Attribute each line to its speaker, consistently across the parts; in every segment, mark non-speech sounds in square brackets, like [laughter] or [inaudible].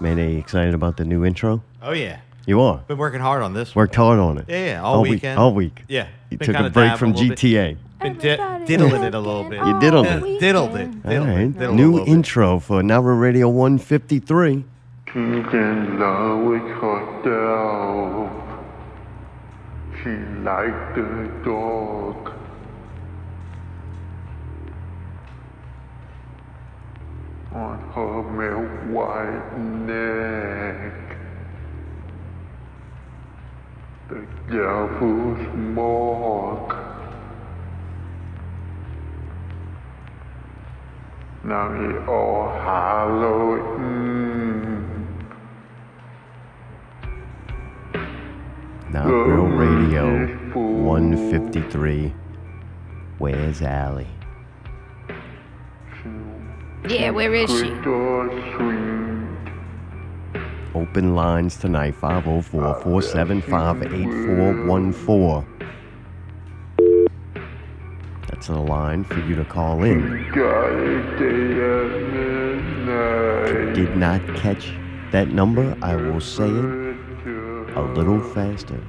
Speaker 1: Mayday, excited about the new intro?
Speaker 2: Oh yeah,
Speaker 1: You are.
Speaker 2: been working hard on this. one.
Speaker 1: Worked hard on it.
Speaker 2: Yeah, yeah, all,
Speaker 1: week-
Speaker 2: weekend.
Speaker 1: all week.
Speaker 2: Yeah,
Speaker 1: You
Speaker 2: been
Speaker 1: took a
Speaker 2: kinda
Speaker 1: break
Speaker 2: dabbling
Speaker 1: from
Speaker 2: a little bit.
Speaker 1: GTA.
Speaker 2: Been di-
Speaker 3: Everybody
Speaker 2: diddling it a little bit.
Speaker 3: working
Speaker 1: You diddled
Speaker 3: all
Speaker 1: it.
Speaker 2: Yeah, diddled it.
Speaker 3: weekend.
Speaker 2: Diddled
Speaker 1: all
Speaker 2: it.
Speaker 1: right.
Speaker 2: Diddled a
Speaker 1: New
Speaker 2: little bit.
Speaker 1: intro for Now We're Radio 153.
Speaker 4: Keegan Lowick Hotel. She liked the dog. On her milk white neck. The devil's mark. Now it all hallowed. Mm.
Speaker 1: Now Real Radio 153. Where's Allie?
Speaker 3: Yeah, where is she?
Speaker 1: Open lines tonight 504 475 8414. That's the line for you to call in. Did not catch that number, I will say it a little faster.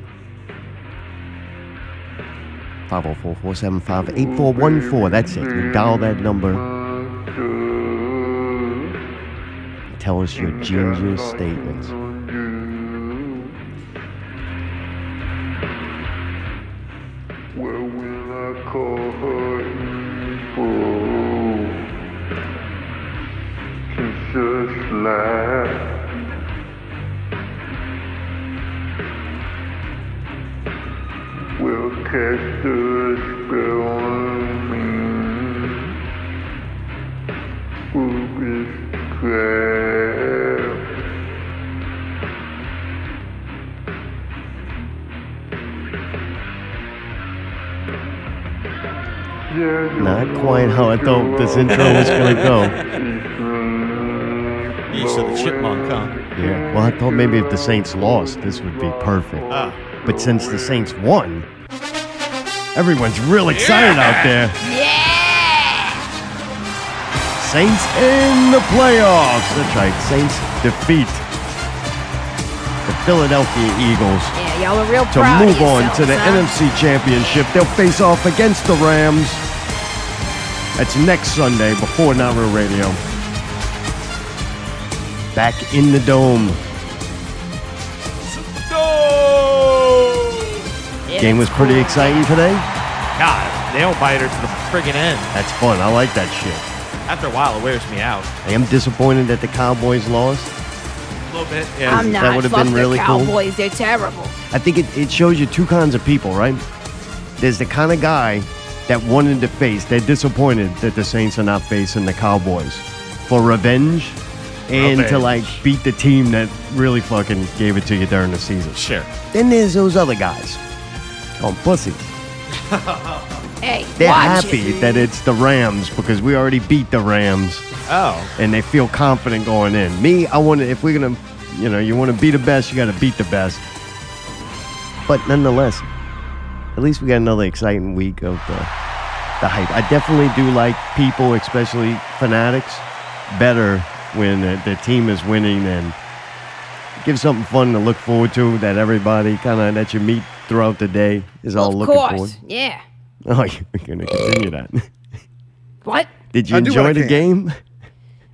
Speaker 1: 504 475 8414. That's it. You dial that number. Tell us your ginger statements.
Speaker 4: Where will I call her evil? She just laughed. Will cast a spell on me. Foolish crap.
Speaker 1: Not quite how I thought this intro was going to
Speaker 2: [laughs]
Speaker 1: go.
Speaker 2: Yeast of the chipmunk, huh?
Speaker 1: Yeah. Well, I thought maybe if the Saints lost, this would be perfect.
Speaker 2: Ah,
Speaker 1: But since the Saints won, everyone's real excited out there. [laughs]
Speaker 3: Yeah!
Speaker 1: Saints in the playoffs. That's right. Saints defeat the Philadelphia Eagles
Speaker 3: Yeah, y'all are real
Speaker 1: to
Speaker 3: proud of
Speaker 1: move on
Speaker 3: yourselves,
Speaker 1: to the
Speaker 3: huh?
Speaker 1: NFC Championship. They'll face off against the Rams. That's next Sunday before Nara Radio. Back in the dome.
Speaker 3: Yeah,
Speaker 1: Game was
Speaker 3: that's
Speaker 1: pretty exciting today.
Speaker 2: God, nail biter to the friggin' end.
Speaker 1: That's fun. I like that shit.
Speaker 2: After a while, it wears me out.
Speaker 1: I am disappointed that the Cowboys lost.
Speaker 2: A little bit.
Speaker 3: cool.
Speaker 2: Yeah.
Speaker 3: I'm
Speaker 1: that
Speaker 3: not.
Speaker 1: would've
Speaker 3: Fuck
Speaker 1: been
Speaker 3: the
Speaker 1: really cool.
Speaker 3: Cowboys, they're terrible.
Speaker 1: I think it, it shows you two kinds of people, right? There's the kind of guy that wanted to face, they're disappointed that the Saints are not facing the Cowboys for revenge and to
Speaker 2: Revenge.
Speaker 1: like beat the team that really fucking gave it to you during the season.
Speaker 2: sure.
Speaker 1: Then there's those other guys. Oh, pussies.
Speaker 3: Hey,
Speaker 1: They're
Speaker 3: watch
Speaker 1: happy
Speaker 3: it.
Speaker 1: that it's the Rams because we already beat the Rams
Speaker 2: Oh,
Speaker 1: and they feel confident going in. Me, I want to, if we're going to, you know, you want to be the best, you got to beat the best. But nonetheless, at least we got another exciting week of the, the hype. I definitely do like people, especially fanatics, better when the, the team is winning and give something fun to look forward to that everybody kind of that you meet throughout the day is all
Speaker 3: Of
Speaker 1: looking
Speaker 3: course. Yeah.
Speaker 1: forward. [laughs] Oh, you're going to continue that. [laughs]
Speaker 3: What?
Speaker 1: Did you
Speaker 5: I do what I
Speaker 1: enjoy
Speaker 5: can.
Speaker 1: the game?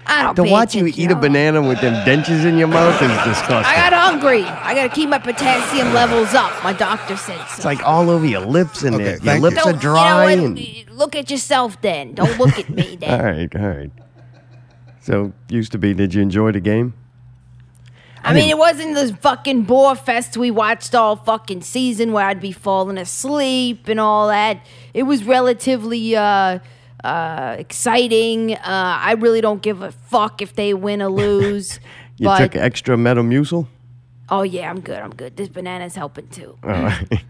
Speaker 3: I don't
Speaker 1: To
Speaker 3: pay
Speaker 1: watch you
Speaker 3: attention.
Speaker 1: eat a banana with them dentures in your mouth is
Speaker 3: [laughs]
Speaker 1: disgusting.
Speaker 3: I got hungry. I gotta keep my potassium levels up. My doctor said so.
Speaker 1: it's like all over your lips and
Speaker 5: Okay,
Speaker 1: it- your
Speaker 5: thank
Speaker 1: lips
Speaker 5: you.
Speaker 1: are
Speaker 3: don't,
Speaker 1: dry.
Speaker 3: You know, what?
Speaker 1: and,
Speaker 3: look at yourself then. Don't look at
Speaker 1: [laughs]
Speaker 3: me then.
Speaker 1: all right, all right. So used to be, did you enjoy the game?
Speaker 3: I mean, it wasn't this fucking bore fest we watched all fucking season where I'd be falling asleep and all that. It was relatively uh, uh, exciting. Uh, I really don't give a fuck if they win or lose.
Speaker 1: [laughs] You
Speaker 3: but
Speaker 1: took extra Metamucil?
Speaker 3: oh yeah, I'm good. I'm good. This banana's helping too. [laughs]
Speaker 1: All right.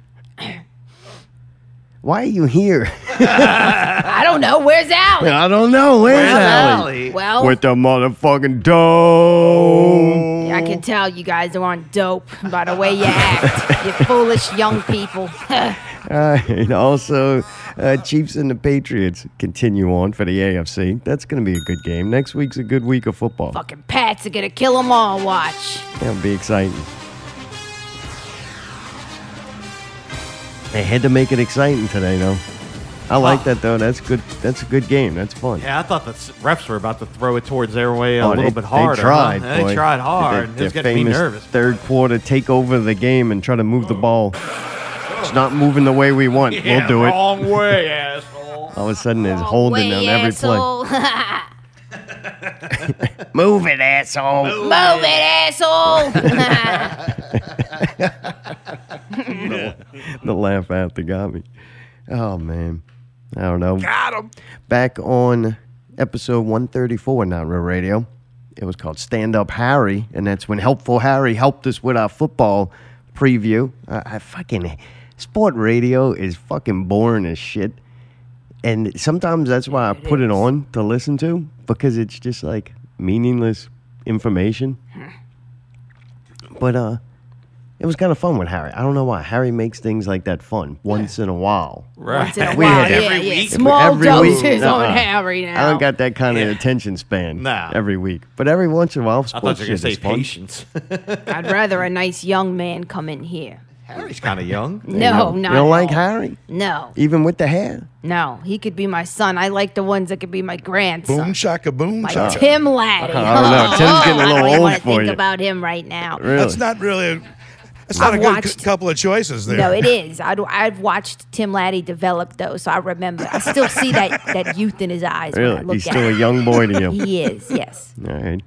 Speaker 1: Why are you here?
Speaker 3: I don't know. Where's Allie?
Speaker 1: I don't know. Where's,
Speaker 2: Where's
Speaker 1: Allie?
Speaker 2: Allie?
Speaker 3: Well,
Speaker 1: With the motherfucking dome.
Speaker 3: I can
Speaker 1: [laughs]
Speaker 3: tell you guys are on dope by the way you act. you foolish young people. [laughs]
Speaker 1: All right. Also, uh, Chiefs and the Patriots continue on for the AFC. That's going to be a good game. Next week's a good week of football.
Speaker 3: Fucking Pats are gonna kill them all. Watch. [laughs]
Speaker 1: That'll be exciting. They had to make it exciting today, though. I like
Speaker 2: Oh.
Speaker 1: that though. That's good. That's a good game. That's fun.
Speaker 2: Yeah, I thought the s- refs were about to throw it towards their way a
Speaker 1: Oh,
Speaker 2: little
Speaker 1: they,
Speaker 2: bit harder.
Speaker 1: They
Speaker 2: huh?
Speaker 1: tried. boy.
Speaker 2: They tried hard.
Speaker 1: Their-
Speaker 2: It was
Speaker 1: their
Speaker 2: going to be
Speaker 1: famous
Speaker 2: nervous.
Speaker 1: Third quarter, take over the game and try to move the ball. It's not moving the way we want.
Speaker 2: Yeah,
Speaker 1: we'll do it.
Speaker 2: Wrong way, [laughs] asshole.
Speaker 1: All of a sudden, it's holding on every play.
Speaker 3: asshole.
Speaker 1: Move it, asshole.
Speaker 3: Move it, asshole. [laughs]
Speaker 1: [laughs] the laugh after got me. Oh man, I don't know. Got him. Back on episode 134, not real radio. It was called Stand Up Harry, and that's when Helpful Harry helped us with our football preview. I, I fucking sport radio is fucking boring as shit, and sometimes that's why I put it on to listen to because it's just like meaningless information.
Speaker 3: [laughs]
Speaker 1: But uh, it was kind of fun with Harry. I don't know why. Harry makes things like that fun once in a while.
Speaker 3: Once in a
Speaker 1: [laughs] We
Speaker 3: while,
Speaker 1: had that.
Speaker 3: yeah,
Speaker 2: Every
Speaker 3: yeah.
Speaker 2: week?
Speaker 3: Small
Speaker 1: Every week,
Speaker 3: doses
Speaker 1: nuh-uh.
Speaker 3: on Harry now.
Speaker 1: I don't got that kind of
Speaker 2: Yeah.
Speaker 1: attention span
Speaker 2: Nah.
Speaker 1: every week. But every once in a while,
Speaker 2: I thought
Speaker 1: sports
Speaker 2: you were going to
Speaker 1: shit is
Speaker 2: say
Speaker 1: fun.
Speaker 2: patience.
Speaker 3: I'd rather a nice young man come in here.
Speaker 2: Harry's kind of
Speaker 1: [laughs]
Speaker 2: young.
Speaker 3: No,
Speaker 1: you
Speaker 3: not
Speaker 1: don't
Speaker 3: at
Speaker 1: like
Speaker 3: all.
Speaker 1: Harry,
Speaker 3: No,
Speaker 1: even with the hair.
Speaker 3: no, he could be my son. I like the ones that could be my grandson,
Speaker 5: Boom shaka, boom
Speaker 3: like
Speaker 5: shaka.
Speaker 3: Tim Laddie.
Speaker 1: I don't know. Tim's getting a
Speaker 3: [laughs]
Speaker 1: little
Speaker 3: I don't
Speaker 1: old
Speaker 3: wanna
Speaker 1: for
Speaker 3: think
Speaker 1: you.
Speaker 3: about him right now.
Speaker 1: Really?
Speaker 5: That's not really. A, that's not
Speaker 3: I've
Speaker 5: a good
Speaker 3: watched-
Speaker 5: c- couple of
Speaker 2: [laughs]
Speaker 5: choices there.
Speaker 3: No, it
Speaker 5: [laughs]
Speaker 3: is. I do, I've watched Tim Laddie develop though, so I remember. I still see that, that youth in his eyes when I
Speaker 1: [laughs] really,
Speaker 3: look
Speaker 1: he's
Speaker 3: at
Speaker 1: still a
Speaker 3: him.
Speaker 1: young boy to
Speaker 3: [laughs]
Speaker 1: you.
Speaker 3: He is. Yes,
Speaker 1: All
Speaker 2: [laughs]
Speaker 1: right.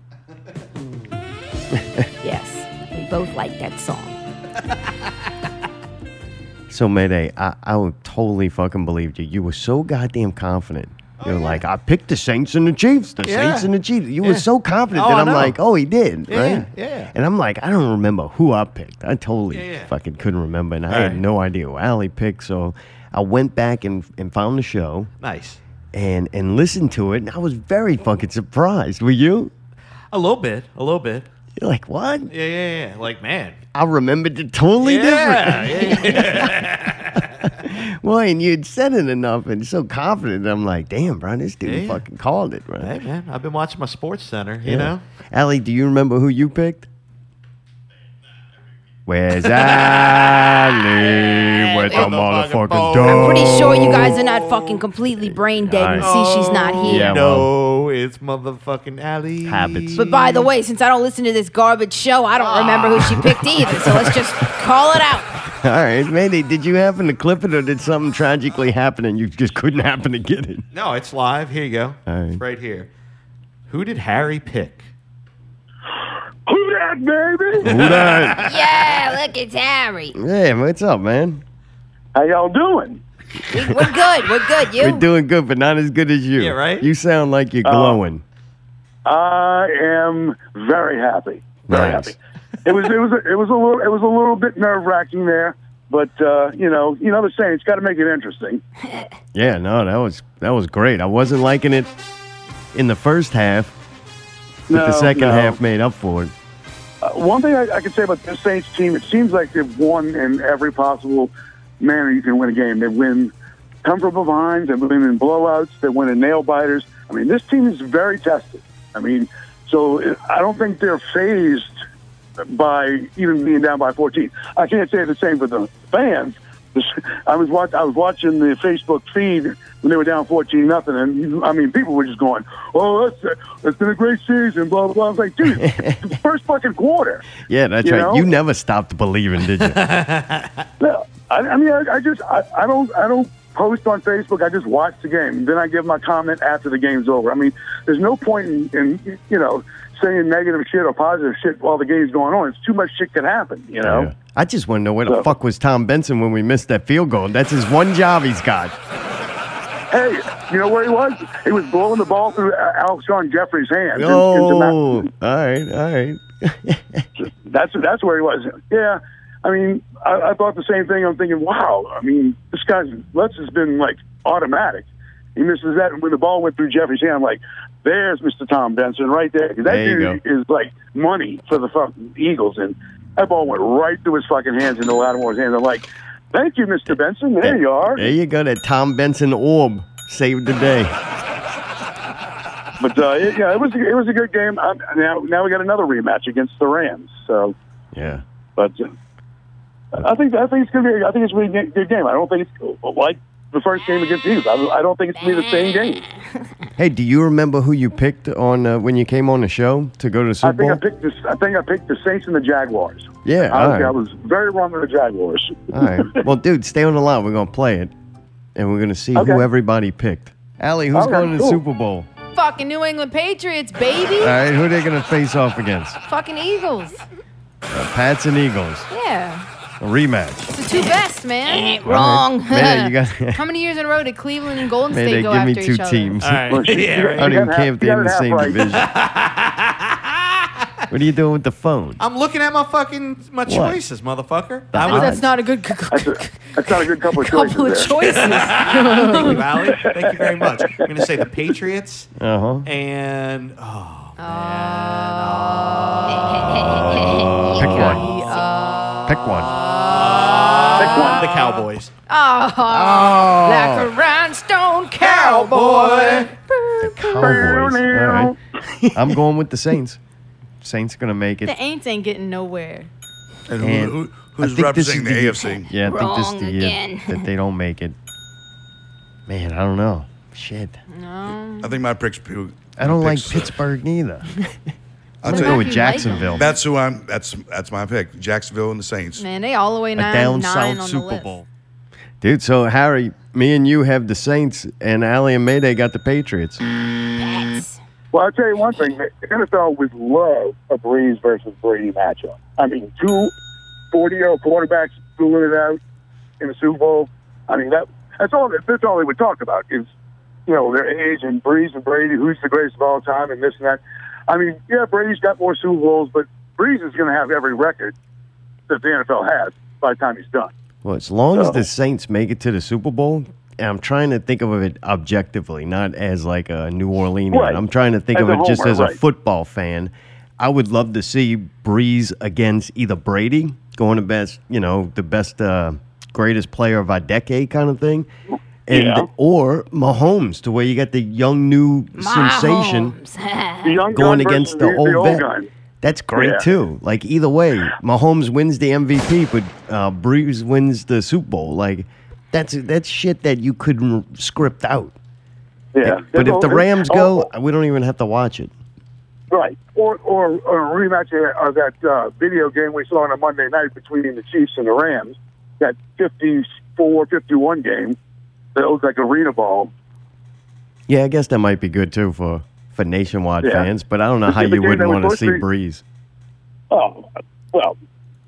Speaker 3: yes. We both like that song.
Speaker 1: So Mayday, I, I would totally fucking believed you. You were so goddamn confident. You're like, I picked the Saints and the Chiefs. The
Speaker 2: Oh, Yeah.
Speaker 1: Saints and the Chiefs. You
Speaker 2: Yeah.
Speaker 1: were so confident
Speaker 2: Oh,
Speaker 1: that
Speaker 2: I
Speaker 1: I'm
Speaker 2: know.
Speaker 1: like, oh, he did,
Speaker 2: Yeah,
Speaker 1: right?
Speaker 2: yeah.
Speaker 1: And I'm like, I don't remember who I picked. I totally
Speaker 2: Yeah, yeah.
Speaker 1: fucking couldn't remember, and I had
Speaker 2: Right.
Speaker 1: no idea who Allie picked. So I went back and and found the show
Speaker 2: Nice.
Speaker 1: and and listened to it, and I was very fucking surprised. Were you?
Speaker 2: A little bit. A little bit.
Speaker 1: You're like, what?
Speaker 2: Yeah, yeah, yeah. Like, man.
Speaker 1: I remembered it totally different.
Speaker 2: Yeah, yeah, yeah.
Speaker 1: [laughs] Well, and you had said it enough and so confident. I'm like, damn, bro, this dude
Speaker 2: Yeah, yeah.
Speaker 1: fucking called it, [laughs] right?
Speaker 2: Hey, man. I've been watching my sports center, you know?
Speaker 1: Allie, do you remember who you picked?
Speaker 2: [laughs]
Speaker 1: Where's Allie with the
Speaker 2: Motherfucking
Speaker 1: motherfucking
Speaker 2: ball.
Speaker 1: dog?
Speaker 3: Pretty sure you guys are not fucking completely brain dead and see she's not here.
Speaker 1: Yeah,
Speaker 2: no, it's motherfucking Allie.
Speaker 1: Habits.
Speaker 3: But by the way, since I don't listen to this garbage show, I don't remember who she picked either. So let's just call it out.
Speaker 1: [laughs] All right, Mandy, did you happen to clip it or did something tragically happen and you just couldn't happen to get it?
Speaker 2: No, it's live. Here you go.
Speaker 1: All right.
Speaker 2: It's right here. Who did Harry pick?
Speaker 4: Who that, baby?
Speaker 1: Who that?
Speaker 3: Yeah, look, it's Harry.
Speaker 1: Hey, what's up, man?
Speaker 4: How y'all doing?
Speaker 3: We're good. We're good. You?
Speaker 1: We're doing good, but not as good as you.
Speaker 2: Yeah, right?
Speaker 1: You sound like
Speaker 4: Oh,
Speaker 1: you're glowing.
Speaker 4: I am very happy. Very
Speaker 1: Nice.
Speaker 4: happy. It was it was a, it was a little it was a little bit nerve wracking there, but uh, you know you know the saying it's got to make it interesting.
Speaker 1: Yeah, no, that was that was great. I wasn't liking it in the first half, but
Speaker 4: no,
Speaker 1: the second
Speaker 4: no.
Speaker 1: half made up for it.
Speaker 4: Uh, one thing I, I can say about this Saints team, it seems like they've won in every possible manner you can win a game. They win come from behind, they win in blowouts, they win in nail biters. I mean, this team is very tested. I mean, so it- I don't think they're phased by even being down by 14. I can't say the same for the fans. [laughs] I was watch, I was watching the Facebook feed when they were down 14 nothing, and I mean, people were just going, "Oh, that's it's been a great season." Blah blah. blah. I was like, "Dude, it's the first fucking quarter."
Speaker 1: Yeah, that's
Speaker 4: You
Speaker 1: right.
Speaker 4: know?
Speaker 1: You never stopped believing, did you?
Speaker 4: Yeah, I, I mean, I, I just I, I don't I don't post on Facebook. I just watch the game. Then I give my comment after the game's over. I mean, there's no point in, in you know saying negative shit or positive shit while the game's going on. It's too much shit can happen. You know.
Speaker 1: Yeah. I just want to know where the
Speaker 4: So-
Speaker 1: fuck was Tom Benson when we missed that field goal. That's his one job he's got.
Speaker 4: Hey, you know where he was? He was blowing the ball through uh, Alshon Jeffrey's hand. into- into
Speaker 1: Oh, all
Speaker 4: Matt-
Speaker 1: right, all right.
Speaker 4: that's that's where he was. Yeah, I mean, I, I thought the same thing. I'm thinking, wow. I mean, this guy's Lutz has been like automatic. He misses that, and when the ball went through Jeffrey's hand, I'm like, there's Mr. Tom Benson right there. 'Cause That
Speaker 1: There you
Speaker 4: dude is like money for the fucking Eagles, and that ball went right through his fucking hands into Lattimore's hands. I'm like, Thank you, Mr. Benson. There you are.
Speaker 1: There you go. That Tom Benson orb saved the day.
Speaker 4: But uh, it, yeah, it was a, it was a good game. Um, now now we got another rematch against the Rams. So,
Speaker 1: Yeah.
Speaker 4: but uh, I think I think it's gonna be I think it's a really ga- good game. I don't think it's like the first game against Eagles. I, I don't think it's gonna be the same game.
Speaker 1: Hey, do you remember who you picked on uh, when you came on the show to go to the
Speaker 4: I
Speaker 1: Super
Speaker 4: think
Speaker 1: Bowl?
Speaker 4: I picked this. I think I picked the Saints and the Jaguars.
Speaker 1: Yeah,
Speaker 4: I,
Speaker 1: all right.
Speaker 4: I was very wrong with the Jaguars.
Speaker 1: All
Speaker 4: [laughs]
Speaker 1: right. Well, dude, stay on the line. We're gonna play it, and we're gonna see
Speaker 4: Okay.
Speaker 1: who everybody picked. Allie, who's
Speaker 4: All right,
Speaker 1: going to the
Speaker 4: cool.
Speaker 1: Super Bowl?
Speaker 3: Fucking New England Patriots, baby.
Speaker 1: All right, who are they gonna face off against?
Speaker 3: Fucking Eagles.
Speaker 1: The Pats and Eagles.
Speaker 3: Yeah.
Speaker 1: A rematch.
Speaker 3: The two best, man.
Speaker 1: Wrong. Man, you got-
Speaker 3: [laughs] How many years in a row did Cleveland and Golden
Speaker 1: Man,
Speaker 3: State
Speaker 1: they
Speaker 3: go
Speaker 1: give
Speaker 3: after
Speaker 1: me
Speaker 3: each
Speaker 1: two
Speaker 3: other?
Speaker 1: teams.
Speaker 2: All right.
Speaker 5: [laughs]
Speaker 2: yeah,
Speaker 1: I
Speaker 2: right.
Speaker 1: don't
Speaker 4: You
Speaker 1: even
Speaker 4: got
Speaker 1: care
Speaker 4: half-
Speaker 1: if they're
Speaker 4: you
Speaker 1: in the
Speaker 4: got half
Speaker 1: same
Speaker 4: right.
Speaker 1: division.
Speaker 5: [laughs]
Speaker 1: what are you doing with the phone?
Speaker 2: [laughs] I'm looking at my fucking my choices, motherfucker. I
Speaker 3: Oh,
Speaker 2: would
Speaker 3: that's not a good c-
Speaker 4: That's, a, that's not a good couple of choices.
Speaker 3: couple of
Speaker 4: there. [laughs]
Speaker 3: choices.
Speaker 2: thank you, Allie. Thank you very much. I'm gonna say the Patriots
Speaker 1: Uh huh.
Speaker 2: and oh,
Speaker 1: Pick one.
Speaker 3: uh,
Speaker 1: Pick one.
Speaker 2: uh, the Cowboys.
Speaker 3: Oh.
Speaker 1: Oh.
Speaker 3: like a rhinestone cowboy.
Speaker 1: The Cowboys. Oh, All right. I'm going with the Saints. Saints gonna make it.
Speaker 3: The Aints ain't getting nowhere.
Speaker 5: And
Speaker 1: And
Speaker 5: who, who-
Speaker 1: I
Speaker 5: who's
Speaker 1: think this is
Speaker 5: representing the
Speaker 1: the-
Speaker 5: AFC?
Speaker 1: Yeah, I think this is the
Speaker 3: Wrong
Speaker 1: year
Speaker 3: again.
Speaker 1: that they don't make it. Man, I don't know. Shit.
Speaker 5: I think my
Speaker 2: [laughs]
Speaker 5: pick's. Pittsburgh.
Speaker 1: I don't like
Speaker 5: [laughs]
Speaker 1: Pittsburgh neither.
Speaker 5: I'll
Speaker 1: I'm
Speaker 5: tell
Speaker 1: gonna go
Speaker 5: you,
Speaker 3: you
Speaker 1: with
Speaker 3: like 'em.
Speaker 1: Jacksonville.
Speaker 5: that's who I'm. That's that's my pick. Jacksonville and the Saints.
Speaker 3: Man, they all the way
Speaker 1: a
Speaker 3: nine,
Speaker 1: down
Speaker 3: nine on
Speaker 1: south
Speaker 3: the
Speaker 1: Super
Speaker 3: list.
Speaker 1: Bowl. Dude, so Harry, me and you have the Saints, and Allie and Mayday got the Patriots.
Speaker 4: Well, I'll tell you one thing. The NFL would love a Breeze versus Brady matchup. I mean, two 40-year-old quarterbacks fooling it out in the Super Bowl. I mean, that that's all that's all they would talk about is, you know, their age and Breeze and Brady, who's the greatest of all time and this and that. I mean, yeah, Brady's got more Super Bowls, but Breeze is going to have every record that the NFL has by the time he's done.
Speaker 1: Well, as long as
Speaker 4: Oh.
Speaker 1: the Saints make it to the Super Bowl, and I'm trying to think of it objectively, not as like a New Orleanian.
Speaker 4: Right.
Speaker 1: I'm trying to think
Speaker 4: As
Speaker 1: of
Speaker 4: a
Speaker 1: it just
Speaker 4: homer,
Speaker 1: as a
Speaker 4: right.
Speaker 1: football fan. I would love to see Breeze against either Brady, going to best, you know, the best, uh, greatest player of our decade kind of thing. And
Speaker 4: Yeah.
Speaker 1: or Mahomes, to where you got the young new sensation
Speaker 6: [laughs]
Speaker 4: The young
Speaker 1: going
Speaker 4: gun
Speaker 1: against
Speaker 4: versus
Speaker 1: the, old,
Speaker 4: the old
Speaker 1: vet.
Speaker 4: gun.
Speaker 1: That's great
Speaker 4: Yeah.
Speaker 1: too. Like either way, Mahomes wins the MVP, but uh, Breeze wins the Super Bowl. Like that's that's shit that you couldn't script out.
Speaker 4: Yeah.
Speaker 1: But if
Speaker 4: That's
Speaker 1: the
Speaker 4: all-
Speaker 1: Rams
Speaker 4: all-
Speaker 1: go, we don't even have to watch it.
Speaker 4: Right. Or, or, or a rematch of that uh, video game we saw on a Monday night between the Chiefs and the Rams, that 54 51 game that was like arena ball.
Speaker 1: Yeah, I guess that might be good too for for nationwide
Speaker 4: Yeah.
Speaker 1: fans. But I don't know
Speaker 4: This
Speaker 1: how
Speaker 4: is the
Speaker 1: you
Speaker 4: game
Speaker 1: wouldn't
Speaker 4: that was
Speaker 1: want to
Speaker 4: supposed
Speaker 1: see
Speaker 4: to be-
Speaker 1: Breeze.
Speaker 4: Oh, well,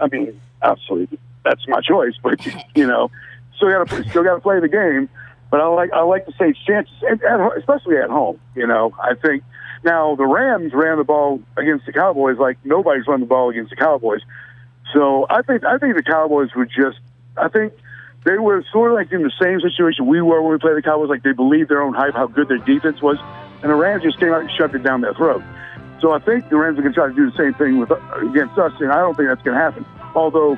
Speaker 4: I mean, absolutely. That's my choice, but, you know, still got to still gotta play the game. But I like I like the Saints' chances, and at, ho- especially at home. You know, I think now the Rams ran the ball against the Cowboys like nobody's run the ball against the Cowboys. So I think I think the Cowboys would just I think they were sort of like in the same situation we were when we played the Cowboys. Like they believed their own hype, how good their defense was, and the Rams just came out and shoved it down their throat. So I think the Rams are going to try to do the same thing with against us, and I don't think that's going to happen. Although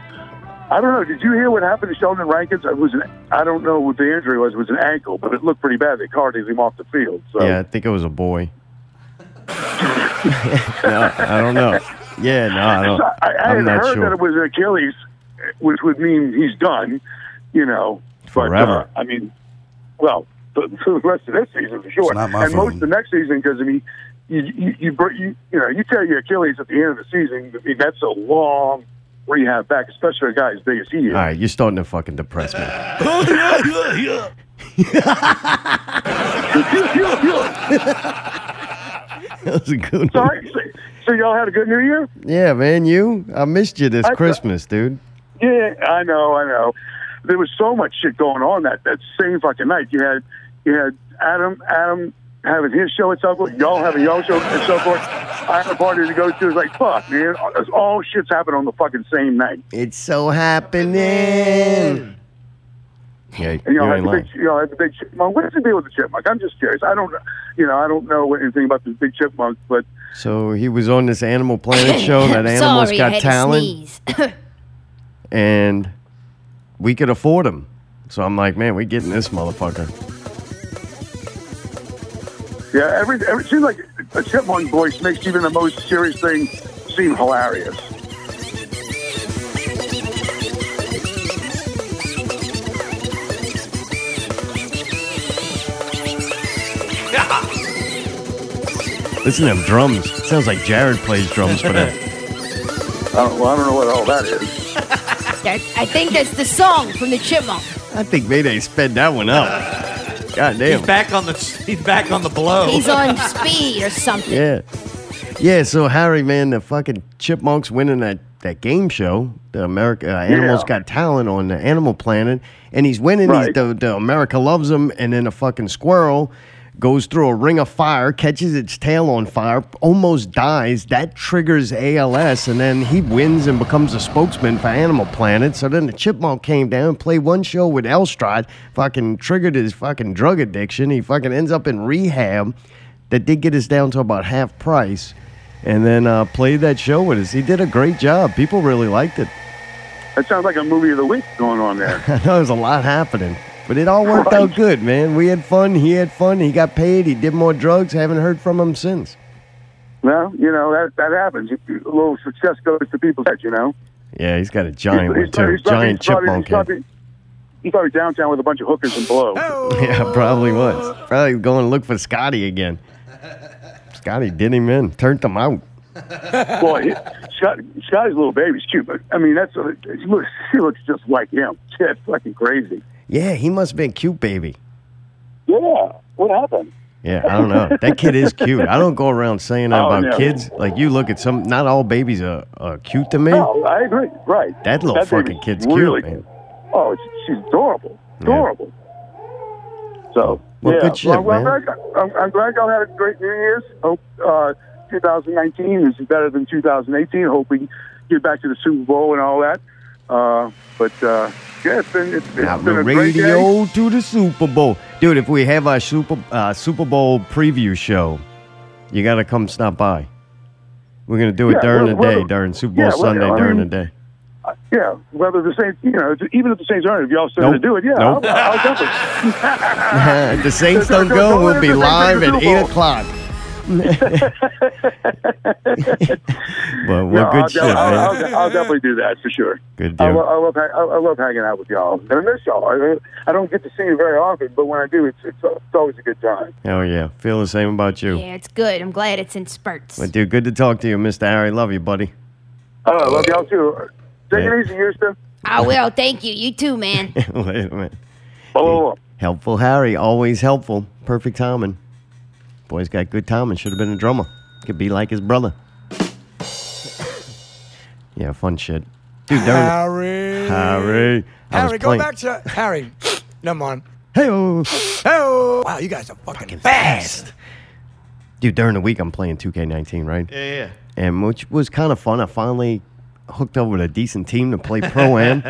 Speaker 4: I don't know, did you hear what happened to Sheldon Rankins? It was an I don't know what the injury was. It was an ankle, but it looked pretty bad. They carted him off the field. So
Speaker 1: Yeah, I think it was a boy. [laughs] no, I don't know. Yeah, no, I don't.
Speaker 4: I, I
Speaker 1: Oh, I'm
Speaker 4: had
Speaker 1: not
Speaker 4: heard
Speaker 1: sure.
Speaker 4: that it was an Achilles, which would mean he's done, you know. But,
Speaker 1: Forever.
Speaker 4: uh, I mean, well, for, [laughs] for the rest of this season for sure,
Speaker 5: not my
Speaker 4: and most
Speaker 5: phone.
Speaker 4: of the next season because I mean, you you you, br- you you know you tear your Achilles at the end of the season. I mean, that's a long rehab back, especially a guy as big as he
Speaker 1: [laughs]
Speaker 4: is.
Speaker 1: All right, you're starting to fucking depress me. [laughs] that was a good one.
Speaker 4: Sorry. So, [laughs] so y'all had a good New Year?
Speaker 1: Yeah, man, you. I missed you this
Speaker 4: I-
Speaker 1: Christmas, dude.
Speaker 4: Yeah, I know, I know. There was so much shit going on that that same fucking night. You had you had Adam Adam having his show at Southport, y'all having y'all show at Southport. I had a party to go to. It's like fuck, man. It's all shit's happened on the fucking same night.
Speaker 1: It's so happening. Yeah,
Speaker 4: And
Speaker 1: you
Speaker 4: y'all had
Speaker 1: ain't
Speaker 4: the
Speaker 1: lying.
Speaker 4: big, y'all had the big chipmunk. What is the deal with the chipmunk? I'm just curious. I don't, you know, I don't know anything about the big chipmunk, but
Speaker 1: So he was on this
Speaker 3: [coughs] [laughs]
Speaker 1: Animal [laughs] Planet show that Animals
Speaker 3: Sorry, I
Speaker 1: Got
Speaker 3: had
Speaker 1: Talent,
Speaker 3: to sneeze.
Speaker 1: and we could afford him. So I'm like, man, we're getting this motherfucker.
Speaker 4: Yeah, every, every it seems like a chipmunk voice makes even the most serious thing seem hilarious.
Speaker 1: Listen to them drums. It sounds like Jared plays drums for
Speaker 2: [laughs]
Speaker 1: that.
Speaker 4: I don't, well, I don't know what all that is.
Speaker 3: [laughs] That, I think that's the song from the Chipmunk.
Speaker 1: I think Mayday sped that one
Speaker 2: [laughs]
Speaker 1: up. God damn.
Speaker 2: He's back on the [laughs] he's back on the blow.
Speaker 3: He's
Speaker 1: [laughs]
Speaker 2: [laughs]
Speaker 3: on speed or something.
Speaker 1: Oh. Yeah. Yeah, so Harry, man, the fucking chipmunks winning that, that game show, the America uh, Animals
Speaker 4: Yeah.
Speaker 1: Got Talent on the Animal Planet, and he's winning. He's,
Speaker 4: Right.
Speaker 1: the, the America loves him, and then a fucking squirrel goes through a ring of fire, catches its tail on fire, almost dies. That triggers ALS, and then he wins and becomes a spokesman for Animal Planet. So then the chipmunk came down, played one show with Elstrad, fucking triggered his fucking drug addiction. He fucking ends up in rehab. That did get us down to about half price. And then uh, played that show with us. He did a great job. People really liked it. [laughs]
Speaker 4: That sounds like a movie of the week going on there.
Speaker 1: I know there's a lot happening, but it all worked out
Speaker 4: Right.
Speaker 1: good, man. We had fun. He had fun. He got paid. He did more drugs. haven't heard from him since.
Speaker 4: well, you know that that happens. A little success goes to people's heads, you know.
Speaker 1: Yeah, he's got a giant
Speaker 4: He's-
Speaker 1: one too.
Speaker 4: he's probably- he's probably-
Speaker 1: Giant
Speaker 4: he's probably-
Speaker 1: chipmunk.
Speaker 4: He's
Speaker 1: head.
Speaker 4: probably, he's probably downtown with a bunch of hookers and blow.
Speaker 1: Oh. [laughs] Yeah, probably was. Probably going to look for Scotty
Speaker 4: [laughs]
Speaker 1: again. Scotty did him in, turned him out.
Speaker 4: [laughs] Boy, he- Scott, Scotty's little baby's cute, but I mean that's she looks she looks just like him. Yeah, it's fucking crazy.
Speaker 1: Yeah, he must have been cute, baby.
Speaker 4: Yeah, what happened?
Speaker 1: Yeah, I don't know. That kid is cute. I don't go around saying that
Speaker 4: Oh,
Speaker 1: about
Speaker 4: no.
Speaker 1: kids. Like you look at some, not all babies are, are cute to me.
Speaker 4: No, I agree. Right.
Speaker 1: That little fucking
Speaker 4: baby's
Speaker 1: kid's
Speaker 4: really
Speaker 1: cute, man.
Speaker 4: Oh, it's- she's adorable. Adorable. So,
Speaker 1: Well,
Speaker 4: yeah.
Speaker 1: good shit,
Speaker 4: well, well,
Speaker 1: man.
Speaker 4: I'm, I'm glad y'all had a great New Year's. Hope uh, 2019 is better than 2018. Hope we get back to the Super Bowl and all that. Uh, but uh, yeah, it's been it's,
Speaker 1: Now
Speaker 4: it's been
Speaker 1: the
Speaker 4: a great day.
Speaker 1: radio to the Super Bowl, dude. If we have our Super uh, Super Bowl preview show, you got to come stop by. We're gonna do it
Speaker 4: Yeah,
Speaker 1: during the
Speaker 4: we're-
Speaker 1: day,
Speaker 4: we're-
Speaker 1: during Super Bowl
Speaker 4: yeah, we're-
Speaker 1: Sunday,
Speaker 4: I
Speaker 1: during the
Speaker 4: mean, [laughs]
Speaker 1: day. [laughs]
Speaker 4: Yeah, whether the Saints, you know, even if the Saints aren't, if y'all still
Speaker 1: Nope.
Speaker 4: going to do it, yeah,
Speaker 1: Nope.
Speaker 4: I'll, I'll definitely.
Speaker 1: if the [laughs] Saints don't
Speaker 4: don't- don't
Speaker 1: go, we'll
Speaker 4: let
Speaker 1: be
Speaker 4: us affect
Speaker 1: live
Speaker 4: the
Speaker 1: at
Speaker 4: Super
Speaker 1: eight
Speaker 4: Bowl.
Speaker 1: o'clock. well, well,
Speaker 4: No, I'll,
Speaker 1: good shit,
Speaker 4: de- I'll,
Speaker 1: man.
Speaker 4: I'll, I'll definitely do that for sure.
Speaker 1: Good
Speaker 4: I,
Speaker 1: deal.
Speaker 4: lo- I love ha- I, I love hanging out with y'all. I miss y'all. I, I don't get to see you very often, but when I do, it's it's, it's always a good time.
Speaker 1: Hell yeah, feel the same about you.
Speaker 3: Yeah, it's good. I'm glad it's in spurts.
Speaker 1: But dude, good to talk to you, Mr. Harry. Love you, buddy.
Speaker 4: I Oh, love y'all too. Take
Speaker 1: Yeah.
Speaker 4: it easy, Houston.
Speaker 3: I will. Thank you. You too, man. [laughs]
Speaker 1: [laughs] Wait a minute.
Speaker 4: Follow up.
Speaker 1: Helpful Harry, always helpful. Perfect timing. Boy's got good timing. Should have been a drummer. Could be like his brother. [coughs] yeah, fun shit. Dude, there
Speaker 7: Harry.
Speaker 1: Harry. I was
Speaker 7: Harry, go
Speaker 1: playing-
Speaker 7: back to Harry. Never mind.
Speaker 1: Hey-oh.
Speaker 7: Oh, wow, you guys are fucking, fast.
Speaker 1: Dude, during the week I'm playing 2K19, right?
Speaker 2: yeah, yeah.
Speaker 1: and which was kind of fun. I finally hooked up with a decent team to play pro
Speaker 2: [laughs]
Speaker 1: am,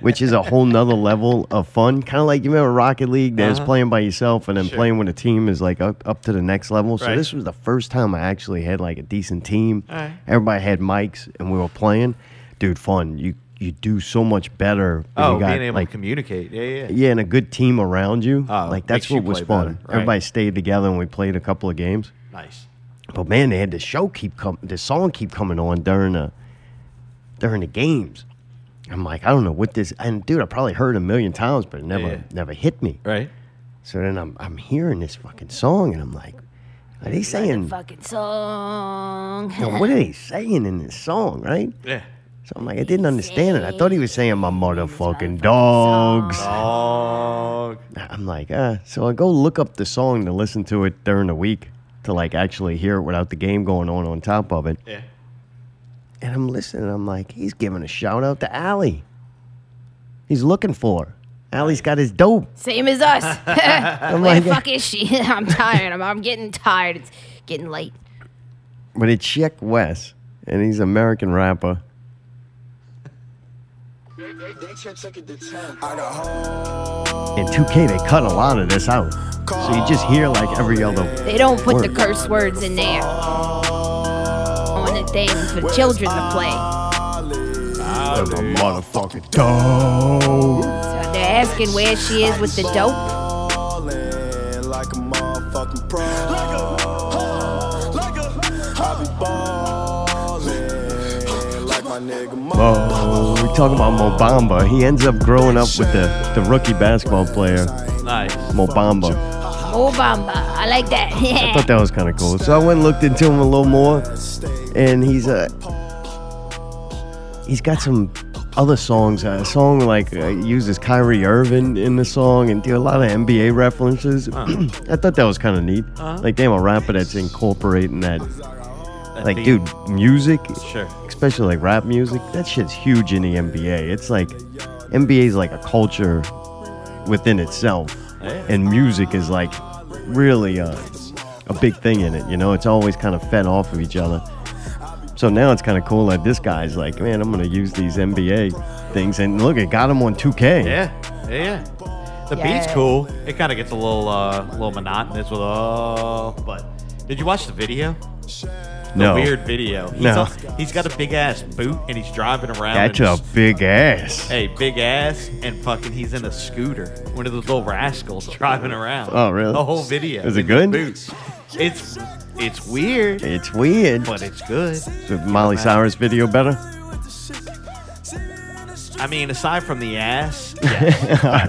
Speaker 1: which is a whole nother level of fun. Kind of like you remember Rocket League, there's
Speaker 2: Uh-huh.
Speaker 1: playing by yourself, and then playing with a team is like up, up to the next level. So
Speaker 2: Right.
Speaker 1: this was the first time I actually had like a decent team.
Speaker 2: right.
Speaker 1: Everybody had mics, and we were playing. Dude, fun. You you do so much better. when
Speaker 2: Oh,
Speaker 1: you got,
Speaker 2: being able
Speaker 1: like,
Speaker 2: to communicate. Yeah, yeah.
Speaker 1: yeah, and a good team around you.
Speaker 2: Oh,
Speaker 1: like
Speaker 2: makes
Speaker 1: that's what
Speaker 2: you
Speaker 1: was
Speaker 2: play
Speaker 1: fun.
Speaker 2: better, right.
Speaker 1: Everybody stayed together and we played a couple of games.
Speaker 2: Nice.
Speaker 1: But man, they had the show keep com the song keep coming on during the during the games. I'm like, I don't know what this and dude, I probably heard it a million times, but it never
Speaker 2: Yeah.
Speaker 1: never hit me.
Speaker 2: Right.
Speaker 1: So then I'm I'm hearing this fucking song and I'm like, are they saying
Speaker 3: Fucking song. [laughs]
Speaker 1: you know, what are they saying in this song, right?
Speaker 2: Yeah.
Speaker 1: So I'm like, I didn't understand it. I thought he was saying my motherfucking dogs.
Speaker 2: Dog.
Speaker 1: I'm like, uh, so I go look up the song to listen to it during the week to like actually hear it without the game going on on top of it.
Speaker 2: Yeah.
Speaker 1: And I'm listening. I'm like, he's giving a shout out to Allie. He's looking for her. Allie's got his dope.
Speaker 3: Same as us. [laughs] Where
Speaker 1: like-
Speaker 3: the fuck is she? [laughs] I'm tired. I'm, I'm getting tired. It's getting late.
Speaker 1: But it's Chick West, and he's an American rapper. In 2K, they cut a lot of this out. So you just hear like every other.
Speaker 3: They don't put the
Speaker 1: Word.
Speaker 3: curse words in there. On the thing for children to play.
Speaker 1: I'm a motherfucking dog.
Speaker 3: So they're asking where she is with the dope.
Speaker 8: Ballin' like a motherfucking pro. I be ballin' like my nigga Mo.
Speaker 1: Oh, we talking about Mobamba. He ends up growing up with the, the rookie basketball player,
Speaker 2: Nice.
Speaker 1: Mobamba.
Speaker 3: Oh, Bamba. I like that. [laughs]
Speaker 1: I thought that was kind of cool. So I went and looked into him a little more, and he's uh, he's got some other songs. Uh, a song like uh, uses Kyrie Irving in the song, and do a lot of NBA references. [clears throat] I thought that was kind of neat.
Speaker 2: Uh-huh.
Speaker 1: Like damn, a rapper that's incorporating that.
Speaker 2: That
Speaker 1: Like,
Speaker 2: theme.
Speaker 1: dude, music,
Speaker 2: Sure.
Speaker 1: especially like rap music, that shit's huge in the NBA. It's like NBA's like a culture within itself,
Speaker 2: Yeah.
Speaker 1: and music is like really a, a big thing in it. You know, it's always kind of fed off of each other. So now it's kind of cool that this guy's like, man, I'm gonna use these NBA things, and look, it got him on 2K.
Speaker 2: Yeah. Yeah. yeah. The beat's
Speaker 3: Yeah.
Speaker 2: cool. It kind of gets a little, uh, little monotonous with all. But did you watch the video? The
Speaker 1: no,
Speaker 2: weird video. He's
Speaker 1: No.
Speaker 2: on- he's got a big ass boot and he's driving around.
Speaker 1: that's
Speaker 2: and
Speaker 1: a big ass.
Speaker 2: Hey, big ass and fucking he's in a scooter. One of those little rascals [laughs] driving around.
Speaker 1: Oh, really?
Speaker 2: The whole video.
Speaker 1: Is it
Speaker 2: In the
Speaker 1: good?
Speaker 2: Boots. It's it's weird,
Speaker 1: It's weird.
Speaker 2: but it's good.
Speaker 1: Is Molly Cyrus video better?
Speaker 2: I mean, aside from
Speaker 1: [laughs]
Speaker 2: the ass, yeah.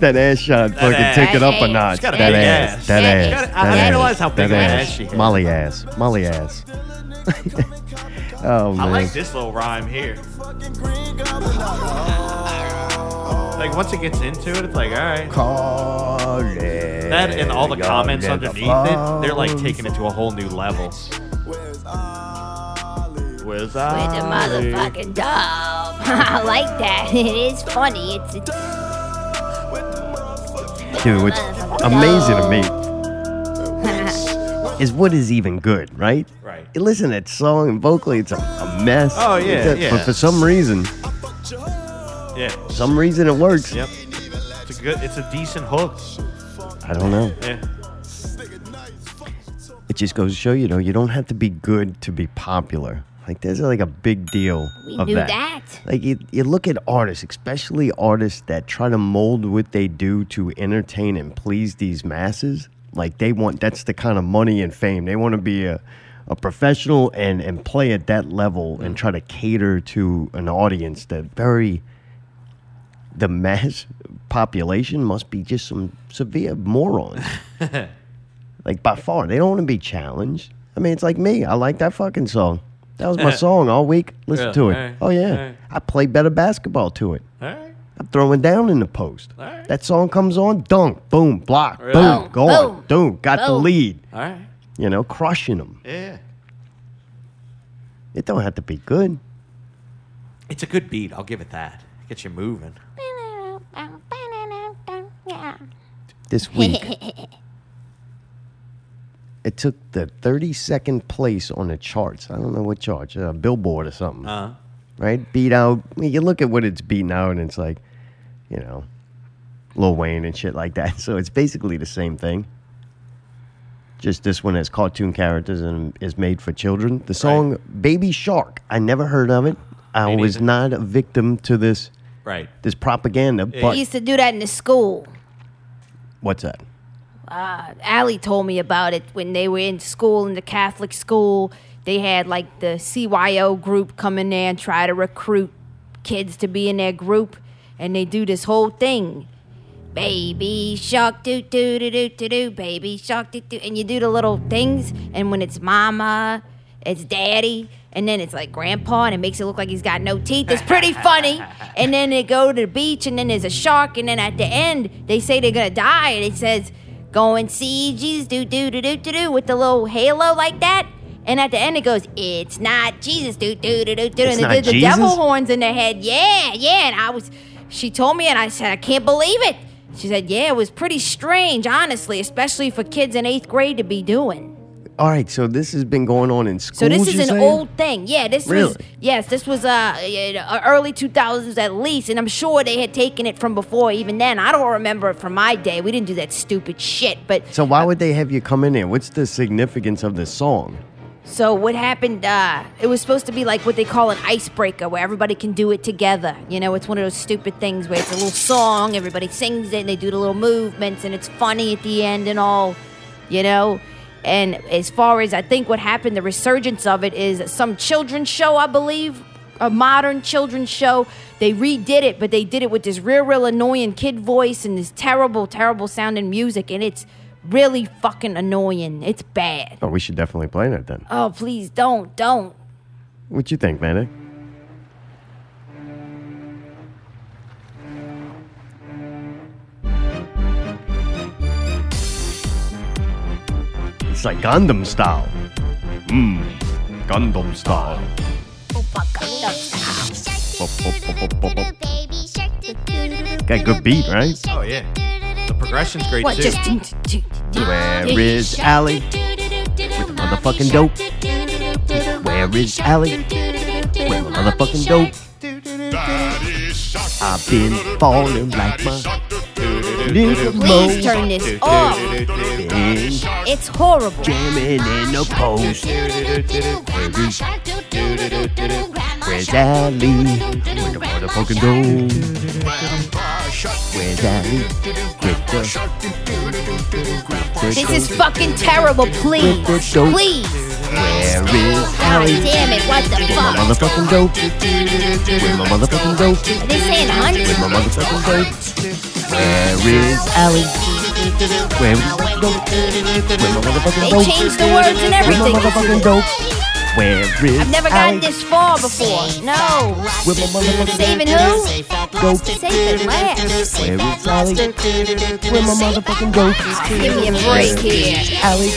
Speaker 1: that ass shot fucking
Speaker 2: ass.
Speaker 1: take it up a
Speaker 3: She's
Speaker 1: notch.
Speaker 2: got a
Speaker 1: that
Speaker 2: big
Speaker 1: ass.
Speaker 2: ass.
Speaker 1: That
Speaker 3: Yeah,
Speaker 1: ass.
Speaker 3: she's got
Speaker 2: a-
Speaker 1: that
Speaker 2: I
Speaker 1: ass.
Speaker 2: realize how big
Speaker 1: that
Speaker 2: of an ass she has.
Speaker 1: Molly ass. Molly
Speaker 2: [laughs]
Speaker 1: ass. oh man.
Speaker 2: I like this little rhyme here. Like once it gets into it, it's like all right. That and all the comments underneath it, they're like taking it to a whole new level. Where's
Speaker 3: With the
Speaker 2: I?
Speaker 3: motherfucking dope. [laughs] I like that. [laughs] It is funny. It's, it's
Speaker 1: Dude, what's amazing to
Speaker 2: [laughs]
Speaker 1: me is what is even good, right?
Speaker 2: Right.
Speaker 1: You listen to that song and vocally it's a, a mess.
Speaker 2: Oh, yeah,
Speaker 1: It's a-
Speaker 2: yeah.
Speaker 1: But for some reason,
Speaker 2: Yeah.
Speaker 1: some reason it works.
Speaker 2: Yep. It's a good. It's a decent hook. [laughs]
Speaker 1: I don't know.
Speaker 2: Yeah.
Speaker 1: It just goes to show you know you don't have to be good to be popular. Like there's like a big deal
Speaker 3: we
Speaker 1: of
Speaker 3: knew
Speaker 1: that.
Speaker 3: that.
Speaker 1: Like you, you look at artists, especially artists that try to mold what they do to entertain and please these masses. Like they want that's the kind of money and fame they want to be a, a professional and and play at that level and try to cater to an audience that very the mass population must be just some severe morons. like by far, they don't want to be challenged. I mean, it's like me. I like that fucking song. That was my song all week. Listen
Speaker 2: Really?
Speaker 1: to it.
Speaker 2: Alright.
Speaker 1: Oh yeah,
Speaker 2: Alright.
Speaker 1: I play better basketball to it.
Speaker 2: All right.
Speaker 1: I'm throwing down in the post.
Speaker 2: Alright.
Speaker 1: That song comes on, dunk, boom, block,
Speaker 2: Really?
Speaker 1: boom,
Speaker 3: Boom,
Speaker 1: gone, boom, got the
Speaker 3: boom.
Speaker 1: lead.
Speaker 2: All right.
Speaker 1: You know, crushing them.
Speaker 2: Yeah.
Speaker 1: It don't have to be good.
Speaker 2: It's a good beat. I'll give it that. Gets you moving.
Speaker 1: This week, it took the 32nd place on the charts. I don't know what charts, uh, Billboard or something.
Speaker 2: Uh.
Speaker 1: right? Beat out. I mean, you look at what it's beating out, and it's like, you know, Lil Wayne and shit like that. [laughs] So it's basically the same thing. Just this one has cartoon characters and is made for children. The song "Baby Shark," I never heard of it. I
Speaker 2: Me
Speaker 1: was
Speaker 2: neither.
Speaker 1: not a victim to this
Speaker 2: Right.
Speaker 1: this propaganda.
Speaker 3: We
Speaker 1: But
Speaker 3: used to do that in the school.
Speaker 1: what's that?
Speaker 3: Allie told me about it when they were in school in the Catholic school. They had like the CYO group come in there and try to recruit kids to be in their group, and they do this whole thing. Baby shark doo doo doo doo doo doo, baby shark doo doo, and you do the little things. And when it's mama, it's daddy, and then it's like grandpa, and it makes it look like he's got no teeth. It's pretty funny. And then they go to the beach, and then there's a shark, and then at the end they say they're gonna die, and it says go and see Jesus doo doo doo doo doo doo with the little halo like that. And at the end it goes, it's not Jesus doo doo doo doo doo,
Speaker 1: It's
Speaker 3: and
Speaker 1: not
Speaker 3: they did the
Speaker 1: Jesus?
Speaker 3: devil horns in their head. Yeah, yeah. And I was, she told me, and I said, I can't believe it. She said, Yeah, it was pretty strange, honestly, especially for kids in eighth grade to be doing.
Speaker 1: All right, so this has been going on in school.
Speaker 3: So this is an old thing. Yeah, this
Speaker 1: Really?
Speaker 3: was yes, this was uh you know, early 2000s at least, and I'm sure they had taken it from before. Even then, I don't remember it from my day. We didn't do that stupid shit, but
Speaker 1: So why would they have you come in here? What's the significance of this song?
Speaker 3: So what happened? Uh, it was supposed to be like what they call an icebreaker, where everybody can do it together. You know, it's one of those stupid things where it's a little song, everybody sings it, and they do the little movements, and it's funny at the end and all. You know. And as far as I think, what happened, the resurgence of it is some children's show, I believe, a modern children's show. They redid it, but they did it with this real, real annoying kid voice and this terrible, terrible sounding music, and it's really fucking annoying. It's bad.
Speaker 1: Oh, we should definitely play that then.
Speaker 3: Oh, please don't, don't.
Speaker 1: What you think, Manic? It's like Gundam style. Mmm, Gundam style. Got good beat, right?
Speaker 2: Oh yeah. The progression's great
Speaker 3: What
Speaker 2: too.
Speaker 3: just
Speaker 1: Where is Allie? Motherfucking dope. Where is Allie? Where my motherfucking dope? I've been falling like my little
Speaker 3: Please
Speaker 1: mo.
Speaker 3: turn this off.
Speaker 1: Been
Speaker 3: It's horrible.
Speaker 1: jamming in the post. Where's Allie? Where the motherfucking dope? Where's Allie? With the, with
Speaker 3: This
Speaker 1: the-
Speaker 3: is fucking terrible. Please, please.
Speaker 1: Where is
Speaker 3: God
Speaker 1: Allie?
Speaker 3: damn it! What the
Speaker 1: My
Speaker 3: fuck?
Speaker 1: motherfucking dope. Where my motherfucking dope?
Speaker 3: Are they saying hundred?
Speaker 1: Where my motherfucking dope? Where is Allie? Where is dope? Where my motherfucking
Speaker 3: They
Speaker 1: dope?
Speaker 3: changed the words and
Speaker 1: Where my
Speaker 3: everything.
Speaker 1: motherfucking dope? Where is
Speaker 3: I've never
Speaker 1: Allie?
Speaker 3: gotten this far before. No.
Speaker 1: Where my motherfucking
Speaker 3: Saving who?
Speaker 1: dope?
Speaker 3: Saving last.
Speaker 1: Where is Allie? Where my motherfucking dope?
Speaker 3: Ah, Give me a break here.
Speaker 1: Allie?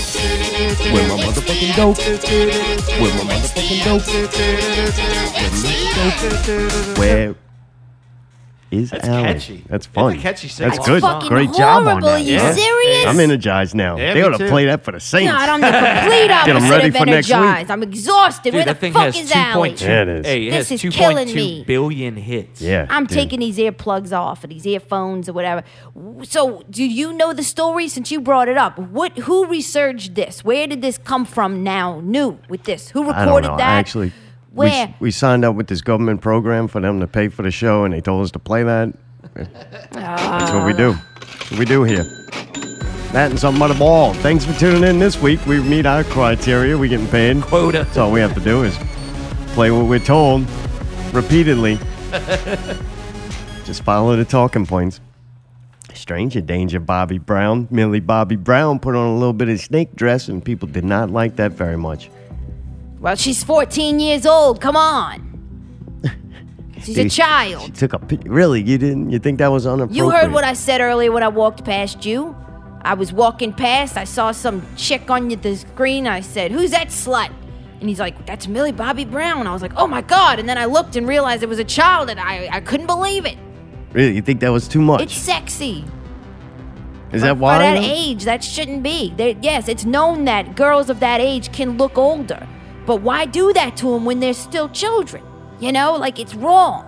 Speaker 1: Where my motherfucking dope? Where my motherfucking dope? Where my dope? Where is
Speaker 2: That's
Speaker 1: Allie?
Speaker 2: catchy.
Speaker 1: That's
Speaker 2: It's a
Speaker 1: fun.
Speaker 2: catchy
Speaker 1: That's
Speaker 2: sing-along
Speaker 1: good.
Speaker 2: song.
Speaker 1: Great
Speaker 3: Fucking
Speaker 1: job on
Speaker 3: horrible.
Speaker 1: that.
Speaker 3: You
Speaker 1: man.
Speaker 3: serious?
Speaker 1: I'm energized now.
Speaker 2: Yeah,
Speaker 1: they
Speaker 2: me
Speaker 1: ought to
Speaker 2: too.
Speaker 1: play that for the Saints.
Speaker 3: God, I'm
Speaker 1: [laughs]
Speaker 3: the complete
Speaker 1: them
Speaker 3: opposite
Speaker 1: ready
Speaker 3: of
Speaker 1: for next week.
Speaker 3: energized. I'm exhausted.
Speaker 2: Dude,
Speaker 3: Where the
Speaker 2: that thing
Speaker 3: fuck
Speaker 2: has
Speaker 3: is
Speaker 2: 2.2
Speaker 3: Allie?
Speaker 1: Yeah, it is.
Speaker 2: Hey, it
Speaker 3: This
Speaker 2: has
Speaker 3: is killing
Speaker 2: 2.2
Speaker 3: me.
Speaker 2: billion hits.
Speaker 1: yeah,
Speaker 3: I'm
Speaker 1: dude.
Speaker 3: taking these earplugs off or these earphones or whatever. So, do you know the story since you brought it up? What? Who researched this? Where did this come from? Now, new with this? Who
Speaker 1: I don't
Speaker 3: recorded
Speaker 1: know.
Speaker 3: that?
Speaker 1: I actually, we,
Speaker 3: where?
Speaker 1: we signed up with this government program for them to pay for the show, and they told us to play that.
Speaker 3: Ah.
Speaker 1: That's what we
Speaker 3: Uh,
Speaker 1: do. That's what we do here. That and something about a ball. Thanks for tuning in this week. We meet our criteria. We're getting paid.
Speaker 2: Quota.
Speaker 1: That's all we have to do is play what we're told repeatedly. Just follow the talking points. Stranger danger, Bobby Brown. Millie Bobby Brown put on a little bit of snake dress, and people did not like that very much.
Speaker 3: well, she's 14 years old. Come
Speaker 1: [laughs]
Speaker 3: on, she's a
Speaker 1: Dude, she-
Speaker 3: child.
Speaker 1: She took a pi- really. You didn't. You think that was unappropriate?
Speaker 3: You heard what I said earlier when I walked past you. I was walking past. I saw some chick on y- the screen. I said, "Who's that slut?" And he's like, "That's Millie Bobby Brown." I was like, "Oh my god!" And then I looked and realized it was a child, and I I couldn't believe it.
Speaker 1: Really, you think that was too much?
Speaker 3: It's sexy.
Speaker 1: Is that
Speaker 3: For-
Speaker 1: why?
Speaker 3: For that
Speaker 1: though?
Speaker 3: age, that shouldn't be. They, yes, it's known that girls of that age can look older, but why do that to them when they're still children? You know, like it's wrong.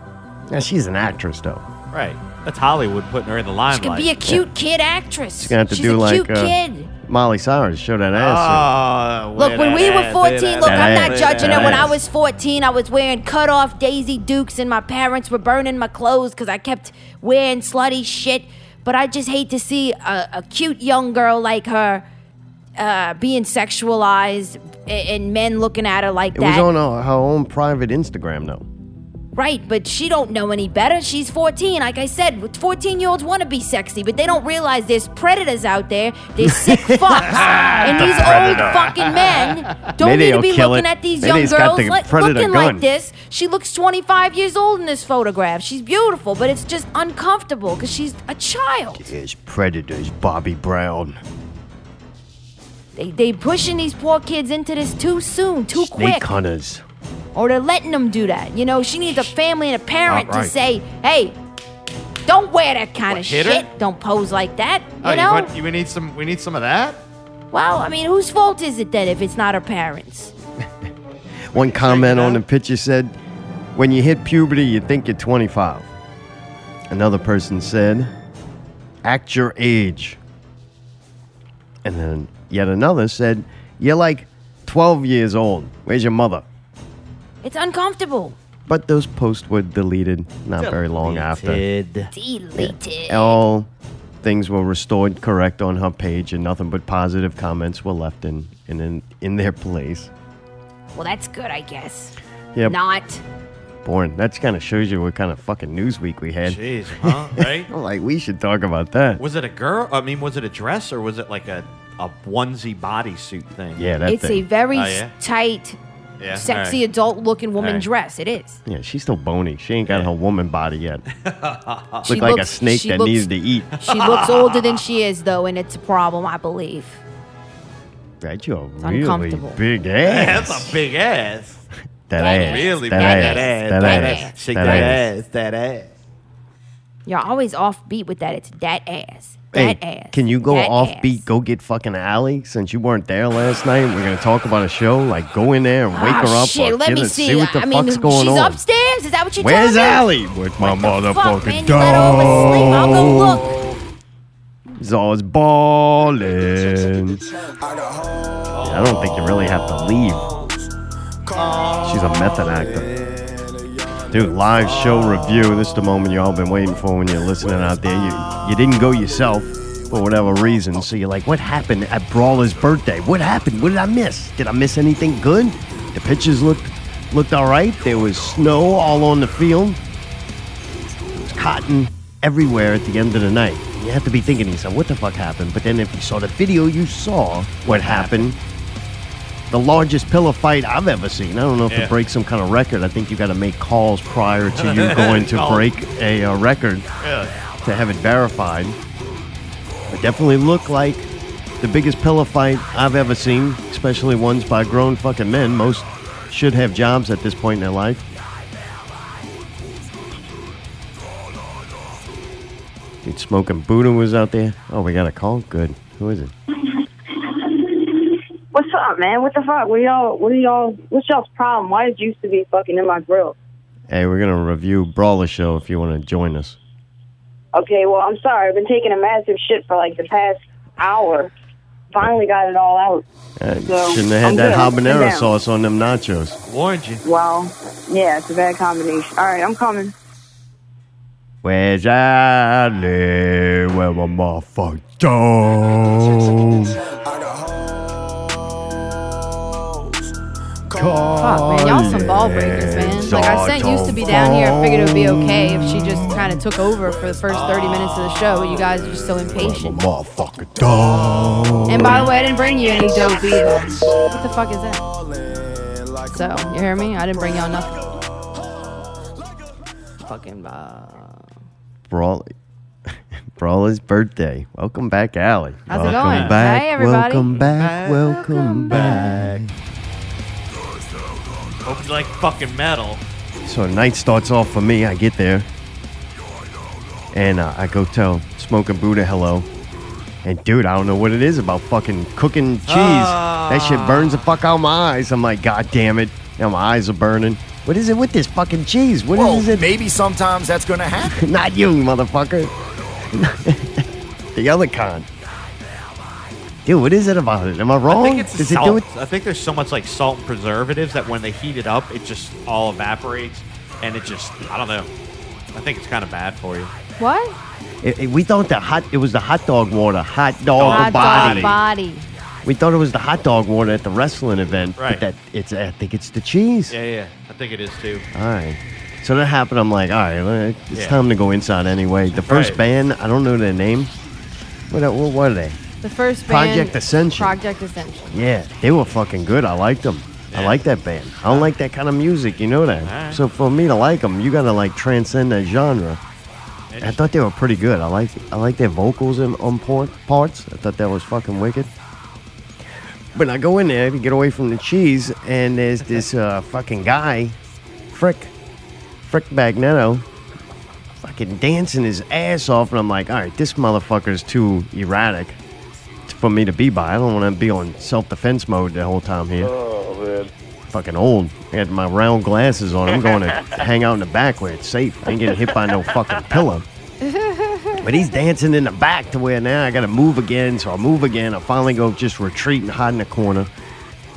Speaker 1: Yeah, she's an actress though.
Speaker 2: Right. That's Hollywood putting her in the
Speaker 3: She could
Speaker 2: limelight.
Speaker 3: be a cute kid actress.
Speaker 1: She's gonna have to
Speaker 3: She's
Speaker 1: do
Speaker 3: a
Speaker 1: like
Speaker 3: cute
Speaker 1: uh,
Speaker 3: kid.
Speaker 1: Molly Cyrus. Show that ass. Ah,
Speaker 2: Oh,
Speaker 3: Look, when we were 14, look, I'm
Speaker 1: that
Speaker 3: not
Speaker 1: ass.
Speaker 3: judging it. When I
Speaker 1: ass.
Speaker 3: was 14, I was wearing cut off Daisy Dukes, and my parents were burning my clothes because I kept wearing slutty shit. But I just hate to see a, a cute young girl like her uh, being sexualized a- and, men looking at her like
Speaker 1: it was
Speaker 3: that.
Speaker 1: on uh, her own private Instagram though.
Speaker 3: right, but she don't know any better. She's 14. Like I said, 14 year olds want to be sexy, but they don't realize there's predators out there. There's
Speaker 1: [laughs]
Speaker 3: sick fucks. and these old fucking
Speaker 1: [laughs]
Speaker 3: men don't
Speaker 1: Maybe
Speaker 3: need to
Speaker 1: he'll
Speaker 3: be
Speaker 1: kill
Speaker 3: looking
Speaker 1: it.
Speaker 3: at these
Speaker 1: Maybe
Speaker 3: young
Speaker 1: he's got
Speaker 3: girls
Speaker 1: the
Speaker 3: like,
Speaker 1: predator
Speaker 3: looking
Speaker 1: gun.
Speaker 3: like this. She looks 25 years old in this photograph. She's beautiful, but it's just uncomfortable because she's a child.
Speaker 1: Is predators Bobby Brown?
Speaker 3: They they pushing these poor kids into this too soon, too
Speaker 1: Snake
Speaker 3: quick,
Speaker 1: hunters.
Speaker 3: or they're letting them do that. You know, she needs a family and a parent to
Speaker 5: Alright.
Speaker 3: say, "Hey, don't wear that kind of
Speaker 2: What, hit her?
Speaker 3: shit. Don't pose like that." You
Speaker 2: Oh, you
Speaker 3: know.
Speaker 2: want- you- we need some. We need some of that.
Speaker 3: well, I mean, whose fault is it then if it's not her parents?
Speaker 1: One comment on
Speaker 2: out.
Speaker 1: the picture said, "When you hit puberty, you think you're 25." Another person said, "Act your age." And then yet another said, "You're like 12 years old. Where's your mother?
Speaker 3: It's uncomfortable.
Speaker 1: But those posts were deleted [laughs] not very long after. [laughs]
Speaker 3: Deleted.
Speaker 1: All things were restored correct on her page, and nothing but positive comments were left in in in, in their place.
Speaker 3: Well, that's good, I guess.
Speaker 1: Yep.
Speaker 3: Not.
Speaker 1: Born. That kind of shows you what kind of fucking news week we had.
Speaker 2: Jeez, huh? Right?
Speaker 1: I'm [laughs] like, we should talk about that.
Speaker 2: Was it a girl? I mean, was it a dress or was it like a, a onesie bodysuit thing?
Speaker 1: Yeah, that
Speaker 3: it's a
Speaker 1: thing.
Speaker 3: very
Speaker 2: Oh, yeah?
Speaker 3: tight,
Speaker 2: Yeah,
Speaker 3: sexy
Speaker 2: alright.
Speaker 3: adult-looking woman
Speaker 2: Alright.
Speaker 3: dress. It is.
Speaker 1: Yeah, she's still bony. She ain't got her woman body
Speaker 2: [laughs]
Speaker 1: yet.
Speaker 2: Uh,
Speaker 1: Looked
Speaker 3: She
Speaker 1: like
Speaker 3: looks-
Speaker 1: a snake
Speaker 3: she
Speaker 1: that
Speaker 3: looks-
Speaker 1: needed to eat.
Speaker 3: She looks older than she is, though, and it's a problem, I believe.
Speaker 1: [laughs] That you're
Speaker 3: It's
Speaker 1: really
Speaker 3: uncomfortable.
Speaker 1: big
Speaker 2: Yeah,
Speaker 1: ass.
Speaker 2: [laughs] That's a big ass.
Speaker 1: That
Speaker 3: That
Speaker 1: ass.
Speaker 3: ass.
Speaker 2: Really
Speaker 1: that ass.
Speaker 2: big that ass.
Speaker 1: That
Speaker 3: that
Speaker 1: ass.
Speaker 3: ass.
Speaker 2: Shake that, ass. That ass.
Speaker 3: You're always offbeat with that. It's that ass.
Speaker 1: Hey,
Speaker 3: That ass.
Speaker 1: can you go
Speaker 3: that
Speaker 1: offbeat?
Speaker 3: ass.
Speaker 1: Go get fucking Allie since you weren't there last night. We're gonna talk about a show. Like, go in there and wake
Speaker 3: Ah,
Speaker 1: her up.
Speaker 3: Shit,
Speaker 1: or
Speaker 3: let
Speaker 1: get
Speaker 3: me
Speaker 1: her-
Speaker 3: see.
Speaker 1: what the
Speaker 3: I mean,
Speaker 1: fuck's going
Speaker 3: she's
Speaker 1: on.
Speaker 3: upstairs. Is that what you're
Speaker 1: Where's
Speaker 3: telling me?
Speaker 1: Allie? With my
Speaker 3: Fuck, man,
Speaker 1: motherfucking
Speaker 3: you let her oversleep. I'll go
Speaker 1: dog.
Speaker 3: look.
Speaker 1: Zaw's ballin'.
Speaker 8: I got hoes,
Speaker 1: I don't think you really have to leave. She's a method actor. Dude, live show review. This is the moment you all been waiting for when you're listening out there. You you didn't go yourself for whatever reason, so you're like, what happened at Brawler's birthday? What happened? What did I miss? Did I miss anything good? The pictures looked looked all right. There was snow all on the field. There was cotton everywhere at the end of the night. You have to be thinking to yourself, what the fuck happened? But then if you saw the video, you saw what happened the largest pillow fight I've ever seen. I don't know if
Speaker 2: Yeah.
Speaker 1: it breaks some kind of record. I think you got to make calls prior to you going to break a uh, record to have it verified. It definitely looked like the biggest pillow fight I've ever seen, especially ones by grown fucking men. Most should have jobs at this point in their life. Dude, smoking Buddha was out there. Oh, we got a call. Good. Who is it?
Speaker 9: What's up, man? What the fuck? What y'all? What are y'all? What's y'all's problem? Why did you to be fucking in my grill?
Speaker 1: Hey, we're gonna review Brawler Show if you want to join us.
Speaker 9: Okay, well, I'm sorry. I've been taking a massive shit for like the past hour. Finally got it all out.
Speaker 1: Uh,
Speaker 9: So,
Speaker 1: shouldn't have had
Speaker 9: I'm
Speaker 1: that
Speaker 9: good. Sit
Speaker 1: habanero
Speaker 9: down.
Speaker 1: sauce on them nachos.
Speaker 2: Warned you.
Speaker 9: Wow. Yeah, it's a bad combination. All right, I'm coming.
Speaker 1: Where's Ali? Where my motherfucker dome?
Speaker 8: I got hoes.
Speaker 3: Fuck, man. Y'all some ball breakers, man. Like, I sent used to be down here. I figured it would be okay if she just kind of took over for the first 30 minutes of the show. You guys are just so impatient.
Speaker 1: Motherfucker dome.
Speaker 3: And by the way, I didn't bring you any dope either. What the fuck is that? So, you hear me? I didn't bring y'all nothing. Fucking, uh,
Speaker 1: Brawl- [laughs] Brawler's birthday. Welcome back, Allie.
Speaker 3: How's it
Speaker 1: welcome
Speaker 3: going?
Speaker 1: Back,
Speaker 3: Hey, everybody.
Speaker 1: Welcome back. Welcome, back.
Speaker 2: Hope you like fucking metal.
Speaker 1: So night starts off for me. I get there, and uh, I go tell Smoking Buddha hello. And dude, I don't know what it is about fucking cooking cheese. that shit burns the fuck out my eyes. I'm like, god damn it! Now my eyes are burning. What is it with this fucking cheese? What is it?
Speaker 10: maybe sometimes that's gonna happen.
Speaker 1: [laughs] Not you, motherfucker. [laughs] the other con. Dude, what is it about it? Am I wrong?
Speaker 2: I think it's the
Speaker 1: Does it do
Speaker 2: salt.
Speaker 1: it?
Speaker 2: I think there's so much like salt and preservatives that when they heat it up, it just all evaporates, and it just I don't know. I think it's kind of bad for you.
Speaker 3: what?
Speaker 1: it- it- We thought the hot. It was the hot dog water. Hot dog
Speaker 3: Hot dog
Speaker 1: body.
Speaker 3: body.
Speaker 1: We thought it was the hot dog water at the wrestling event,
Speaker 2: Right.
Speaker 1: but that it's I think it's the cheese.
Speaker 2: Yeah, yeah. I think it is too.
Speaker 1: All right. So that happened. I'm like, all right, well, it's
Speaker 2: Yeah.
Speaker 1: time to go inside anyway. The first
Speaker 2: Right.
Speaker 1: band, I don't know their name. What, what were they?
Speaker 3: The first band.
Speaker 1: Project Ascension.
Speaker 6: [laughs]
Speaker 3: Project Ascension.
Speaker 1: Yeah, they were fucking good. I liked them. I
Speaker 2: Yeah.
Speaker 1: like that band. I don't like that kind of music. You know that.
Speaker 2: right.
Speaker 1: So for me to like them, you gotta like transcend that genre. I thought they were pretty good. I like I like their vocals in, on por- parts. I thought that was fucking wicked. But I go in there to get away from the cheese, and there's this uh, fucking guy, Frick, Frick Magneto, fucking dancing his ass off, and I'm like, all right, this motherfucker's too erratic for me to be by. I don't want to be on self defense mode the whole time here. Oh man, fucking old. I had my round glasses on. I'm going [laughs] to hang out in the back where it's safe. I ain't getting hit by no fucking pillow. But he's dancing in the back to where now I got to move again. So I move again. I finally go just retreat and hide in the corner.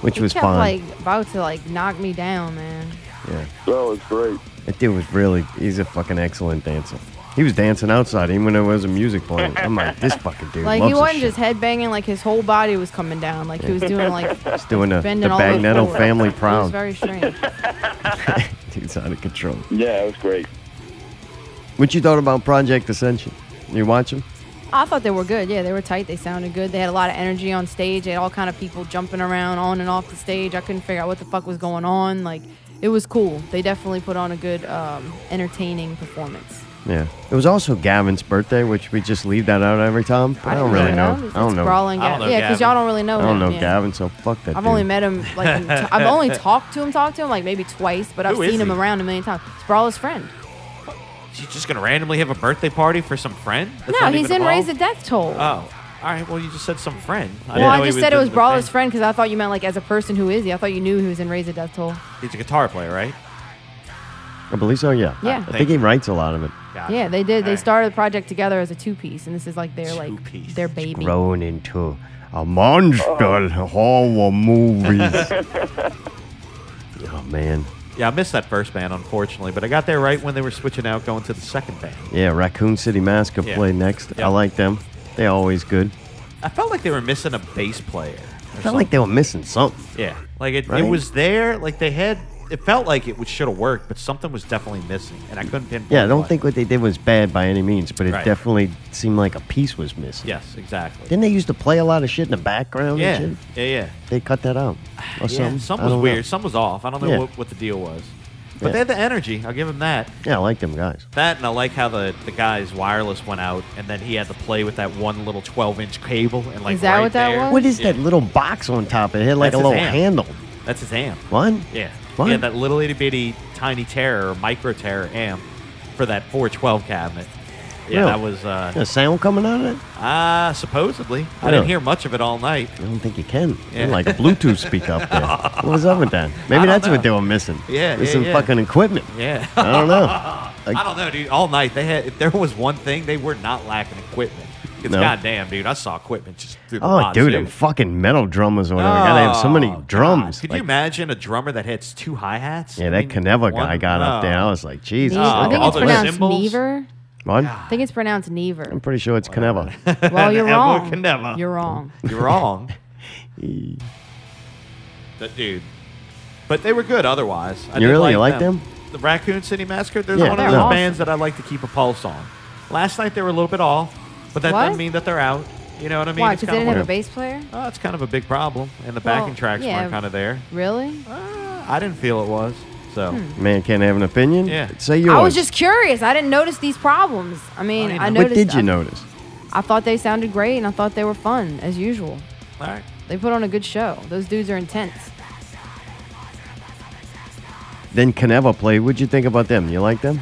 Speaker 1: which
Speaker 6: He
Speaker 1: was
Speaker 6: kept,
Speaker 1: fun.
Speaker 6: like about to like knock me down, man.
Speaker 1: yeah.
Speaker 11: That was great.
Speaker 1: That dude was really, he's a fucking excellent dancer. He was dancing outside even when there wasn't music playing. I'm like,
Speaker 11: [laughs]
Speaker 1: this fucking dude
Speaker 6: like
Speaker 1: loves
Speaker 6: he
Speaker 1: this
Speaker 6: wasn't
Speaker 1: shit.
Speaker 6: just headbanging; like his whole body was coming down. Like he was doing like
Speaker 1: [laughs] He's doing the, the
Speaker 6: bending all over
Speaker 1: Bagnetto
Speaker 6: forward.
Speaker 1: family
Speaker 6: It was
Speaker 1: [laughs] proud.
Speaker 6: very strange.
Speaker 1: Dude's out of control.
Speaker 8: Yeah, it was great.
Speaker 1: What you thought about Project Ascension? You watch him?
Speaker 6: I thought they were good. Yeah, they were tight. They sounded good. They had a lot of energy on stage. They had all kind of people jumping around on and off the stage. I couldn't figure out what the fuck was going on. Like, it was cool. They definitely put on a good, um, entertaining performance.
Speaker 1: Yeah. It was also Gavin's birthday, which we just leave that out every time. But I, don't really know.
Speaker 6: It's-
Speaker 1: I don't
Speaker 6: it's
Speaker 1: know.
Speaker 6: Brawling Gavin. yeah, because y'all don't really know.
Speaker 1: I don't
Speaker 6: him,
Speaker 1: know
Speaker 6: yeah.
Speaker 1: Gavin, so fuck that.
Speaker 6: I've
Speaker 1: dude.
Speaker 6: only met him like in t- I've
Speaker 2: [laughs]
Speaker 6: only talked to him, talked to him like maybe twice, but I've
Speaker 2: Who is
Speaker 6: seen him
Speaker 2: he?
Speaker 6: around a million times. It's Brawler's friend.
Speaker 2: She's just gonna randomly have a birthday party for some friend. That's
Speaker 6: no,
Speaker 2: not
Speaker 6: he's
Speaker 2: even
Speaker 6: in
Speaker 2: a
Speaker 6: Raise the
Speaker 2: ball?
Speaker 6: Death Toll.
Speaker 2: Oh, all right. Well, you just said some friend.
Speaker 6: well,
Speaker 2: didn't
Speaker 6: I
Speaker 2: know he
Speaker 6: just said it
Speaker 2: doing
Speaker 6: was
Speaker 2: the
Speaker 6: Brawler's
Speaker 2: thing.
Speaker 6: friend because I thought you meant like as a person who is he. I thought you knew he was in Raise the Death Toll.
Speaker 2: He's a guitar player,
Speaker 1: [laughs]
Speaker 2: right?
Speaker 1: I believe so, yeah.
Speaker 6: Yeah.
Speaker 1: I think he writes a lot of it.
Speaker 2: Ah.
Speaker 6: Yeah, they did. They
Speaker 1: Alright.
Speaker 6: started the project together as a two piece, and this is like their like their baby.
Speaker 1: Grown into a monster
Speaker 6: Oh. [laughs]
Speaker 1: horror movies. oh, man.
Speaker 2: Yeah, I missed that first band, unfortunately, but I got there right when they were switching out, going to the second band.
Speaker 1: Yeah, Raccoon City Massacre
Speaker 2: Yeah.
Speaker 1: played next. I
Speaker 2: Yeah.
Speaker 1: like them. They always good.
Speaker 2: I felt like they were missing a bass player.
Speaker 1: I felt like they were missing something.
Speaker 2: Yeah, like it,
Speaker 1: Right?
Speaker 2: it was there. Like they had, it felt like it should have worked, but something was definitely missing, and I couldn't pinpoint.
Speaker 1: Yeah, I don't
Speaker 2: what.
Speaker 1: think what they did was bad by any means, but it
Speaker 2: Right.
Speaker 1: definitely seemed like a piece was missing.
Speaker 2: Yes, exactly.
Speaker 1: Didn't they used to play a lot of shit in the background?
Speaker 2: Yeah,
Speaker 1: And
Speaker 2: yeah, yeah.
Speaker 1: shit? They cut that out. Or
Speaker 2: Yeah,
Speaker 1: something.
Speaker 2: Some
Speaker 1: I
Speaker 2: was
Speaker 1: don't know.
Speaker 2: weird. Some was off. I don't know
Speaker 1: Yeah.
Speaker 2: what, what the deal was, but
Speaker 1: Yeah.
Speaker 2: they had the energy. I'll give them that.
Speaker 1: Yeah, I like them guys.
Speaker 2: That and I like how the, the guy's wireless went out, and then he had to play with that one little twelve inch cable, and like
Speaker 6: Is that
Speaker 2: right
Speaker 6: what that
Speaker 2: there.
Speaker 6: was?
Speaker 1: What is that little box on top? It had like
Speaker 2: That's
Speaker 1: a
Speaker 2: his
Speaker 1: little
Speaker 2: amp.
Speaker 1: handle.
Speaker 2: That's his amp.
Speaker 1: What?
Speaker 2: Yeah.
Speaker 1: What?
Speaker 2: Yeah, that little itty bitty tiny terror, micro terror amp for that 412 cabinet. Yeah,
Speaker 1: Really?
Speaker 2: that was uh,
Speaker 1: The sound coming out of it?
Speaker 2: uh supposedly. I
Speaker 1: Really?
Speaker 2: didn't hear much of it all night.
Speaker 1: I don't think you can.
Speaker 2: Yeah.
Speaker 1: Like a Bluetooth speaker up
Speaker 2: [laughs]
Speaker 1: there. What was up with that?
Speaker 2: I
Speaker 1: Maybe
Speaker 2: don't
Speaker 1: that's what
Speaker 2: know.
Speaker 1: they were missing.
Speaker 2: Yeah, yeah,
Speaker 1: Missing
Speaker 2: yeah.
Speaker 1: fucking equipment.
Speaker 2: Yeah.
Speaker 1: I don't
Speaker 2: [laughs]
Speaker 1: know. Like-
Speaker 2: I don't know, dude. All night they had. If there was one thing, they were not lacking equipment. It's
Speaker 1: No.
Speaker 2: goddamn, dude. I saw equipment just through the
Speaker 1: Oh,
Speaker 2: wazoo.
Speaker 1: dude, them fucking metal drummers or whatever. God, they have so many
Speaker 2: Oh, God.
Speaker 1: drums.
Speaker 2: Could
Speaker 1: Like,
Speaker 2: you imagine a drummer that hits two hi hats?
Speaker 1: yeah, that Caneva guy got up there. I was like, Jesus.
Speaker 6: Never. I
Speaker 1: look
Speaker 6: think it's
Speaker 1: at all
Speaker 6: pronounced
Speaker 1: this.
Speaker 6: Never.
Speaker 1: What?
Speaker 6: I think it's pronounced Never.
Speaker 1: I'm pretty sure it's Caneva.
Speaker 6: Well, you're
Speaker 2: Elbow
Speaker 6: wrong.
Speaker 2: Caneva.
Speaker 6: You're wrong.
Speaker 2: [laughs] You're
Speaker 1: [laughs]
Speaker 2: wrong. Hmm. That dude. But they were good otherwise. I
Speaker 1: You
Speaker 2: did
Speaker 1: really like
Speaker 2: The Raccoon City Massacre, they're
Speaker 1: Yeah,
Speaker 2: one of
Speaker 1: They're
Speaker 2: those
Speaker 1: awesome.
Speaker 2: bands that I like to keep a pulse on. Last night they were a little bit off, but that
Speaker 6: What?
Speaker 2: doesn't mean that they're out. You know what I mean?
Speaker 6: Why?
Speaker 2: It's
Speaker 6: Because they
Speaker 2: kinda
Speaker 6: didn't have a
Speaker 2: like-
Speaker 6: bass player.
Speaker 2: Oh, that's kind of a big problem, and the
Speaker 6: Well,
Speaker 2: backing tracks
Speaker 6: yeah.
Speaker 2: weren't kind of there.
Speaker 6: Really?
Speaker 2: I didn't feel it was. So
Speaker 1: Man can't have an opinion?
Speaker 2: Yeah.
Speaker 1: Say yours.
Speaker 6: I was just curious. I didn't notice these problems. I mean, I noticed.
Speaker 1: what did you
Speaker 6: I,
Speaker 1: notice?
Speaker 6: I thought they sounded great, and I thought they were fun as usual.
Speaker 2: all right,
Speaker 6: They put on a good show. Those dudes are intense.
Speaker 1: Then Caneva played. What'd you think about them? You like them?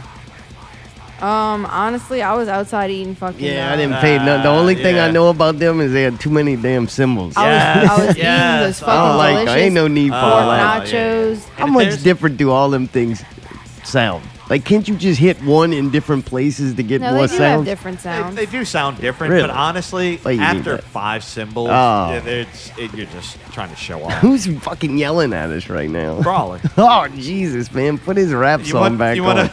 Speaker 6: Um, honestly, I was outside eating fucking.
Speaker 1: Yeah,
Speaker 6: uh,
Speaker 1: I didn't pay. No, the
Speaker 2: Uh,
Speaker 1: only thing I
Speaker 2: yeah.
Speaker 1: know about them is they had too many damn symbols.
Speaker 6: I was, I
Speaker 2: [laughs]
Speaker 6: was
Speaker 2: Yes,
Speaker 6: eating those
Speaker 2: I
Speaker 6: fucking
Speaker 1: I don't like. I
Speaker 6: delicious
Speaker 1: ain't no need for all
Speaker 6: pork
Speaker 1: that.
Speaker 2: yeah, yeah.
Speaker 6: nachos.
Speaker 1: How
Speaker 2: And
Speaker 1: much
Speaker 2: there's-
Speaker 1: different do all them things sound? Like, can't you just hit one in different places to get
Speaker 6: No,
Speaker 1: more
Speaker 6: they do have
Speaker 1: sound?
Speaker 6: different
Speaker 2: they,
Speaker 6: sounds.
Speaker 2: they do sound different,
Speaker 1: Really?
Speaker 2: but honestly,
Speaker 1: Why you need
Speaker 2: after
Speaker 1: that?
Speaker 2: five cymbals,
Speaker 1: Oh.
Speaker 2: yeah, it's, it, you're just trying to show off.
Speaker 1: [laughs] Who's fucking yelling at us right now?
Speaker 2: Brawler.
Speaker 1: [laughs] Oh Jesus, man! Put his rap
Speaker 2: You
Speaker 1: song
Speaker 2: want-
Speaker 1: back
Speaker 2: you
Speaker 1: on. [laughs]
Speaker 2: wanna-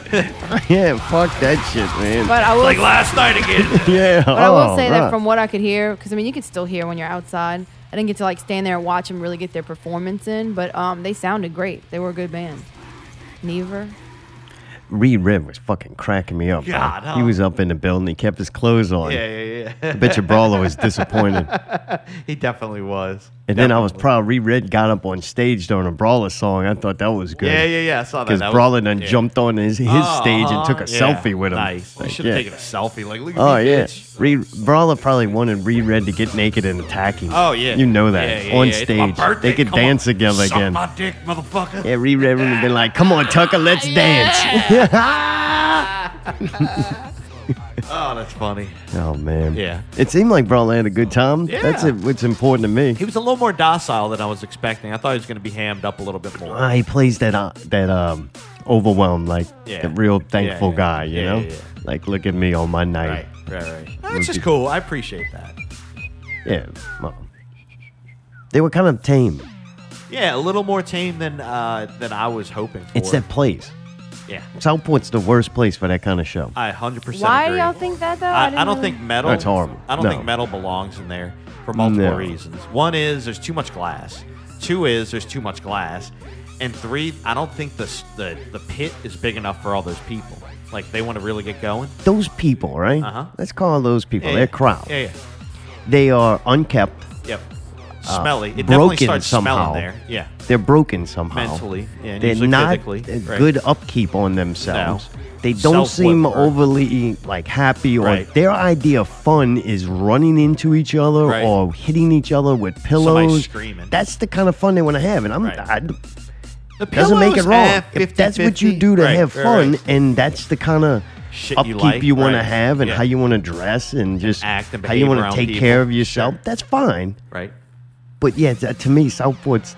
Speaker 1: yeah, fuck that shit, man.
Speaker 6: But I will,
Speaker 2: like last night again.
Speaker 1: [laughs] yeah.
Speaker 6: but I will
Speaker 1: oh,
Speaker 6: say
Speaker 1: bruh.
Speaker 6: that from what I could hear, because I mean, you can still hear when you're outside. I didn't get to like stand there and watch them really get their performance in, but um, they sounded great. They were a good band. Never.
Speaker 1: Reed Red was fucking cracking me up. bro.
Speaker 2: God, huh?
Speaker 1: He was up in the building. He kept his clothes on.
Speaker 2: yeah, yeah,
Speaker 1: [laughs] I
Speaker 2: yeah.
Speaker 1: bet your brawler was disappointed.
Speaker 2: [laughs] He definitely was.
Speaker 1: And then I was proud. Reed Red got up on stage during a brawler song. I thought that was good.
Speaker 2: Yeah, yeah, yeah. I saw that.
Speaker 1: Because
Speaker 2: That was-
Speaker 1: Brawler done
Speaker 2: yeah. Oh,
Speaker 1: jumped on his, his stage and took a
Speaker 2: Yeah.
Speaker 1: selfie with him.
Speaker 2: Nice. You
Speaker 1: Like,
Speaker 2: should
Speaker 1: yeah.
Speaker 2: have taken a selfie. Like, look at
Speaker 1: Oh
Speaker 2: me,
Speaker 1: yeah,
Speaker 2: bitch.
Speaker 1: Reed, Brawler probably wanted Reed Red to get naked and attack him.
Speaker 2: Oh yeah.
Speaker 1: you know that
Speaker 2: Yeah, yeah,
Speaker 1: on
Speaker 2: yeah. It's my
Speaker 1: stage
Speaker 2: birthday.
Speaker 1: they could
Speaker 2: Come on.
Speaker 1: dance together
Speaker 2: Suck
Speaker 1: again.
Speaker 2: my dick, motherfucker.
Speaker 1: Yeah, Reed Red would have been like, "Come on, Tucker, let's dance."
Speaker 2: [laughs] Oh, that's funny.
Speaker 1: oh man,
Speaker 2: Yeah.
Speaker 1: [laughs] It seemed like Brawler had a good time.
Speaker 2: Yeah.
Speaker 1: That's it, what's important to me.
Speaker 2: He was a little more docile than I was expecting. I thought he was going to be hammed up a little bit more.
Speaker 1: Ah, he plays that uh, that um overwhelmed like
Speaker 2: Yeah.
Speaker 1: the real thankful
Speaker 2: Yeah, yeah.
Speaker 1: guy. You
Speaker 2: Yeah,
Speaker 1: know,
Speaker 2: yeah, yeah.
Speaker 1: like look at me on my night.
Speaker 2: Right, right, right. That's just cool. I appreciate that.
Speaker 1: Yeah, well, they were kind of tame.
Speaker 2: Yeah, a little more tame than uh, than I was hoping for.
Speaker 1: It's that place.
Speaker 2: Yeah.
Speaker 1: Southport's the worst place for that kind of show.
Speaker 2: I hundred percent.
Speaker 6: Why do
Speaker 2: agree.
Speaker 6: y'all think that though?
Speaker 2: I,
Speaker 6: didn't
Speaker 2: I don't
Speaker 6: really-
Speaker 2: think metal.
Speaker 1: That's horrible.
Speaker 2: I don't
Speaker 1: No.
Speaker 2: think metal belongs in there for multiple
Speaker 1: No.
Speaker 2: reasons. One is there's too much glass. Two is there's too much glass, and three, I don't think the s- the, the pit is big enough for all those people. Like they want to really get going. Eh,
Speaker 1: Those people, right?
Speaker 2: Uh-huh.
Speaker 1: Let's call those people.
Speaker 2: Yeah,
Speaker 1: They're
Speaker 2: yeah.
Speaker 1: crowd.
Speaker 2: Yeah, yeah.
Speaker 1: They are unkept,
Speaker 2: Yep.
Speaker 1: uh,
Speaker 2: Smelly. It definitely
Speaker 1: broken
Speaker 2: starts
Speaker 1: somehow.
Speaker 2: smelling there. Yeah.
Speaker 1: They're broken somehow.
Speaker 2: Mentally, yeah, and
Speaker 1: they're
Speaker 2: usually
Speaker 1: not
Speaker 2: physically,
Speaker 1: a
Speaker 2: right.
Speaker 1: good upkeep on themselves. They don't
Speaker 2: Self-worth
Speaker 1: seem
Speaker 2: work.
Speaker 1: overly like happy or
Speaker 2: Right.
Speaker 1: their idea of fun is running into each other
Speaker 2: Right.
Speaker 1: or hitting each other with
Speaker 2: Somebody
Speaker 1: pillows.
Speaker 2: screaming.
Speaker 1: That's the kind of fun they want to have, and I'm
Speaker 2: Right.
Speaker 1: I,
Speaker 2: The
Speaker 1: doesn't make it
Speaker 2: pillows,
Speaker 1: wrong.
Speaker 2: eh,
Speaker 1: if
Speaker 2: 50,
Speaker 1: that's what you
Speaker 2: 50.
Speaker 1: do to
Speaker 2: Right,
Speaker 1: have
Speaker 2: right,
Speaker 1: fun,
Speaker 2: right.
Speaker 1: and that's the kind of
Speaker 2: Shit
Speaker 1: upkeep
Speaker 2: you
Speaker 1: you,
Speaker 2: like,
Speaker 1: want
Speaker 2: right,
Speaker 1: to have, and
Speaker 2: yeah.
Speaker 1: how you want to dress, and just
Speaker 2: act and
Speaker 1: how you
Speaker 2: behave
Speaker 1: want
Speaker 2: around
Speaker 1: to take
Speaker 2: people,
Speaker 1: care of yourself, that's fine.
Speaker 2: right?
Speaker 1: But yeah, that, to me, Southport's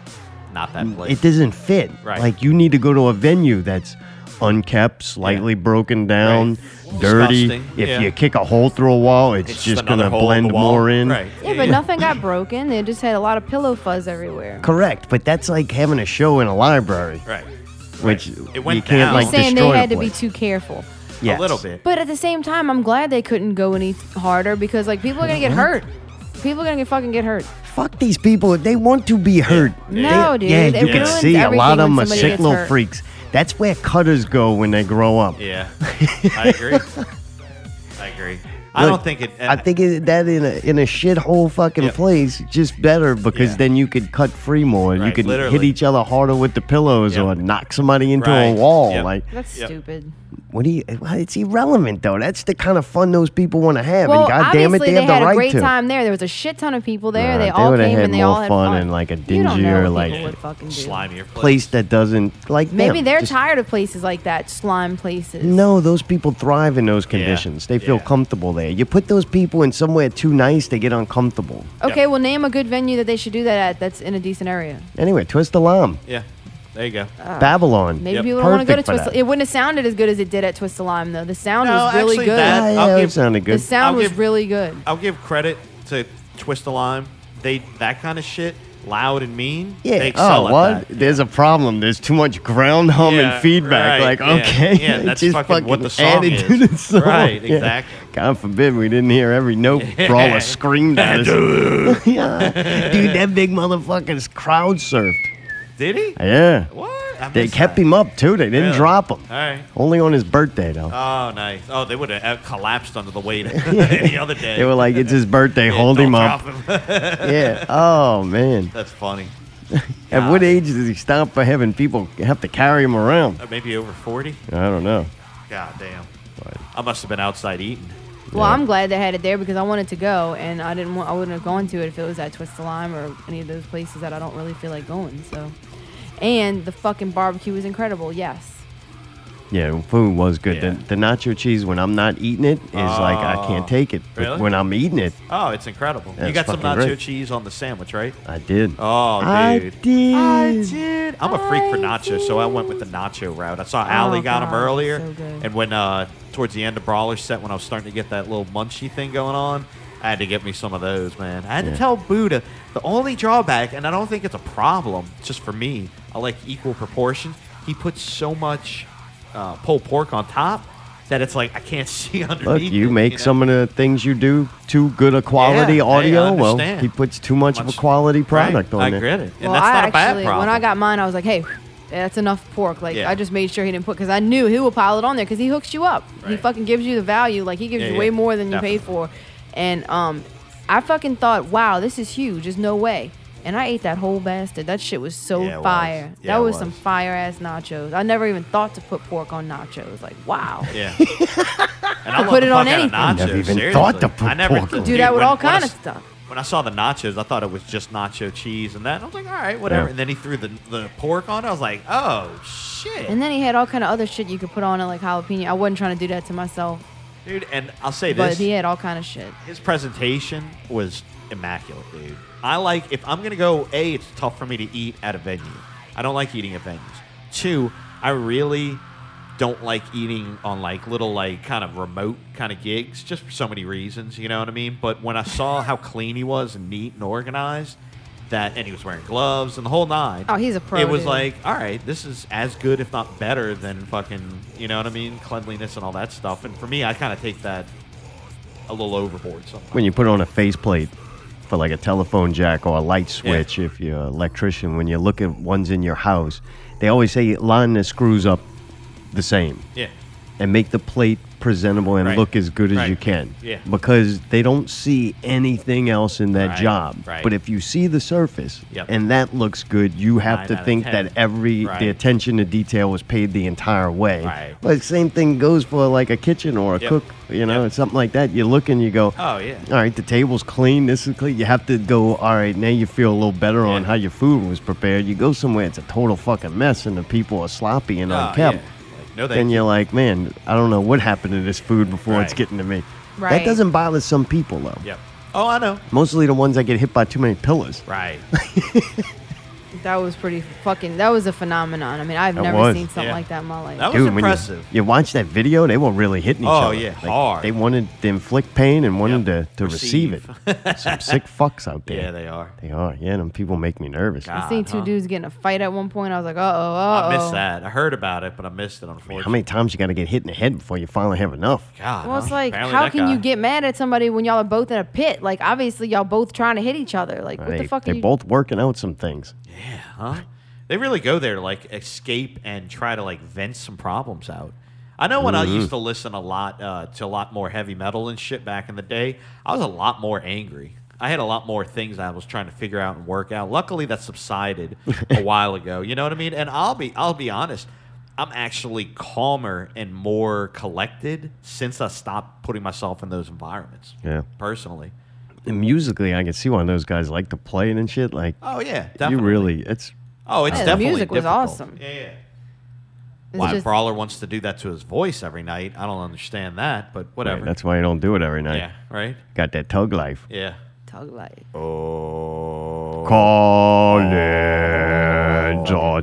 Speaker 2: Not that place.
Speaker 1: it doesn't fit.
Speaker 2: Right.
Speaker 1: Like you need to go to a venue that's unkept, slightly broken down,
Speaker 2: Right.
Speaker 1: dirty.
Speaker 2: Disgusting,
Speaker 1: If
Speaker 2: yeah.
Speaker 1: you kick a hole through a wall, it's,
Speaker 2: It's
Speaker 1: just
Speaker 2: another
Speaker 1: gonna
Speaker 2: hole in the
Speaker 1: blend
Speaker 2: wall.
Speaker 1: more in.
Speaker 2: Right.
Speaker 6: Yeah, but nothing got broken. They just had a lot of pillow fuzz everywhere.
Speaker 1: Correct, but that's like having a show in a library,
Speaker 2: Right.
Speaker 1: which
Speaker 2: It went
Speaker 1: you can't
Speaker 2: down.
Speaker 1: like
Speaker 2: He's
Speaker 6: Saying they
Speaker 1: destroy
Speaker 6: had
Speaker 1: the
Speaker 6: to be
Speaker 1: place.
Speaker 6: too careful.
Speaker 1: Yes.
Speaker 2: A little bit.
Speaker 6: But at the same time, I'm glad they couldn't go any harder because like people are gonna get
Speaker 1: Mm-hmm.
Speaker 6: hurt. People are gonna get fucking get hurt.
Speaker 1: Fuck these people. They want to be hurt.
Speaker 6: No,
Speaker 1: They-
Speaker 6: dude,
Speaker 1: Yeah,
Speaker 6: it
Speaker 1: you can
Speaker 6: ruins
Speaker 1: see a lot
Speaker 6: everything
Speaker 1: of them
Speaker 6: when
Speaker 1: are
Speaker 6: somebody
Speaker 1: sick
Speaker 6: gets
Speaker 1: little
Speaker 6: hurt.
Speaker 1: freaks. That's where cutters go when they grow up. [laughs]
Speaker 2: Yeah, I agree. I agree. I
Speaker 1: Look,
Speaker 2: don't think it.
Speaker 1: I think it, that in a in a shithole fucking
Speaker 2: Yeah.
Speaker 1: place, just better because
Speaker 2: Yeah.
Speaker 1: then you could cut free more. you
Speaker 2: Right,
Speaker 1: could hit
Speaker 2: literally.
Speaker 1: each other harder with the pillows
Speaker 2: Yep.
Speaker 1: or knock somebody into
Speaker 2: Right,
Speaker 1: a wall.
Speaker 2: yep.
Speaker 1: Like,
Speaker 6: That's
Speaker 2: Yep.
Speaker 6: stupid.
Speaker 1: what do you? well, It's irrelevant though. That's the kind of fun those people want to have.
Speaker 6: Well,
Speaker 1: and god damn
Speaker 6: obviously
Speaker 1: it, they,
Speaker 6: they,
Speaker 1: have
Speaker 6: had
Speaker 1: the
Speaker 6: a
Speaker 1: right
Speaker 6: great
Speaker 1: to.
Speaker 6: time there. There was a shit ton of people there.
Speaker 1: Nah,
Speaker 6: they,
Speaker 1: Uh, they
Speaker 6: all
Speaker 1: would've
Speaker 6: came
Speaker 1: had
Speaker 6: and they
Speaker 1: more
Speaker 6: all had
Speaker 1: fun
Speaker 6: fun
Speaker 1: in, like, a
Speaker 6: You don't know
Speaker 1: dingier,
Speaker 6: what
Speaker 1: like,
Speaker 6: people would fucking do.
Speaker 2: slimier place.
Speaker 1: Place that doesn't like
Speaker 6: Maybe
Speaker 1: them.
Speaker 6: they're
Speaker 1: Just-
Speaker 6: tired of places like that, slime places.
Speaker 1: No, those people thrive in those conditions. They feel
Speaker 2: Yeah.
Speaker 1: comfortable there. You put those people in somewhere too nice, they get uncomfortable.
Speaker 6: Okay, well, name a good venue that they should do that at. That's in a decent area. Uh,
Speaker 1: Anyway, Twist Alarm,
Speaker 2: Yeah, there you go.
Speaker 1: Babylon.
Speaker 6: Maybe
Speaker 2: Yep.
Speaker 6: people don't want to go to
Speaker 1: Perfect for
Speaker 6: Twist.
Speaker 1: that.
Speaker 6: It wouldn't have sounded as good as it did at Twist Lime, though. The sound
Speaker 2: No,
Speaker 6: was really
Speaker 2: actually,
Speaker 6: good.
Speaker 2: that-
Speaker 1: Ah, yeah,
Speaker 2: I'll
Speaker 1: it
Speaker 2: give-
Speaker 1: sounded
Speaker 6: The
Speaker 1: good.
Speaker 6: sound
Speaker 2: I'll
Speaker 6: was
Speaker 2: give-
Speaker 6: really good.
Speaker 2: I'll give credit to Twist the Lime. They that kind of shit, loud and mean.
Speaker 1: Yeah.
Speaker 2: they
Speaker 1: oh,
Speaker 2: excel at
Speaker 1: what?
Speaker 2: that.
Speaker 1: There's a problem. There's too much ground hum
Speaker 2: Yeah,
Speaker 1: and feedback. Like,
Speaker 2: right, yeah,
Speaker 1: okay,
Speaker 2: yeah,
Speaker 1: they
Speaker 2: that's
Speaker 1: just
Speaker 2: fucking what the song
Speaker 1: added
Speaker 2: is.
Speaker 1: to the song.
Speaker 2: [laughs] Right,
Speaker 1: Yeah.
Speaker 2: exactly.
Speaker 1: God forbid we didn't hear every
Speaker 2: [laughs]
Speaker 1: note brawler screamed at us. [laughs] yeah. Dude, that big motherfucker's crowd surfed.
Speaker 2: Did he?
Speaker 1: Yeah.
Speaker 2: What? I
Speaker 1: They
Speaker 2: missed
Speaker 1: kept
Speaker 2: that.
Speaker 1: him up too. They didn't
Speaker 2: Really?
Speaker 1: drop him.
Speaker 2: All right.
Speaker 1: Only on his birthday though.
Speaker 2: Oh, [laughs] nice. Oh, they would have collapsed under
Speaker 1: [laughs]
Speaker 2: the weight [laughs] any other day.
Speaker 1: They were like, "It's his birthday.
Speaker 2: [laughs] Yeah,
Speaker 1: Hold
Speaker 2: don't
Speaker 1: him up."
Speaker 2: drop him. [laughs]
Speaker 1: yeah. Oh man.
Speaker 2: That's funny.
Speaker 1: [laughs] At what age does he stop for having people have to carry him around?
Speaker 2: Uh, Maybe over forty.
Speaker 1: I don't know.
Speaker 2: God damn. I must have been outside eating.
Speaker 6: Well, I'm glad they had it there because I wanted to go, and I didn't. Want, I wouldn't have gone to it if it was at Twist the Lime or any of those places that I don't really feel like going. So, and the fucking barbecue was incredible. Yes,
Speaker 1: Yeah, food was good.
Speaker 2: Yeah. Oh,
Speaker 1: The, the nacho cheese when I'm not eating it is like I can't take it. But
Speaker 2: really?
Speaker 1: when I'm eating it,
Speaker 2: Oh, it's incredible. you
Speaker 1: That's
Speaker 2: got some
Speaker 1: fucking
Speaker 2: nacho
Speaker 1: great.
Speaker 2: cheese on the sandwich, right?
Speaker 1: I did.
Speaker 2: Oh,
Speaker 1: I
Speaker 2: dude.
Speaker 1: did.
Speaker 2: I did. I'm a freak for
Speaker 6: I
Speaker 2: nacho, so I went with the nacho route. I saw
Speaker 6: Oh,
Speaker 2: Allie got
Speaker 6: God,
Speaker 2: them earlier,
Speaker 6: so good.
Speaker 2: and when uh, towards the end of Brawler set, when I was starting to get that little munchy thing going on, I had to get me some of those, man. I had to tell Buddha the only drawback, and I don't think it's a problem, it's just for me. I like equal proportion. He puts so much uh, pulled pork on top that it's like I can't [laughs] see underneath.
Speaker 1: Look,
Speaker 2: it,
Speaker 1: you make
Speaker 2: know?
Speaker 1: some of the things you do too good a quality
Speaker 2: hey, I
Speaker 1: audio. well,
Speaker 2: understand.
Speaker 1: he puts too much, of a
Speaker 2: Much-
Speaker 1: quality
Speaker 2: Right,
Speaker 1: product
Speaker 2: I
Speaker 1: on there.
Speaker 2: get it, and
Speaker 6: well,
Speaker 2: that's
Speaker 6: I
Speaker 2: not a bad
Speaker 6: actually
Speaker 2: problem.
Speaker 6: when I got mine, I was like, "Hey, that's enough pork." Like,
Speaker 2: Yeah.
Speaker 6: I just made sure he didn't put because I knew he would pile it on there because he hooks you up. He
Speaker 2: Right.
Speaker 6: fucking gives you the value. Like, he gives
Speaker 2: Yeah,
Speaker 6: you
Speaker 2: yeah,
Speaker 6: way more than you paid
Speaker 2: definitely.
Speaker 6: for. And um, I fucking thought, "Wow, this is huge. There's no way." And I ate that whole bastard. That shit was so
Speaker 2: Yeah, it was.
Speaker 6: fire.
Speaker 2: Yeah,
Speaker 6: that
Speaker 2: it
Speaker 6: was,
Speaker 2: was.
Speaker 6: some fire ass nachos. I never even thought to put pork on nachos. Like,
Speaker 2: [laughs]
Speaker 6: wow.
Speaker 2: Yeah. and I love
Speaker 6: put
Speaker 2: the
Speaker 6: it on
Speaker 2: fuck out of
Speaker 6: anything. I
Speaker 1: never
Speaker 2: nachos,
Speaker 1: even
Speaker 2: seriously.
Speaker 1: thought to put
Speaker 2: I never
Speaker 1: pork
Speaker 2: th-
Speaker 1: on
Speaker 6: Do that with
Speaker 2: when-
Speaker 6: all
Speaker 2: when I
Speaker 6: kind of
Speaker 2: s-
Speaker 6: stuff.
Speaker 2: When I saw the nachos, I thought it was just nacho cheese and that. I was like, all right, whatever.
Speaker 1: Yeah.
Speaker 2: And then he threw the, the pork on it. I was like, oh, shit.
Speaker 6: And then he had all kind of other shit you could put on it, like jalapeno. I wasn't trying to do that to myself,
Speaker 2: Dude, and I'll say
Speaker 6: but
Speaker 2: this.
Speaker 6: he had all kind of shit.
Speaker 2: his presentation was immaculate, dude. I like if I'm gonna go. A, it's tough for me to eat at a venue. I don't like eating at venues. Two, I really don't like eating on like little like kind of remote kind of gigs, just for so many reasons. You know what I mean? But when I saw how clean he was and neat and organized, that, and he was wearing gloves and the whole nine.
Speaker 3: Oh, he's a pro,
Speaker 2: It was
Speaker 3: dude.
Speaker 2: like, all right, this is as good, if not better, than fucking, you know what I mean, cleanliness and all that stuff. And for me, I kind of take that a little overboard. Sometimes.
Speaker 1: when you put on a faceplate for like a telephone jack or a light switch if you're an electrician when you look at ones in your house they always say line the screws up the same
Speaker 2: Yeah.
Speaker 1: and make the plate presentable and
Speaker 2: Right.
Speaker 1: look as good as
Speaker 2: Right.
Speaker 1: you can
Speaker 2: Yeah.
Speaker 1: because they don't see anything else in that
Speaker 2: Right.
Speaker 1: job
Speaker 2: Right.
Speaker 1: but if you see the surface
Speaker 2: Yep.
Speaker 1: and that looks good you have
Speaker 2: Nine out
Speaker 1: to
Speaker 2: of
Speaker 1: think
Speaker 2: 10.
Speaker 1: that every
Speaker 2: Right.
Speaker 1: the attention to detail was paid the entire way
Speaker 2: Right.
Speaker 1: but same thing goes for like a kitchen or a
Speaker 2: Yep.
Speaker 1: cook you know
Speaker 2: Yep.
Speaker 1: it's something like that you look and you go
Speaker 2: Oh, yeah.
Speaker 1: all right, the table's clean. This is clean. You have to go. All right, now you feel a little better on
Speaker 2: Yeah.
Speaker 1: how your food was prepared. You go somewhere, it's a total fucking mess, and the people are sloppy and
Speaker 2: Oh,
Speaker 1: unkept.
Speaker 2: yeah. Like, no,
Speaker 1: Then
Speaker 2: thank you.
Speaker 1: you're like, man, I don't know what happened to this food before it's
Speaker 2: Right.
Speaker 1: getting to me. That
Speaker 3: Right.
Speaker 1: doesn't bother some people though.
Speaker 2: Yep. Oh, I know.
Speaker 1: Mostly the ones that get hit by too many pillars.
Speaker 2: Right.
Speaker 3: That was pretty fucking. That was a phenomenon. I mean, I've
Speaker 1: That
Speaker 3: never
Speaker 1: was.
Speaker 3: seen something
Speaker 2: Yeah.
Speaker 3: like that in my life.
Speaker 2: That was
Speaker 1: Dude, when you,
Speaker 2: impressive.
Speaker 1: you watch that video, they were really hitting each
Speaker 2: Oh,
Speaker 1: other.
Speaker 2: yeah, hard.
Speaker 1: They wanted to inflict pain and wanted
Speaker 2: Yep.
Speaker 1: to, to receive.
Speaker 2: [laughs]
Speaker 1: it. some sick fucks out there.
Speaker 2: yeah, they are.
Speaker 1: They are. Yeah, them people make me nervous.
Speaker 2: God.
Speaker 3: I seen two
Speaker 2: Ah, huh?
Speaker 3: dudes get in a fight at one point. I was like, uh oh, uh oh.
Speaker 2: I missed that. I heard about it, but I missed it,
Speaker 1: How
Speaker 2: unfortunately.
Speaker 1: many times you got to get hit in the head before you finally have enough?
Speaker 2: God,
Speaker 3: Well, it's
Speaker 2: huh?
Speaker 3: like,
Speaker 2: Apparently
Speaker 3: how
Speaker 2: that
Speaker 3: can you
Speaker 2: guy-
Speaker 3: get mad at somebody when y'all are both in a pit? Like, obviously, y'all both trying to hit each other. Like, what
Speaker 1: they,
Speaker 3: the fuck are
Speaker 1: They're
Speaker 3: you?
Speaker 1: both working out some things.
Speaker 2: huh? They really go there to like escape and try to like vent some problems out. I know when I used to listen a lot uh, to a lot more heavy metal and shit back in the day, I was a lot more angry. I had a lot more things I was trying to figure out and work out. Luckily, that subsided a while ago. You know what I mean? And I'll be I'll be honest. I'm actually calmer and more collected since I stopped putting myself in those environments.
Speaker 1: Yeah.
Speaker 2: Personally.
Speaker 1: And musically, I can see why those guys like to play it and shit. Like,
Speaker 2: Oh yeah, definitely.
Speaker 1: you really, it's
Speaker 2: Oh, it's
Speaker 3: Yeah, the
Speaker 2: definitely
Speaker 3: music was
Speaker 2: difficult.
Speaker 3: awesome.
Speaker 2: Yeah, yeah.
Speaker 3: It's
Speaker 2: Why
Speaker 3: just-
Speaker 2: Brawler wants to do that to his voice every night? I don't understand that, but whatever.
Speaker 1: right, that's why you don't do it every night.
Speaker 2: yeah, right.
Speaker 1: Got that tug life.
Speaker 2: Yeah.
Speaker 3: Tug life.
Speaker 2: Oh.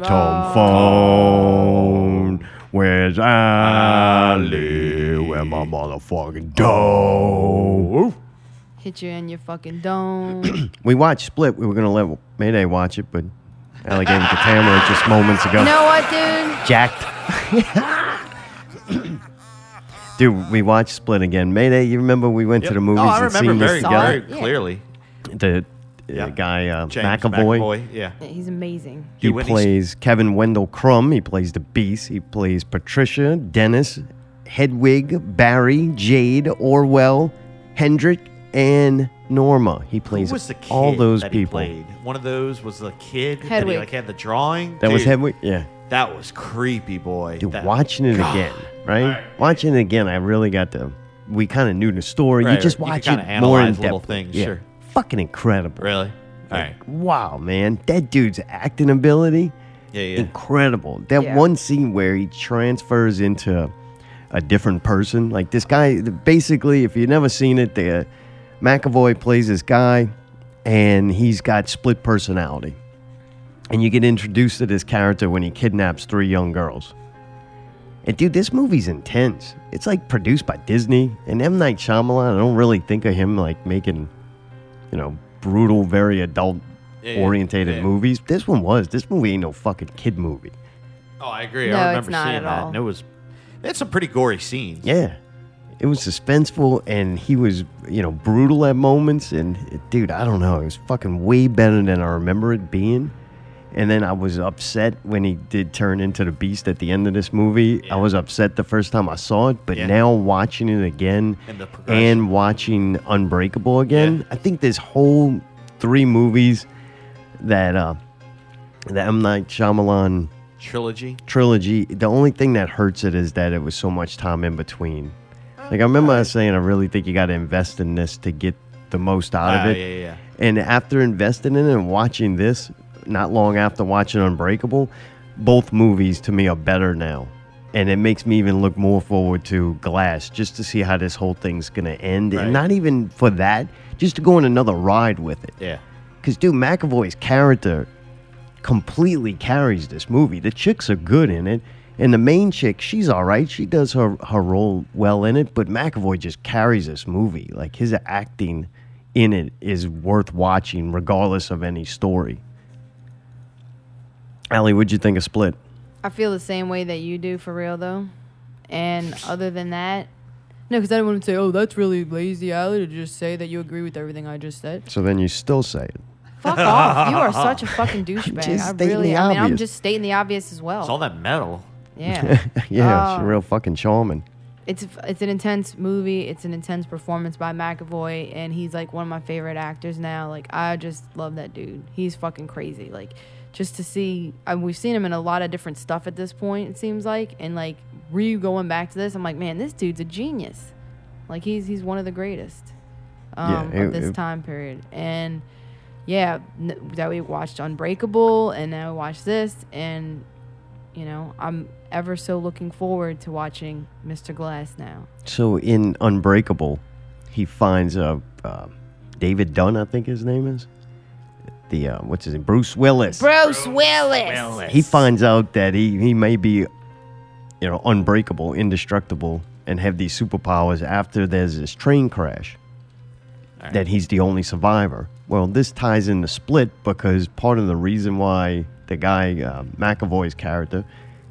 Speaker 1: Collins on phone. Where's Ali? Where my
Speaker 2: [laughs]
Speaker 1: motherfucking dough?
Speaker 2: Oh. [clears throat]
Speaker 3: Hit you in your fucking
Speaker 1: [clears throat]
Speaker 3: dome.
Speaker 1: We watched Split. We were gonna let Mayday watch it, but Ali gave it to Tamara just moments ago.
Speaker 3: you know what, dude?
Speaker 2: [coughs]
Speaker 1: jacked. Dude, we watched Split again. Mayday, you remember we went
Speaker 2: Yep.
Speaker 1: to the movies
Speaker 2: oh, I
Speaker 1: and
Speaker 2: remember
Speaker 1: seen
Speaker 2: very,
Speaker 1: this
Speaker 2: very
Speaker 1: together?
Speaker 3: Yeah.
Speaker 2: clearly.
Speaker 1: The uh,
Speaker 2: Yeah.
Speaker 1: guy uh,
Speaker 2: James
Speaker 1: McAvoy.
Speaker 2: Yeah.
Speaker 3: Yeah, he's amazing.
Speaker 1: He
Speaker 2: Dude, when he's-
Speaker 1: plays Kevin Wendell Crumb. He plays the Beast. He plays Patricia, Dennis, Hedwig, Barry, Jade, Orwell, Hendrik, and Norma. He
Speaker 2: Who
Speaker 1: plays
Speaker 2: was the kid
Speaker 1: all those
Speaker 2: that he
Speaker 1: people.
Speaker 2: played? One of those was the kid that he
Speaker 3: Hedwig.
Speaker 2: like had the drawing.
Speaker 1: That was
Speaker 2: Dude,
Speaker 1: Hedwig. Yeah.
Speaker 2: That was creepy, boy.
Speaker 1: Dude,
Speaker 2: That-
Speaker 1: watching it
Speaker 2: God.
Speaker 1: again, right? Watching it again, I really got to. We kind of knew the story.
Speaker 2: Right,
Speaker 1: you just
Speaker 2: right. You
Speaker 1: watch
Speaker 2: can
Speaker 1: it
Speaker 2: kinda
Speaker 1: more in
Speaker 2: analyze
Speaker 1: depth.
Speaker 2: little things,
Speaker 1: yeah.
Speaker 2: sure.
Speaker 1: Fucking incredible.
Speaker 2: Really? All right.
Speaker 1: Wow, man, that dude's acting ability,
Speaker 2: Yeah, yeah.
Speaker 1: incredible. That
Speaker 3: Yeah.
Speaker 1: one scene where he transfers into a different person, like this guy. Basically, if you've never seen it, the McAvoy plays this guy, and he's got split personality. And you get introduced to this character when he kidnaps three young girls. And dude, this movie's intense. It's like produced by Disney and M Night Shyamalan. I don't really think of him like making, you know, brutal, very adult
Speaker 2: Yeah, yeah.
Speaker 1: orientated
Speaker 2: Yeah.
Speaker 1: movies. This one was. This movie ain't no fucking kid movie.
Speaker 2: Oh, I agree.
Speaker 3: No,
Speaker 2: I
Speaker 3: it's
Speaker 2: remember
Speaker 3: not
Speaker 2: seeing
Speaker 3: at
Speaker 2: that.
Speaker 3: all.
Speaker 2: And it was. They had some pretty gory scenes.
Speaker 1: Yeah, it was suspenseful and he was, you know, brutal at moments. And dude, I don't know. It was fucking way better than I remember it being. And then I was upset when he did turn into the beast at the end of this movie. I was upset the first time I saw it, but
Speaker 2: Yeah.
Speaker 1: now watching it again
Speaker 2: And the progression.
Speaker 1: and watching Unbreakable again, I think this whole three movies that uh, the M Night Shyamalan
Speaker 2: Trilogy.
Speaker 1: trilogy, the only thing that hurts it is that it was so much time in between. Like I remember I saying, I really think you got to invest in this to get the most out
Speaker 2: Ah,
Speaker 1: of it.
Speaker 2: yeah, yeah, yeah.
Speaker 1: And after investing in it and watching this, not long after watching Unbreakable, both movies to me are better now. And it makes me even look more forward to Glass just to see how this whole thing's going to end.
Speaker 2: Right.
Speaker 1: And not even for that, just to go on another ride with it.
Speaker 2: Yeah.
Speaker 1: Because, dude, McAvoy's character completely carries this movie. The chicks are good in it. And the main chick, she's all right. She does her, her role well in it. But McAvoy just carries this movie. Like, his acting in it is worth watching, regardless of any story. Allie, what'd you think of Split?
Speaker 6: I feel the same way that you do for real though. And other than that, no, because I don't want to say, oh, that's really lazy, Allie, to just say that you agree with everything I just said.
Speaker 1: So then you still say it.
Speaker 6: Fuck off. You
Speaker 1: [laughs]
Speaker 6: are such a fucking douchebag.
Speaker 1: Just
Speaker 6: I
Speaker 1: stating
Speaker 6: really,
Speaker 1: the
Speaker 6: I mean, I'm
Speaker 1: obvious.
Speaker 6: just stating the obvious
Speaker 3: Oh.
Speaker 6: as well.
Speaker 2: It's all that metal.
Speaker 6: Yeah.
Speaker 1: [laughs] yeah,
Speaker 6: Oh.
Speaker 1: she's real fucking charming.
Speaker 6: it's it's an intense movie. It's an intense performance by McAvoy, and he's like one of my favorite actors now. Like I just love that dude. He's fucking crazy. Like just to see, I mean, we've seen him in a lot of different stuff at this point. It seems like, and like re going back to this, I'm like, man, this dude's a genius. Like he's he's one of the greatest
Speaker 1: Yeah,
Speaker 6: um,
Speaker 1: it-
Speaker 6: of this
Speaker 1: it-
Speaker 6: time period, and yeah, n- that we watched Unbreakable, and now we watch this, and you know, I'm ever so looking forward to watching Mr. Glass now.
Speaker 1: So in Unbreakable, he finds uh, uh, David Dunn, I think his name is. The uh, what's his name? Bruce Willis.
Speaker 6: Bruce Willis.
Speaker 1: he finds out that he, he may be you know unbreakable indestructible and have these superpowers after there's this train crash that he's the only survivor well this ties into split because part of the reason why the guy uh, mcavoy's character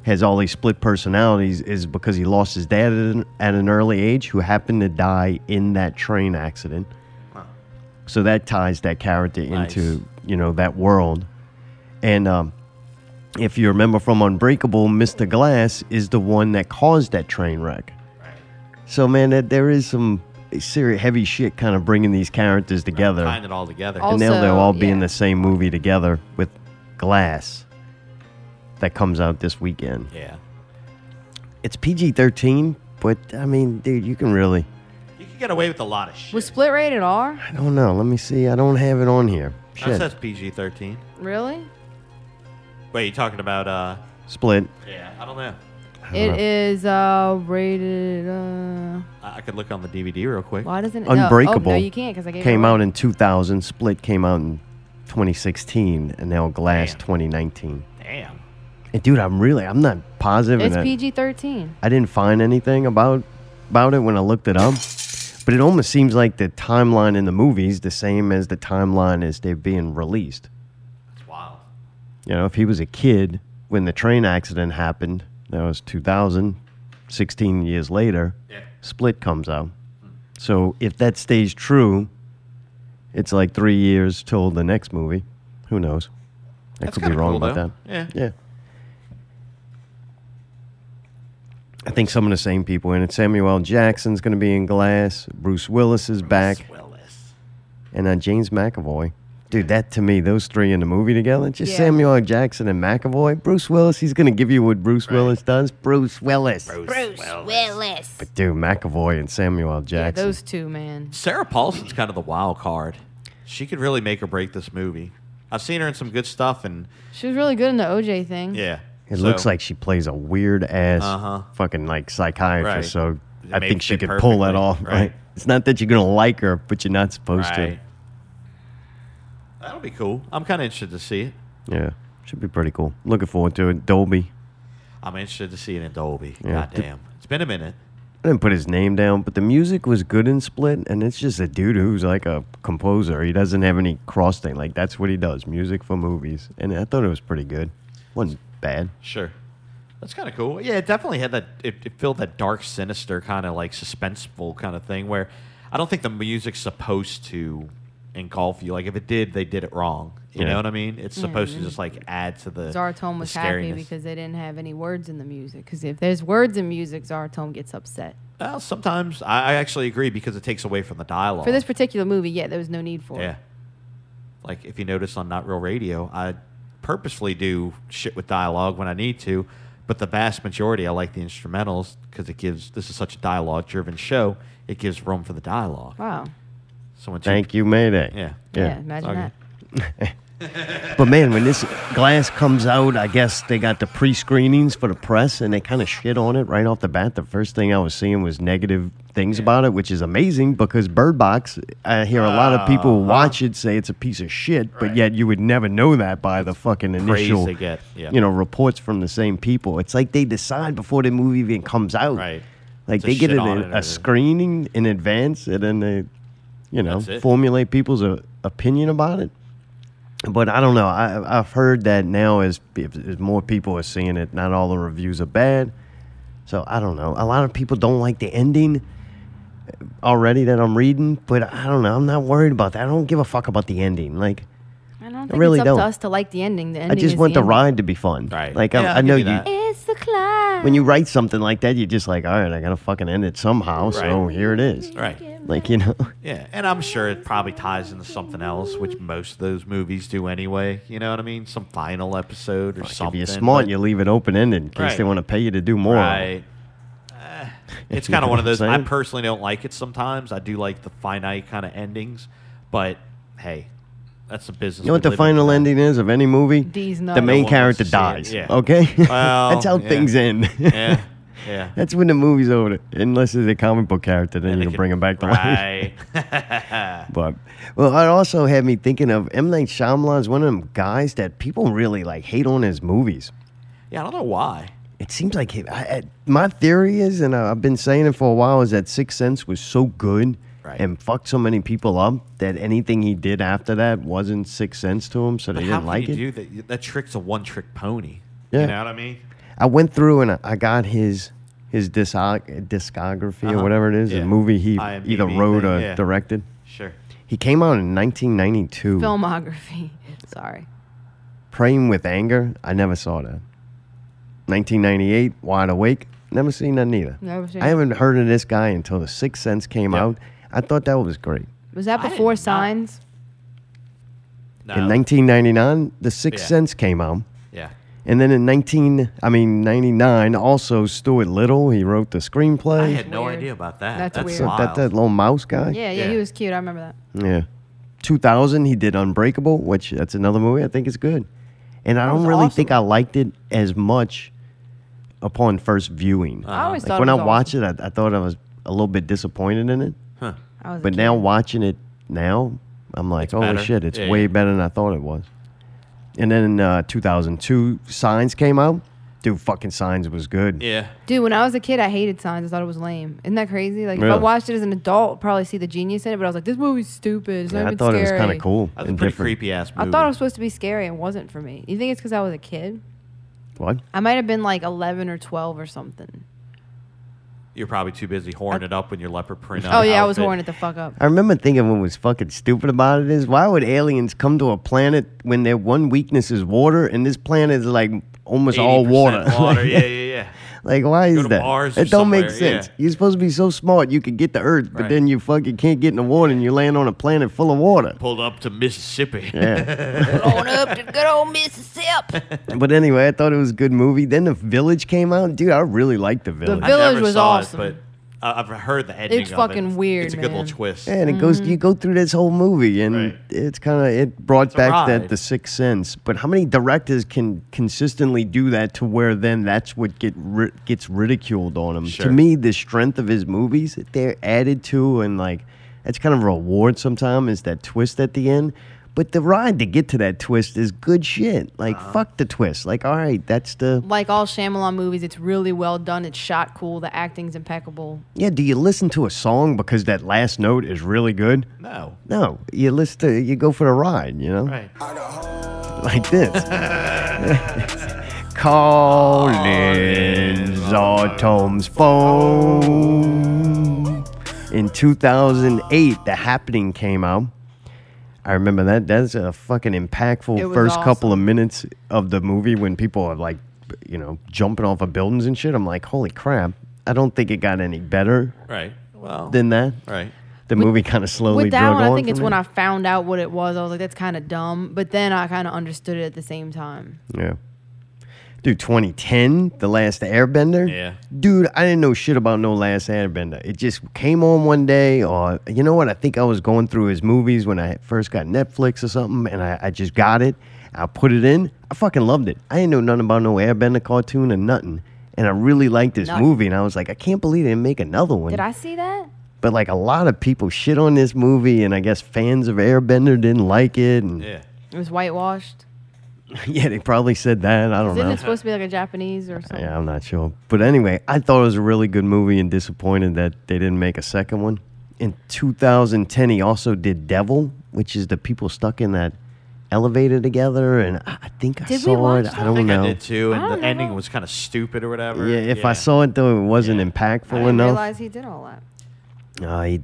Speaker 1: has all these split personalities is because he lost his dad at an, at an early age who happened to die in that train accident so that ties that character
Speaker 2: Nice.
Speaker 1: into you know that world and um, if you remember from Unbreakable, Mr. Glass is the one that caused that train wreck. So, man, that, there is some serious heavy shit kind of bringing these characters together.
Speaker 2: Tying it all together.
Speaker 6: All-
Speaker 1: and they'll,
Speaker 6: Also,
Speaker 1: they'll all be in
Speaker 6: yeah.
Speaker 1: the same movie together with Glass that comes out this weekend.
Speaker 2: yeah.
Speaker 1: It's PG 13, but I mean, dude, you can really.
Speaker 2: You can get away with a lot of shit.
Speaker 6: Was Split rated R?
Speaker 1: I don't know. Let me see. I don't have it on here.
Speaker 2: That
Speaker 1: Shit.
Speaker 2: says PG 13.
Speaker 6: Really?
Speaker 2: Wait, you talking about, uh,
Speaker 1: Split.
Speaker 2: yeah, I don't know.
Speaker 6: It is uh, rated. Uh,
Speaker 2: I, I could look on the DVD real quick.
Speaker 6: why doesn't it? no.
Speaker 1: Unbreakable
Speaker 6: Oh, no, you can't because I gave it
Speaker 1: came
Speaker 6: away.
Speaker 1: out in 2000. Split came out in 2016, and now Glass
Speaker 2: Damn.
Speaker 1: 2019.
Speaker 2: Damn.
Speaker 1: And dude, I'm really I'm not positive.
Speaker 6: It's
Speaker 1: and I-
Speaker 6: PG 13.
Speaker 1: I didn't find anything about about it when I looked it up. But it almost seems like the timeline in the movies the same as the timeline as they're being released.
Speaker 2: That's wild.
Speaker 1: You know, if he was a kid when the train accident happened, that was 2000, 16 years later,
Speaker 2: Yeah.
Speaker 1: Split comes out. So if that stays true, it's like three years till the next movie. Who knows? I
Speaker 2: That's
Speaker 1: could be
Speaker 2: kinda
Speaker 1: wrong
Speaker 2: cool,
Speaker 1: about
Speaker 2: though.
Speaker 1: that.
Speaker 2: Yeah.
Speaker 1: Yeah. I think some of the same people in it. Samuel L. Jackson's going to be in Glass. Bruce Willis is back.
Speaker 2: Willis.
Speaker 1: And uh, James McAvoy. Dude, that to me, those three in the movie together, just
Speaker 6: Yeah.
Speaker 1: Samuel L. Jackson and McAvoy. Bruce Willis, he's going to give you what Bruce Willis does. Bruce Willis.
Speaker 2: Bruce Willis.
Speaker 1: But dude, McAvoy and Samuel L.
Speaker 6: Yeah,
Speaker 1: Jackson.
Speaker 6: those two, man.
Speaker 2: Sarah Paulson's kind of the wild card. She could really make or break this movie. I've seen her in some good stuff, and
Speaker 6: She was really good in the OJ thing.
Speaker 2: yeah.
Speaker 1: It
Speaker 2: so-
Speaker 1: looks like she plays a weird ass
Speaker 2: Uh-huh.
Speaker 1: fucking like psychiatrist.
Speaker 2: Right.
Speaker 1: So
Speaker 2: It
Speaker 1: I
Speaker 2: may
Speaker 1: think she
Speaker 2: fit
Speaker 1: could pull that
Speaker 2: perfectly,
Speaker 1: off. Right.
Speaker 2: right.
Speaker 1: It's not that you're gonna like her, but you're not supposed
Speaker 2: Right. That'll be cool. I'm kind of interested to see it.
Speaker 1: to. Yeah. Should be pretty cool. Looking forward to it. Dolby.
Speaker 2: I'm interested to see it in Dolby.
Speaker 1: Yeah.
Speaker 2: God damn. It's been a minute.
Speaker 1: I didn't put his name down, but the music was good in Split, and it's just a dude who's like a composer. He doesn't have any cross thing. Like that's what he does, music for movies. And I thought it was pretty good. wasn't bad.
Speaker 2: Sure. That's kind of cool. Yeah, it definitely had that. It, it filled that dark, sinister kind of like suspenseful kind of thing where I don't think the music's supposed to engulf you. Like if it did, they did it wrong. You
Speaker 1: Yeah.
Speaker 2: know what I mean? It's supposed to just like add to the.
Speaker 6: Zartome Mm-hmm. was
Speaker 2: the
Speaker 6: happy
Speaker 2: scariness.
Speaker 6: because they didn't have any words in the music. Because if there's words in music, Zartome gets upset.
Speaker 2: Well, sometimes I, I actually agree because it takes away from the dialogue.
Speaker 6: For this particular movie, yeah, there was no need for
Speaker 2: yeah.
Speaker 6: it.
Speaker 2: Like if you notice on Not Real Radio, I purposely do shit with dialogue when I need to, but the vast majority I like the instrumentals because it gives. This is such a dialogue-driven show. It gives room for the dialogue.
Speaker 6: Wow.
Speaker 2: So when she-
Speaker 1: Thank you, Mayday.
Speaker 2: Yeah.
Speaker 6: Yeah,
Speaker 1: Yeah.
Speaker 6: imagine
Speaker 2: Okay.
Speaker 6: that.
Speaker 1: But man, when this glass comes out, I guess they got the pre screenings for the press and they kind of shit on it right off the bat. The first thing I was seeing was negative things about it, which is amazing because Bird Box, I hear a lot of people watch it say it's a piece of shit, but yet you would never know that by the fucking
Speaker 2: Praise
Speaker 1: initial
Speaker 2: they get, yeah.
Speaker 1: you know, reports from the same people. It's like they decide before the movie even comes out.
Speaker 2: Right.
Speaker 1: Like
Speaker 2: To
Speaker 1: they get
Speaker 2: shit
Speaker 1: it
Speaker 2: on it
Speaker 1: in
Speaker 2: and
Speaker 1: a
Speaker 2: everything.
Speaker 1: screening in advance and then they you know,
Speaker 2: That's it.
Speaker 1: formulate people's uh, opinion about it. But I don't know. I, I've heard that now as, as more people are seeing it, not all the reviews are bad. So I don't know. A lot of people don't like the ending uh, already that I'm reading, but I don't know. I'm not worried about that. I don't give a fuck about the ending. Like,
Speaker 3: I don't
Speaker 1: I
Speaker 3: think
Speaker 1: really
Speaker 3: it's up
Speaker 1: don't.
Speaker 3: to us to like the ending. The
Speaker 1: I
Speaker 3: ending
Speaker 1: just
Speaker 3: is
Speaker 1: want the
Speaker 3: the,
Speaker 1: ride to be fun.
Speaker 2: Right.
Speaker 1: Like,
Speaker 2: Yeah,
Speaker 1: I, I
Speaker 2: I'll
Speaker 1: know
Speaker 2: give you
Speaker 1: you,
Speaker 2: that.
Speaker 3: ending. It's the climb.
Speaker 1: when you write something like that, you're just like, all right, I gotta fucking end it somehow. So
Speaker 2: Right.
Speaker 1: here it is.
Speaker 2: Right.
Speaker 1: Like you know, [laughs]
Speaker 2: Yeah, and I'm sure it probably ties into something else, which most of those movies do anyway. You know what I mean? Some final episode or
Speaker 1: if
Speaker 2: something.
Speaker 1: you're smart,
Speaker 2: but-
Speaker 1: you leave it open ended in case
Speaker 2: Right.
Speaker 1: they want to pay you to do more. [laughs]
Speaker 2: Right. Eh, it's
Speaker 1: You
Speaker 2: kind
Speaker 1: know
Speaker 2: of one
Speaker 1: what
Speaker 2: of
Speaker 1: I'm
Speaker 2: those. I
Speaker 1: saying?
Speaker 2: personally don't like it sometimes. I do like the finite kind of endings, but hey, that's the business.
Speaker 1: You know what
Speaker 2: we
Speaker 1: the
Speaker 2: live in.
Speaker 1: final ending is of any movie?
Speaker 3: These
Speaker 1: the
Speaker 3: nuts.
Speaker 1: main
Speaker 2: No one wants
Speaker 1: character
Speaker 2: to see
Speaker 1: dies.
Speaker 2: it, yeah.
Speaker 1: Okay, [laughs]
Speaker 2: Well,
Speaker 1: that's how
Speaker 2: yeah.
Speaker 1: things end. [laughs]
Speaker 2: Yeah, yeah.
Speaker 1: that's when the movie's over. Unless it's a comic book character, then you
Speaker 2: They
Speaker 1: can bring him back to life.
Speaker 2: right.
Speaker 1: [laughs] But well, it also had me thinking of M Night Shyamalan is one of them guys that people really like hate on his movies.
Speaker 2: yeah, I don't know why.
Speaker 1: It seems like he, I, I, my theory is, and I, I've been saying it for a while, is that Sixth Sense was so good
Speaker 2: Right.
Speaker 1: and fucked so many people up that anything he did after that wasn't Sixth Sense to him, so they
Speaker 2: But how
Speaker 1: didn't
Speaker 2: can
Speaker 1: like
Speaker 2: you
Speaker 1: it.
Speaker 2: do that? That trick's a one-trick pony.
Speaker 1: Yeah.
Speaker 2: You know what I mean?
Speaker 1: I went through and I, I got his his discog- discography or
Speaker 2: Uh-huh.
Speaker 1: whatever it is,
Speaker 2: Yeah.
Speaker 1: the movie he
Speaker 2: IMDb
Speaker 1: either wrote
Speaker 2: thing,
Speaker 1: or
Speaker 2: yeah.
Speaker 1: directed.
Speaker 2: Sure.
Speaker 1: He came out in
Speaker 6: [laughs]
Speaker 1: 1992.
Speaker 3: Filmography. Sorry.
Speaker 1: Praying with Anger. I never saw that. 1998, Wide Awake. Never seen that neither.
Speaker 3: Never seen
Speaker 1: I
Speaker 3: it.
Speaker 1: haven't heard of this guy until The Sixth Sense came
Speaker 2: Yeah.
Speaker 1: out. I thought that was great.
Speaker 3: Was that
Speaker 2: I did
Speaker 3: before
Speaker 2: not-
Speaker 3: Signs?
Speaker 2: No.
Speaker 1: In 1999, The Sixth
Speaker 2: Yeah.
Speaker 1: Sense came out.
Speaker 2: yeah.
Speaker 1: And then in 19, I mean 99, also Stuart Little, he wrote the
Speaker 2: I
Speaker 1: screenplay.
Speaker 2: had no
Speaker 3: weird.
Speaker 2: idea about that.
Speaker 3: That's
Speaker 2: That's,
Speaker 3: weird.
Speaker 1: So
Speaker 2: wild.
Speaker 1: that, that little mouse guy.
Speaker 3: Yeah, yeah, he
Speaker 2: Yeah.
Speaker 3: was cute. I remember that.
Speaker 1: Yeah. 2000, he did Unbreakable, which that's another movie I think is good. And I don't
Speaker 3: was
Speaker 1: really
Speaker 3: awesome.
Speaker 1: think I liked it as much upon first viewing.
Speaker 3: I always
Speaker 1: Like
Speaker 3: thought
Speaker 1: when
Speaker 3: it
Speaker 1: I
Speaker 3: was
Speaker 1: watched it, I, I thought I was a little bit disappointed in it.
Speaker 3: awesome. I was a
Speaker 1: But
Speaker 3: kid.
Speaker 1: now watching it now, I'm like, holy
Speaker 2: better.
Speaker 1: shit, it's
Speaker 2: Yeah,
Speaker 1: way
Speaker 2: yeah.
Speaker 1: better than I thought it was. And then in uh, 2002, Signs came out. Dude, fucking Signs was good.
Speaker 2: yeah.
Speaker 3: Dude, when I was a kid, I hated Signs. I thought it was lame. Isn't that crazy? Like, if I
Speaker 1: Really?
Speaker 3: watched it as an adult, I'd probably see the genius in it, but I was like, this movie's stupid. It's not
Speaker 1: Yeah, I
Speaker 3: even
Speaker 1: thought it was kind
Speaker 3: scary.
Speaker 1: of cool
Speaker 2: That's a
Speaker 1: and
Speaker 2: pretty
Speaker 1: different.
Speaker 2: creepy ass
Speaker 3: I
Speaker 2: movie.
Speaker 3: thought it was supposed to be scary and wasn't for me. You think it's because I was a kid?
Speaker 1: What?
Speaker 3: I might have been like 11 or 12 or something.
Speaker 2: You're probably too busy whoring it up when your
Speaker 1: [laughs]
Speaker 2: leopard print.
Speaker 3: Oh, yeah, I was
Speaker 2: outfit.
Speaker 3: horning it the fuck up.
Speaker 1: I remember thinking what was fucking stupid about it is why would aliens come to a planet when their one weakness is water and this planet is like almost all
Speaker 2: 80%
Speaker 1: water? [laughs]
Speaker 2: water.
Speaker 1: Like-
Speaker 2: yeah, yeah, yeah.
Speaker 1: Like, why
Speaker 2: Go
Speaker 1: is
Speaker 2: to
Speaker 1: that?
Speaker 2: Mars or
Speaker 1: it don't make
Speaker 2: somewhere, yeah.
Speaker 1: sense. You're supposed to be so smart you could get to Earth, but
Speaker 2: Right.
Speaker 1: then you fucking can't get in the water and you land on a planet full of water.
Speaker 2: Pulled up to Mississippi.
Speaker 1: Yeah.
Speaker 2: [laughs]
Speaker 3: Going up to good old Mississippi.
Speaker 1: but anyway, I thought it was a good movie. Then The Village came out. Dude, I really liked The Village.
Speaker 2: I
Speaker 3: Village
Speaker 2: never
Speaker 3: was
Speaker 2: saw
Speaker 3: awesome.
Speaker 2: It, but I- I've heard the ending.
Speaker 3: It's
Speaker 2: of
Speaker 3: fucking
Speaker 2: it. It's-
Speaker 3: weird,
Speaker 2: It's a good
Speaker 3: man.
Speaker 2: little twist.
Speaker 1: Yeah, and it goes.
Speaker 3: Mm-hmm.
Speaker 1: You go through this whole movie, and
Speaker 2: Right.
Speaker 1: it's kind of it brought
Speaker 2: a
Speaker 1: back
Speaker 2: ride.
Speaker 1: that the sixth sense. But how many directors can consistently do that to where then that's what get ri- gets ridiculed on them?
Speaker 2: Sure.
Speaker 1: To me, the strength of his movies they're added to, and like that's kind of a reward. Sometimes is that twist at the end. But the ride to get to that twist is good shit. Like
Speaker 2: Uh-huh.
Speaker 1: fuck the twist. Like all right, that's the
Speaker 3: Like all Shyamalan movies, it's really well done. It's shot cool. The acting's impeccable.
Speaker 1: yeah. Do you listen to a song because that last note is really good?
Speaker 2: No.
Speaker 1: No, you listen. To, you go for the ride. You know.
Speaker 2: Right.
Speaker 1: [laughs] like this. [laughs] Collins Autumn's phone. In 2008, The Happening came out. I remember that. That's a fucking
Speaker 3: It
Speaker 1: impactful
Speaker 3: was
Speaker 1: first couple of
Speaker 3: awesome.
Speaker 1: minutes of the movie when people are like, you know, jumping off of buildings and shit. I'm like, holy crap. I don't think it got any better
Speaker 2: Right. Well.
Speaker 1: than that.
Speaker 2: Right.
Speaker 1: The movie kind of slowly
Speaker 3: With that
Speaker 1: drug
Speaker 3: one,
Speaker 1: on
Speaker 3: I think
Speaker 1: for
Speaker 3: it's
Speaker 1: me.
Speaker 3: when I found out what it was. I was like, that's kind of dumb. But then I kind of understood it at the same time.
Speaker 1: Yeah. Dude, 2010, The Last Airbender.
Speaker 2: Yeah.
Speaker 1: Dude, I didn't know shit about No Last Airbender. It just came on one day, or you know what? I think I was going through his movies when I first got Netflix or something, and I, I just got it. I put it in. I fucking loved it. I didn't know nothing about no Airbender cartoon or nothing. And I really liked this
Speaker 3: Nothing.
Speaker 1: movie, and I was like, I can't believe they didn't make another one.
Speaker 3: Did I see that?
Speaker 1: But like a lot of people shit on this movie, and I guess fans of Airbender didn't like it, and yeah, [laughs]
Speaker 2: Yeah.
Speaker 3: It was whitewashed.
Speaker 1: they probably said that. I don't
Speaker 3: Isn't
Speaker 1: know.
Speaker 3: it supposed to be like a Japanese or something?
Speaker 1: Yeah, I'm not sure. But anyway, I thought it was a really good movie and disappointed that they didn't make a second one. in 2010, he also did Devil, which is the people stuck in that elevator together. And I I think I
Speaker 3: Did we
Speaker 1: saw
Speaker 3: watch
Speaker 1: it.
Speaker 3: that?
Speaker 1: I
Speaker 2: I
Speaker 1: don't
Speaker 2: think
Speaker 1: know.
Speaker 2: I did too, and
Speaker 6: I
Speaker 2: the
Speaker 6: don't know.
Speaker 2: ending was kind of stupid or whatever.
Speaker 1: Yeah, if I saw it though, it wasn't impactful
Speaker 6: I didn't
Speaker 1: enough.
Speaker 6: realize he did all that.
Speaker 1: Uh, he,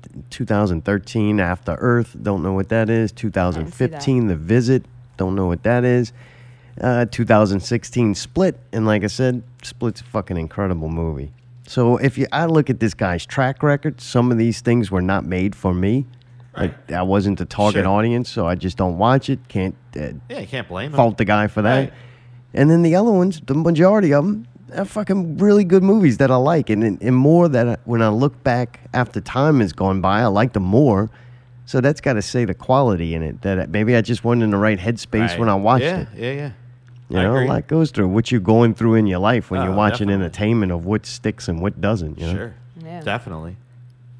Speaker 1: 2013, After Earth, don't know what that is. 2015, The Visit, don't know what that is. Uh, 2016, Split, and like I said, Split's a fucking incredible movie. So if you, I look at this guy's track record, some of these things were not made for me. Like, I wasn't the target
Speaker 2: Sure.
Speaker 1: audience, so I just don't watch it. Can't uh,
Speaker 2: Yeah, you can't blame him.
Speaker 1: fault the guy for that.
Speaker 2: Right.
Speaker 1: And then the other ones, the majority of them, are fucking really good movies that I like, and and, and more that I, when I look back after time has gone by, I like them more. So that's got to say the quality in it. That maybe I just wasn't in the right headspace
Speaker 2: Right.
Speaker 1: when I watched
Speaker 2: yeah,
Speaker 1: it.
Speaker 2: Yeah, yeah,
Speaker 1: You
Speaker 2: I
Speaker 1: know,
Speaker 2: agree.
Speaker 1: a lot goes through what you're going through in your life when
Speaker 2: Oh,
Speaker 1: you're watching
Speaker 2: definitely.
Speaker 1: entertainment of what sticks and what doesn't. You know?
Speaker 2: Sure.
Speaker 6: Yeah.
Speaker 2: Definitely.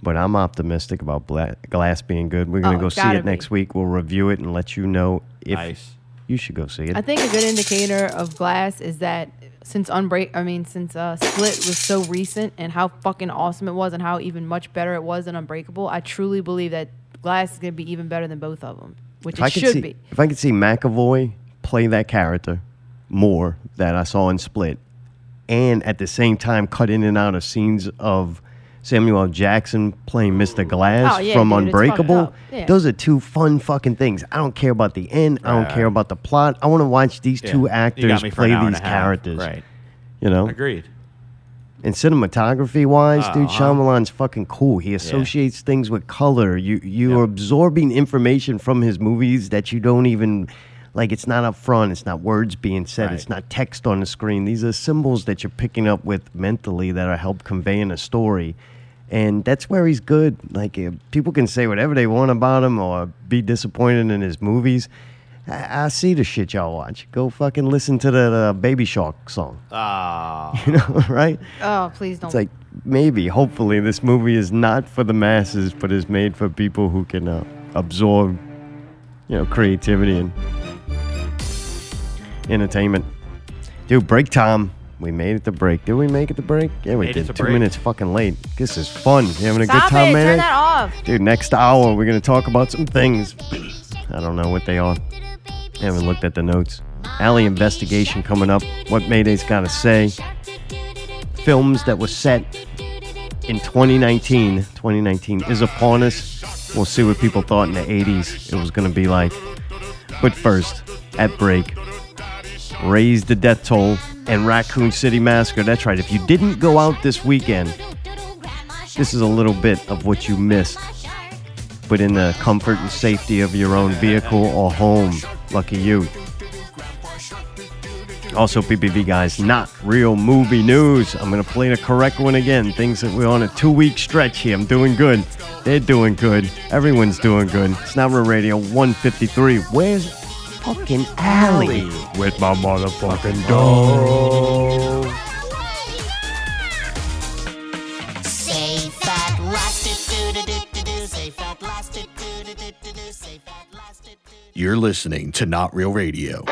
Speaker 1: But I'm optimistic about Bla- Glass being good. We're gonna
Speaker 6: Oh,
Speaker 1: go see
Speaker 6: gotta
Speaker 1: it next
Speaker 6: be.
Speaker 1: week. We'll review it and let you know if
Speaker 2: nice.
Speaker 1: you should go see it.
Speaker 6: I think a good indicator of Glass is that since Unbreak, I mean, since uh, Split was so recent and how fucking awesome it was and how even much better it was than Unbreakable, I truly believe that Glass is going to be even better than both of them, which
Speaker 1: if I
Speaker 6: it
Speaker 1: could
Speaker 6: should
Speaker 1: see,
Speaker 6: be.
Speaker 1: If I could see McAvoy play that character more that I saw in Split, and at the same time cut in and out of scenes of Samuel L. Jackson playing Mr. Glass
Speaker 6: Oh, yeah,
Speaker 1: from
Speaker 6: dude, it's fucked
Speaker 1: Unbreakable,
Speaker 6: up. Yeah.
Speaker 1: those are two fun fucking things. I don't care about the end. I don't care about the plot. I want to watch these
Speaker 2: Yeah.
Speaker 1: two
Speaker 2: You got
Speaker 1: actors
Speaker 2: me for an
Speaker 1: play
Speaker 2: hour and
Speaker 1: these
Speaker 2: a half.
Speaker 1: characters.
Speaker 2: Right.
Speaker 1: You know,
Speaker 2: Agreed.
Speaker 1: and cinematography wise, dude,
Speaker 2: Uh-huh.
Speaker 1: Shyamalan's fucking cool. He associates things with color. You you're absorbing information from his movies that you don't even like. It's not up front. It's not words being said. It's
Speaker 2: Right.
Speaker 1: not text on the screen. These are symbols that you're picking up with mentally that are help conveying a story. And that's where he's good. Like uh, people can say whatever they want about him or be disappointed in his movies. I, I see the shit y'all watch. Go fucking listen to the, the Baby Shark song.
Speaker 2: Ah,
Speaker 1: [laughs] You know, right?
Speaker 6: Oh, please don't.
Speaker 1: It's like maybe, hopefully, this movie is not for the masses, but is made for people who can uh, absorb, you know, creativity and entertainment. Dude, break time. We made it to break. Did we make it to break? Yeah, we
Speaker 2: Made it
Speaker 1: did.
Speaker 2: to
Speaker 1: Two
Speaker 2: break.
Speaker 1: minutes fucking late. This is fun. You having a
Speaker 6: Stop
Speaker 1: good time,
Speaker 6: it.
Speaker 1: man?
Speaker 6: Turn that off.
Speaker 1: Dude, next hour we're gonna talk about some things. I don't know what they are. Haven't looked at the notes. Alley investigation coming up. What Mayday's gotta say. Films that were set in 2019. 2019 is upon us. We'll see what people thought in the 80s it was gonna be like. But first, at break, raise the death toll and Raccoon City Massacre. That's right. If you didn't go out this weekend, this is a little bit of what you missed but in the comfort and safety of your own vehicle or home. Lucky you. Also, PPV guys, not real movie news. I'm going to play the correct one again. Things that we're on a two week stretch here. I'm doing good. They're doing good. Everyone's doing good. It's not real radio 153. Where's fucking Allie? Oh. With my motherfucking dog.
Speaker 8: Safe at last, do-do-do-do-do. Safe at last, do-do-do-do-do. Safe at last, do-do-do-do.
Speaker 12: You're listening to Not Real Radio.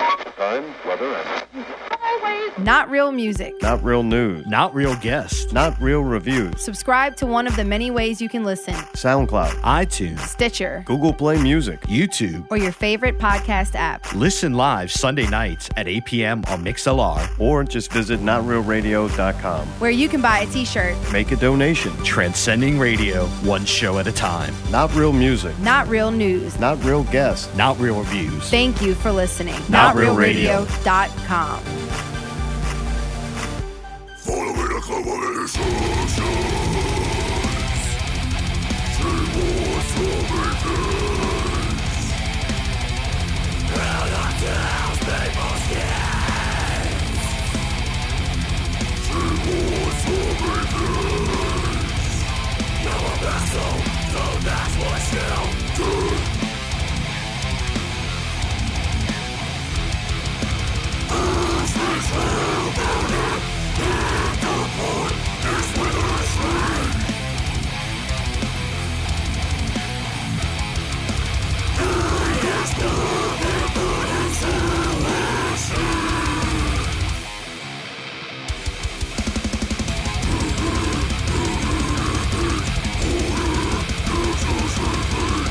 Speaker 6: Not real music.
Speaker 1: Not real news.
Speaker 12: Not Real Guest.
Speaker 1: Not real reviews.
Speaker 6: Subscribe to one of the many ways you can listen
Speaker 1: SoundCloud,
Speaker 12: iTunes,
Speaker 6: Stitcher,
Speaker 1: Google Play Music.
Speaker 12: YouTube.
Speaker 6: or your favorite podcast app.
Speaker 12: Listen live Sunday nights at 8 p.m. on MixLR.
Speaker 1: Or just visit notrealradio.com.
Speaker 6: Where you can buy a t shirt.
Speaker 1: Make a donation.
Speaker 12: Transcending radio, one show at a time.
Speaker 1: Not real music.
Speaker 6: Not real news.
Speaker 1: Not real guests.
Speaker 12: Not Real Reviews.
Speaker 6: Thank you for listening.
Speaker 12: Not Real Radio.
Speaker 6: NotRealRadio.com.
Speaker 8: Safe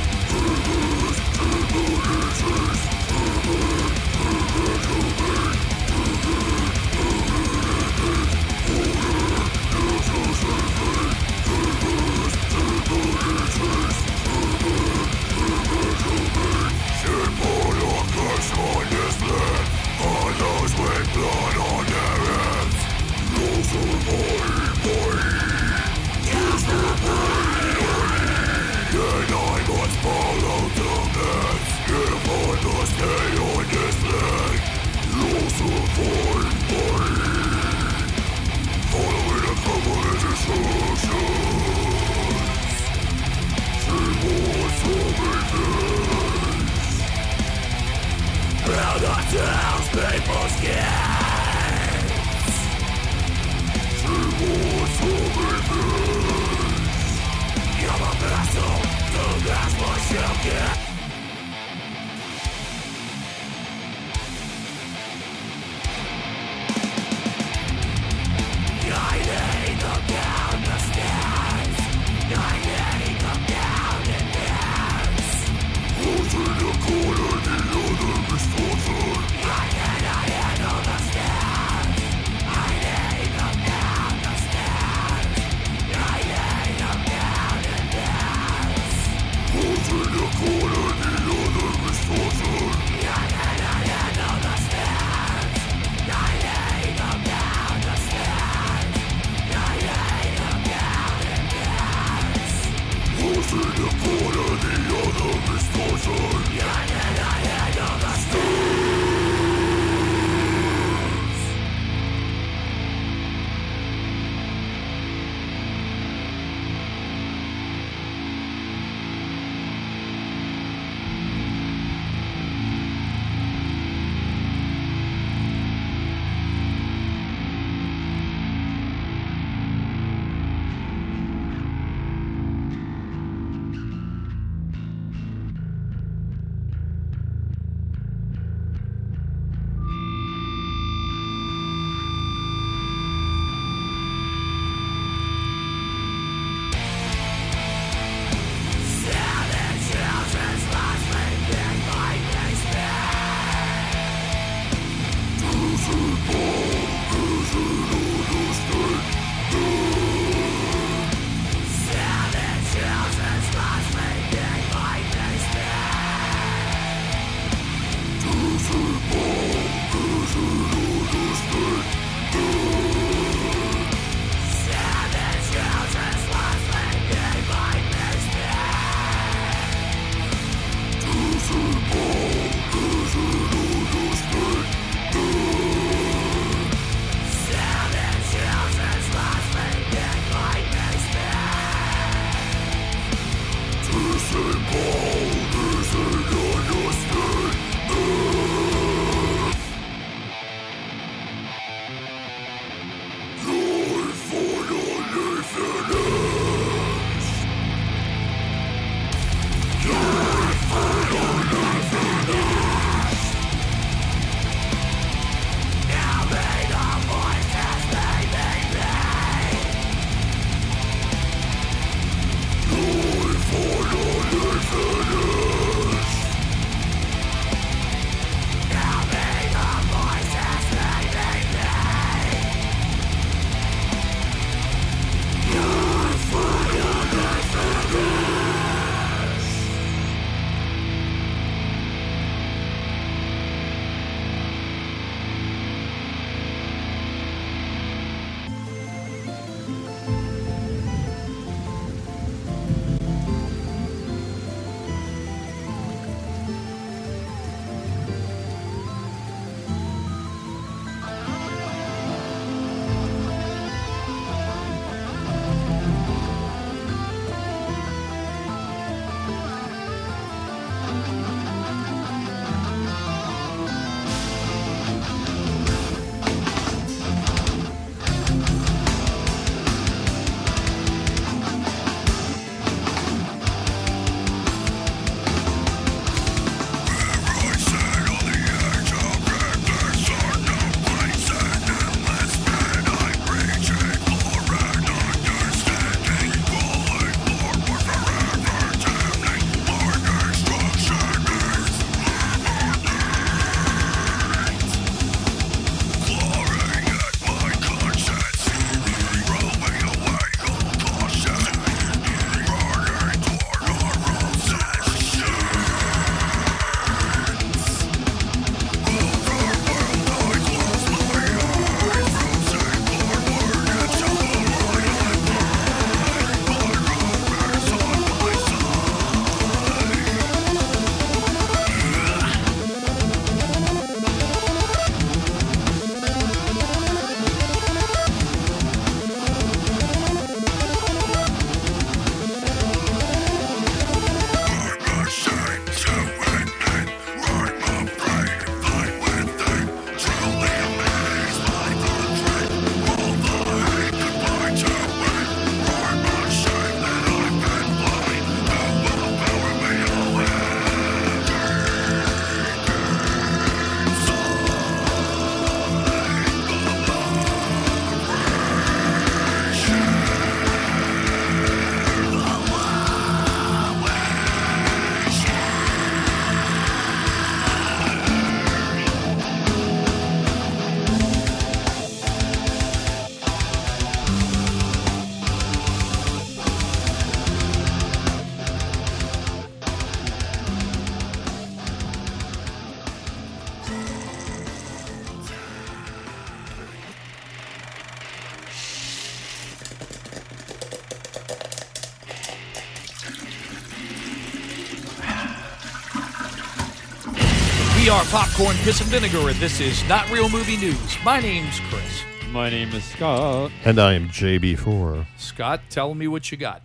Speaker 13: are Popcorn, Piss, and Vinegar, and this is Not Real Movie News. My name's Chris.
Speaker 14: My name is Scott.
Speaker 15: And I am JB4.
Speaker 13: Scott, tell me what you got.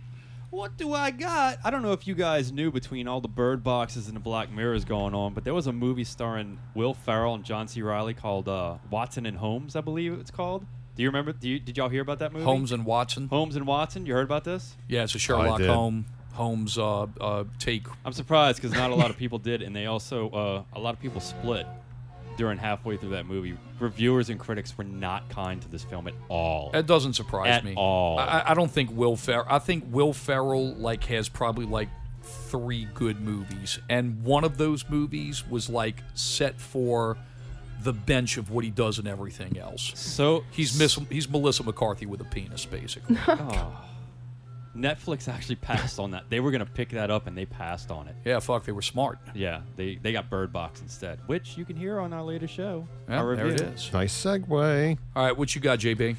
Speaker 14: What do I got? I don't know if you guys knew between all the bird boxes and the black mirrors going on, but there was a movie starring Will Ferrell and John C. Riley called uh, Watson and Holmes, I believe it's called. Do you remember? Do you, did y'all hear about that movie?
Speaker 13: Holmes and Watson.
Speaker 14: Holmes and Watson. You heard about this?
Speaker 13: Yeah, it's a Sherlock Holmes, Holmes uh, uh, take.
Speaker 14: I'm surprised because not a lot of people did, and they also uh, a lot of people split during halfway through that movie. Reviewers and critics were not kind to this film at all.
Speaker 13: That doesn't surprise
Speaker 14: At
Speaker 13: me
Speaker 14: all.
Speaker 13: I, I- I don't think Will Ferrell. I think Will Ferrell like has probably like three good movies, and one of those movies was like set for the bench of what he does and everything else.
Speaker 14: So
Speaker 13: he's Miss, he's Melissa McCarthy with a penis, basically.
Speaker 14: [laughs] Oh. Netflix actually passed on that. They were gonna pick that up and they passed on it.
Speaker 13: Yeah, fuck, they were smart.
Speaker 14: Yeah, they they got Bird Box instead, which you can hear on our latest show.
Speaker 13: Yeah,
Speaker 14: our
Speaker 13: there it
Speaker 14: review.
Speaker 13: is.
Speaker 15: Nice segue.
Speaker 13: All right, what you got, JB?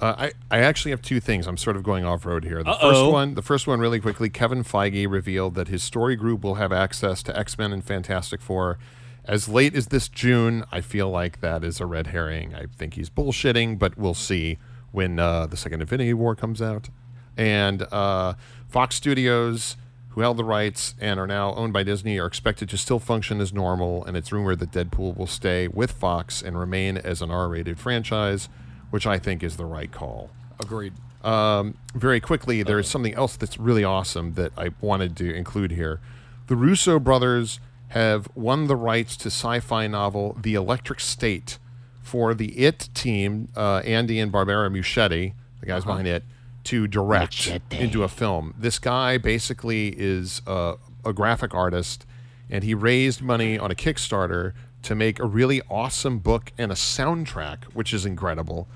Speaker 15: Uh, I, I actually have two things. I'm sort of going off road here. The
Speaker 13: Uh-oh.
Speaker 15: first one, the first one, really quickly. Kevin Feige revealed that his story group will have access to X Men and Fantastic Four as late as this June. I feel like that is a red herring. I think he's bullshitting, but we'll see when uh, the second Infinity War comes out. And uh, Fox Studios, who held the rights and are now owned by Disney, are expected to still function as normal. And it's rumored that Deadpool will stay with Fox and remain as an R-rated franchise, which I think is the right call.
Speaker 13: Agreed.
Speaker 15: Um, very quickly, there's something else that's really awesome that I wanted to include here. The Russo brothers have won the rights to sci-fi novel *The Electric State* for the IT team, uh, Andy and Barbara Muschetti, the guys behind it, to direct into a film. This guy basically is uh, a graphic artist, and he raised money on a Kickstarter to make a really awesome book and a soundtrack, which is incredible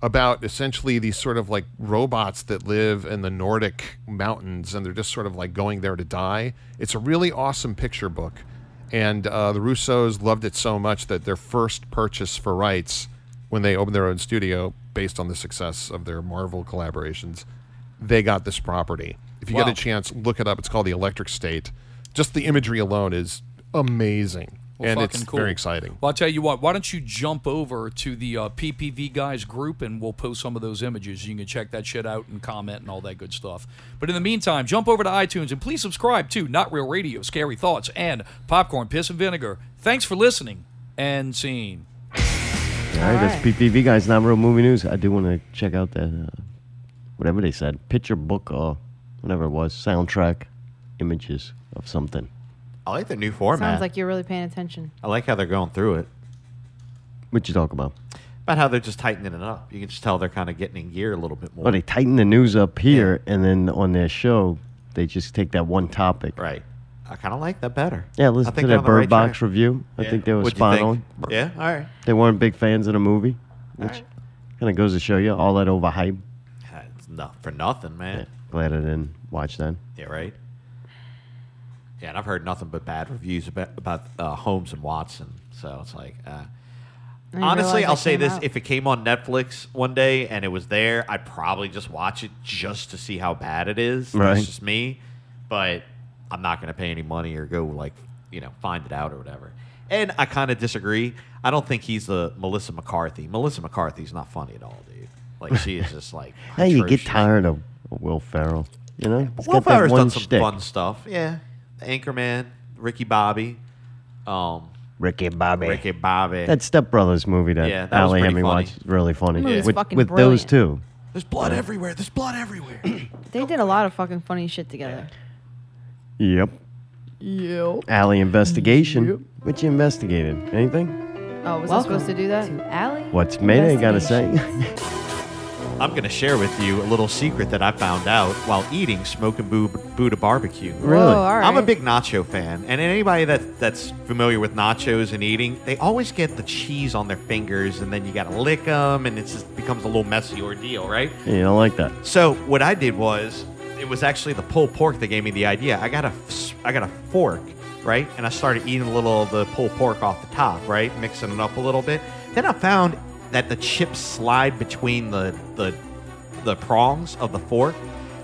Speaker 15: about essentially these sort of like robots that live in the Nordic mountains and they're just sort of like going there to die. It's a really awesome picture book. And uh, the Russos loved it so much that their first purchase for rights when they opened their own studio, based on the success of their Marvel collaborations, they got this property. If you
Speaker 13: Wow.
Speaker 15: get a chance, look it up. It's called The Electric State. Just the imagery alone is amazing.
Speaker 13: Well,
Speaker 15: and
Speaker 13: fucking
Speaker 15: it's
Speaker 13: cool.
Speaker 15: very exciting.
Speaker 13: Well, I'll tell you what. Why don't you jump over to the uh, PPV guys group and we'll post some of those images. You can check that shit out and comment and all that good stuff. But in the meantime, jump over to iTunes and please subscribe to Not Real Radio, Scary Thoughts, and Popcorn Piss and Vinegar. Thanks for listening and seeing.
Speaker 1: All right, that's PPV guys, not real movie news. I do want to check out that uh, whatever they said, picture book or whatever it was, soundtrack, images of something.
Speaker 2: I like the new format.
Speaker 6: Sounds like you're really paying attention.
Speaker 2: I like how they're going through it.
Speaker 1: What you talk about?
Speaker 2: About how they're just tightening it up. You can just tell they're kind of getting in gear a little bit more.
Speaker 1: Well, Oh, they tighten the news up here, and then on their show, they just take that one topic.
Speaker 2: Right. I kind of like that better.
Speaker 1: Yeah,
Speaker 2: I
Speaker 1: listen
Speaker 2: think
Speaker 1: to
Speaker 2: they're
Speaker 1: that
Speaker 2: on the
Speaker 1: Bird
Speaker 2: right
Speaker 1: Box
Speaker 2: track.
Speaker 1: review. I
Speaker 2: Yeah.
Speaker 1: think they were
Speaker 2: What'd you
Speaker 1: spot
Speaker 2: think?
Speaker 1: on.
Speaker 2: Yeah, all right.
Speaker 1: They weren't big fans of the movie, which kind of goes to show you all that overhype.
Speaker 2: Uh, It's not for nothing, man.
Speaker 1: Glad I didn't watch that.
Speaker 2: Yeah, right. Yeah, and I've heard nothing but bad reviews about about uh, Holmes and Watson. So it's like, uh,
Speaker 12: I didn't
Speaker 2: honestly,
Speaker 12: realize
Speaker 2: I'll
Speaker 12: it
Speaker 2: say
Speaker 12: came
Speaker 2: this:
Speaker 12: out.
Speaker 2: if it came on Netflix one day and it was there, I'd probably just watch it just to see how bad it is.
Speaker 1: Right.
Speaker 2: That's just me, but I'm not going to pay any money or go like you know find it out or whatever. And I kind of disagree. I don't think he's the Melissa McCarthy. Melissa McCarthy's not funny at all, dude. Like she is just like
Speaker 1: Hey, you get
Speaker 2: atrocious.
Speaker 1: tired of Will Ferrell, you know? He's
Speaker 2: Will
Speaker 1: got that
Speaker 2: Ferrell's
Speaker 1: one
Speaker 2: done some
Speaker 1: shtick.
Speaker 2: fun stuff. Yeah, Anchorman, Ricky Bobby, um,
Speaker 1: Ricky Bobby,
Speaker 2: Ricky Bobby.
Speaker 1: That Step Brothers movie that,
Speaker 2: Yeah, that was
Speaker 1: Ali
Speaker 2: pretty
Speaker 1: Hemingway
Speaker 2: funny.
Speaker 1: watched is really funny.
Speaker 6: That movie's
Speaker 1: With,
Speaker 6: fucking
Speaker 1: with those two.
Speaker 2: There's blood everywhere. There's
Speaker 6: [clears throat]
Speaker 2: blood everywhere.
Speaker 6: They did a lot of fucking funny shit together.
Speaker 1: Yep.
Speaker 6: Yep.
Speaker 1: Alley investigation. What you investigated? Anything?
Speaker 6: Oh, was I supposed to do that? To Allie?
Speaker 1: What's Mayday got to say?
Speaker 2: I'm going to share with you a little secret that I found out while eating Smoke and Boo- Buddha Barbecue.
Speaker 1: Really? Whoa, Oh, all
Speaker 2: I'm a
Speaker 1: right.
Speaker 2: big nacho fan, and anybody that that's familiar with nachos and eating, they always get the cheese on their fingers, and then you got to lick them, and it just becomes a little messy ordeal, right?
Speaker 1: Yeah, [laughs] you don't like that.
Speaker 2: So what I did was, it was actually the pulled pork that gave me the idea. I got a, s- I got a fork, right, and I started eating a little of the pulled pork off the top, right, mixing it up a little bit. Then I found that the chips slide between the the the prongs of the fork,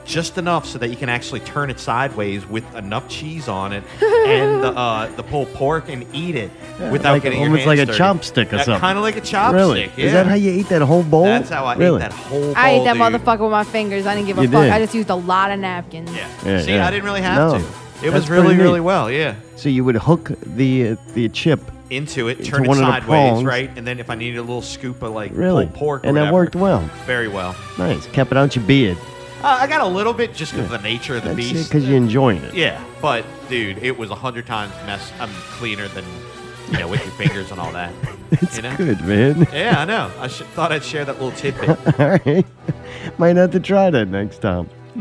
Speaker 2: just enough so that you can actually turn it sideways with enough cheese on
Speaker 1: [laughs]
Speaker 2: it and the, uh, the pulled pork and eat it
Speaker 1: Yeah,
Speaker 2: without
Speaker 1: like-
Speaker 2: getting
Speaker 1: almost
Speaker 2: your
Speaker 1: like
Speaker 2: hands
Speaker 1: a
Speaker 2: dirty.
Speaker 1: chopstick or something.
Speaker 2: Kind of like a chopstick.
Speaker 1: Really?
Speaker 2: Yeah.
Speaker 1: Is that how you eat that whole bowl?
Speaker 2: That's how I
Speaker 1: really?
Speaker 2: ate that whole.
Speaker 6: I ate
Speaker 2: bowl,
Speaker 6: that
Speaker 2: dude.
Speaker 6: motherfucker with my fingers. I didn't give a
Speaker 1: You
Speaker 6: fuck.
Speaker 1: did.
Speaker 6: I just used a lot of napkins.
Speaker 1: Yeah,
Speaker 2: See,
Speaker 1: yeah.
Speaker 2: I didn't really have
Speaker 1: No.
Speaker 2: to. It was
Speaker 1: That's pretty
Speaker 2: really,
Speaker 1: neat.
Speaker 2: really well. Yeah.
Speaker 1: So you would hook the uh, the chip
Speaker 2: Into it,
Speaker 1: Into
Speaker 2: turn it
Speaker 1: one of the
Speaker 2: sideways,
Speaker 1: prongs.
Speaker 2: right, and then if I needed a little scoop of like
Speaker 1: Really?
Speaker 2: pulled pork, or
Speaker 1: And that
Speaker 2: whatever.
Speaker 1: worked well.
Speaker 2: Very well.
Speaker 1: Nice. Kept it out your beard.
Speaker 2: Uh, I got a little bit just because of the nature of the
Speaker 1: That's
Speaker 2: beast.
Speaker 1: because you're enjoying it.
Speaker 2: Yeah, but dude, it was a hundred times mess. I'm cleaner than you know with your fingers and all that.
Speaker 1: [laughs] It's
Speaker 2: you know?
Speaker 1: good, man.
Speaker 2: Yeah, I know. I sh- thought I'd share that little tidbit.
Speaker 1: [laughs] All right. Might have to try that next time. [laughs]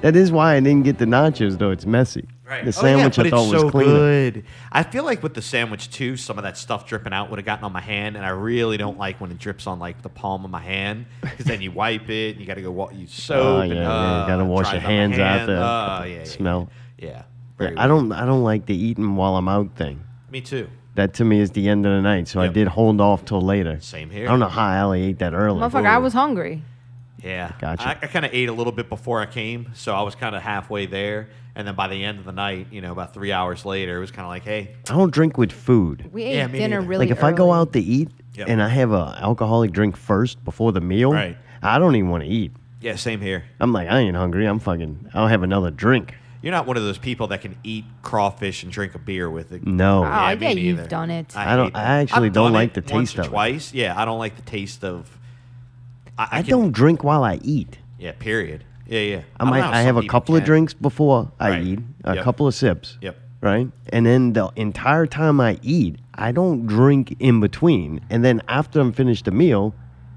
Speaker 1: that is why I didn't get the nachos, though. It's messy. The
Speaker 2: Oh, yeah,
Speaker 1: sandwich
Speaker 2: but
Speaker 1: I thought
Speaker 2: it's
Speaker 1: was
Speaker 2: so
Speaker 1: cleaner.
Speaker 2: good. I feel like with the sandwich too, some of that stuff dripping out would have gotten on my hand, and I really don't like when it drips on like the palm of my hand because then you wipe it, and you got to go wa- you soap.
Speaker 1: oh, yeah,
Speaker 2: and,
Speaker 1: yeah.
Speaker 2: uh,
Speaker 1: You gotta wash
Speaker 2: dries
Speaker 1: your
Speaker 2: on my
Speaker 1: hands out
Speaker 2: hand.
Speaker 1: there.
Speaker 2: Uh, yeah, yeah,
Speaker 1: smell.
Speaker 2: yeah.
Speaker 1: Yeah, I don't. I don't like the eating while I'm out thing.
Speaker 2: Me too.
Speaker 1: That to me is the end of the night. So I did hold off till later.
Speaker 2: Same here.
Speaker 1: I don't know how Allie ate that early.
Speaker 6: Motherfucker, I was hungry.
Speaker 2: Yeah.
Speaker 1: Gotcha.
Speaker 2: I, I kind of ate a little bit before I came, so I was kind of halfway there. And then by the end of the night, you know, about three hours later, it was kind of like, hey,
Speaker 1: I don't drink with food.
Speaker 6: We ate
Speaker 2: Yeah, me
Speaker 6: dinner
Speaker 2: neither.
Speaker 6: really
Speaker 1: like if I go out to eat
Speaker 2: Yep.
Speaker 1: and I have a alcoholic drink first before the meal,
Speaker 2: Right.
Speaker 1: I don't even want to eat.
Speaker 2: yeah, same here.
Speaker 1: I'm like, I ain't hungry. I'm fucking. I'll have another drink.
Speaker 2: You're not one of those people that can eat crawfish and drink a beer with it.
Speaker 1: No. Oh,
Speaker 2: I
Speaker 6: yeah, you've done it.
Speaker 1: I don't- I actually don't like the taste of it.
Speaker 2: Twice, yeah, I don't like the taste of. I,
Speaker 1: I,
Speaker 2: can-
Speaker 1: don't drink while I eat.
Speaker 2: Yeah, period. Yeah, yeah.
Speaker 1: I
Speaker 2: don't
Speaker 1: might.
Speaker 2: know how
Speaker 1: I
Speaker 2: some
Speaker 1: have a
Speaker 2: people
Speaker 1: couple of
Speaker 2: can.
Speaker 1: drinks before I eat. A
Speaker 2: Yep.
Speaker 1: couple of sips.
Speaker 2: Yep.
Speaker 1: Right. And then the entire time I eat, I don't drink in between. And then after I'm finished the meal,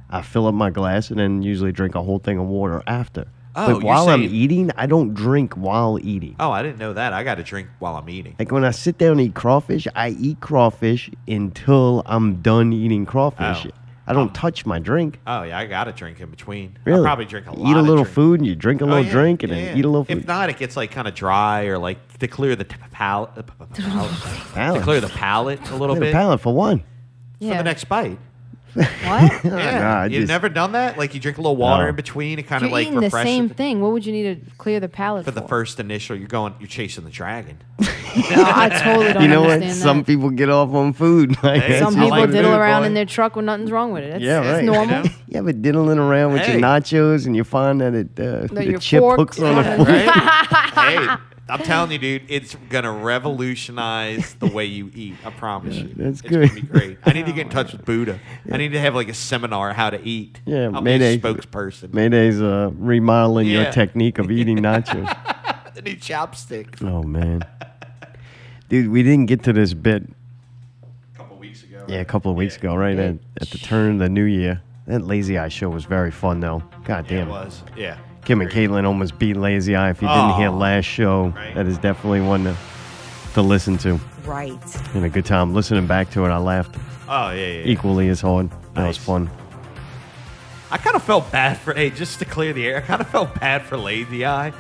Speaker 1: I fill up my glass and then usually drink a whole thing of water after.
Speaker 2: Oh,
Speaker 1: but
Speaker 2: you're
Speaker 1: while I'm
Speaker 2: saying-
Speaker 1: eating, I don't drink while eating.
Speaker 2: Oh, I didn't know that. I got to drink while I'm eating.
Speaker 1: Like when I sit down and eat crawfish, I eat crawfish until I'm done eating crawfish.
Speaker 2: Oh.
Speaker 1: I don't touch my drink.
Speaker 2: Oh yeah, I got to drink in between.
Speaker 1: Really?
Speaker 2: I probably drink a lot.
Speaker 1: Eat a
Speaker 2: of
Speaker 1: little
Speaker 2: drink.
Speaker 1: food and you drink a
Speaker 2: Oh,
Speaker 1: little
Speaker 2: yeah,
Speaker 1: drink and
Speaker 2: yeah,
Speaker 1: then
Speaker 2: yeah.
Speaker 1: eat a little food.
Speaker 2: If not, it gets like kind of dry or like to clear the t- uh, palate. To
Speaker 1: [laughs] Palate.
Speaker 2: clear the palate a little
Speaker 1: Get a
Speaker 2: bit
Speaker 1: palate for one.
Speaker 2: for the next bite.
Speaker 6: What?
Speaker 2: Yeah,
Speaker 1: Nah, I
Speaker 2: you've
Speaker 1: Oh, just-
Speaker 2: never done that. Like you drink a little water
Speaker 1: No.
Speaker 2: in between. It
Speaker 6: If
Speaker 2: kind
Speaker 6: you're
Speaker 2: of like
Speaker 6: eating the
Speaker 2: refreshes
Speaker 6: same thing. What would you need to clear the palate
Speaker 2: for
Speaker 6: for?
Speaker 2: the first initial. You're going. You're chasing
Speaker 1: [laughs]
Speaker 2: the dragon. [laughs]
Speaker 6: I totally don't
Speaker 1: you know what?
Speaker 6: understand that.
Speaker 1: Some people get off on food. [laughs] Like, that's
Speaker 6: Some
Speaker 1: just
Speaker 6: people
Speaker 1: what it
Speaker 6: diddle
Speaker 1: is.
Speaker 6: around in their truck when nothing's wrong with it. That's,
Speaker 1: [laughs] yeah, right.
Speaker 6: that's normal.
Speaker 1: You ever diddling around with
Speaker 2: Hey.
Speaker 1: your nachos and you find that it uh,
Speaker 6: No,
Speaker 1: the
Speaker 6: your
Speaker 1: chip
Speaker 6: fork-
Speaker 1: hooks on
Speaker 6: [laughs]
Speaker 1: the fork?
Speaker 2: Right? hey, I'm telling you, dude, it's gonna revolutionize the way you eat. I promise you.
Speaker 1: [laughs] That's
Speaker 2: it's
Speaker 1: good. Oh,
Speaker 2: gonna be great. I need to get in touch with Buddha. I need to have like a seminar how to eat.
Speaker 1: Yeah,
Speaker 2: I'll
Speaker 1: mayday.
Speaker 2: be a spokesperson.
Speaker 1: Mayday's uh, remodeling
Speaker 2: Yeah.
Speaker 1: your technique of eating nachos.
Speaker 2: the new chopstick.
Speaker 1: Oh man, dude, we didn't get to this bit. A couple weeks ago. Yeah, a couple of weeks ago, right at, at the turn of the new year. That Lazy Eye show was very fun, though. God damn it.
Speaker 2: It was. Yeah.
Speaker 1: Kim and Caitlin almost beat Lazy Eye. If you didn't hear
Speaker 2: Aw.
Speaker 1: last show, that is definitely one to, to listen to.
Speaker 16: Right.
Speaker 1: And a good time listening back to it. I laughed
Speaker 2: Oh yeah, yeah. yeah.
Speaker 1: equally as hard. That was fun.
Speaker 2: I kind of felt bad for hey, just to clear the air. I kind of felt bad for Lazy Eye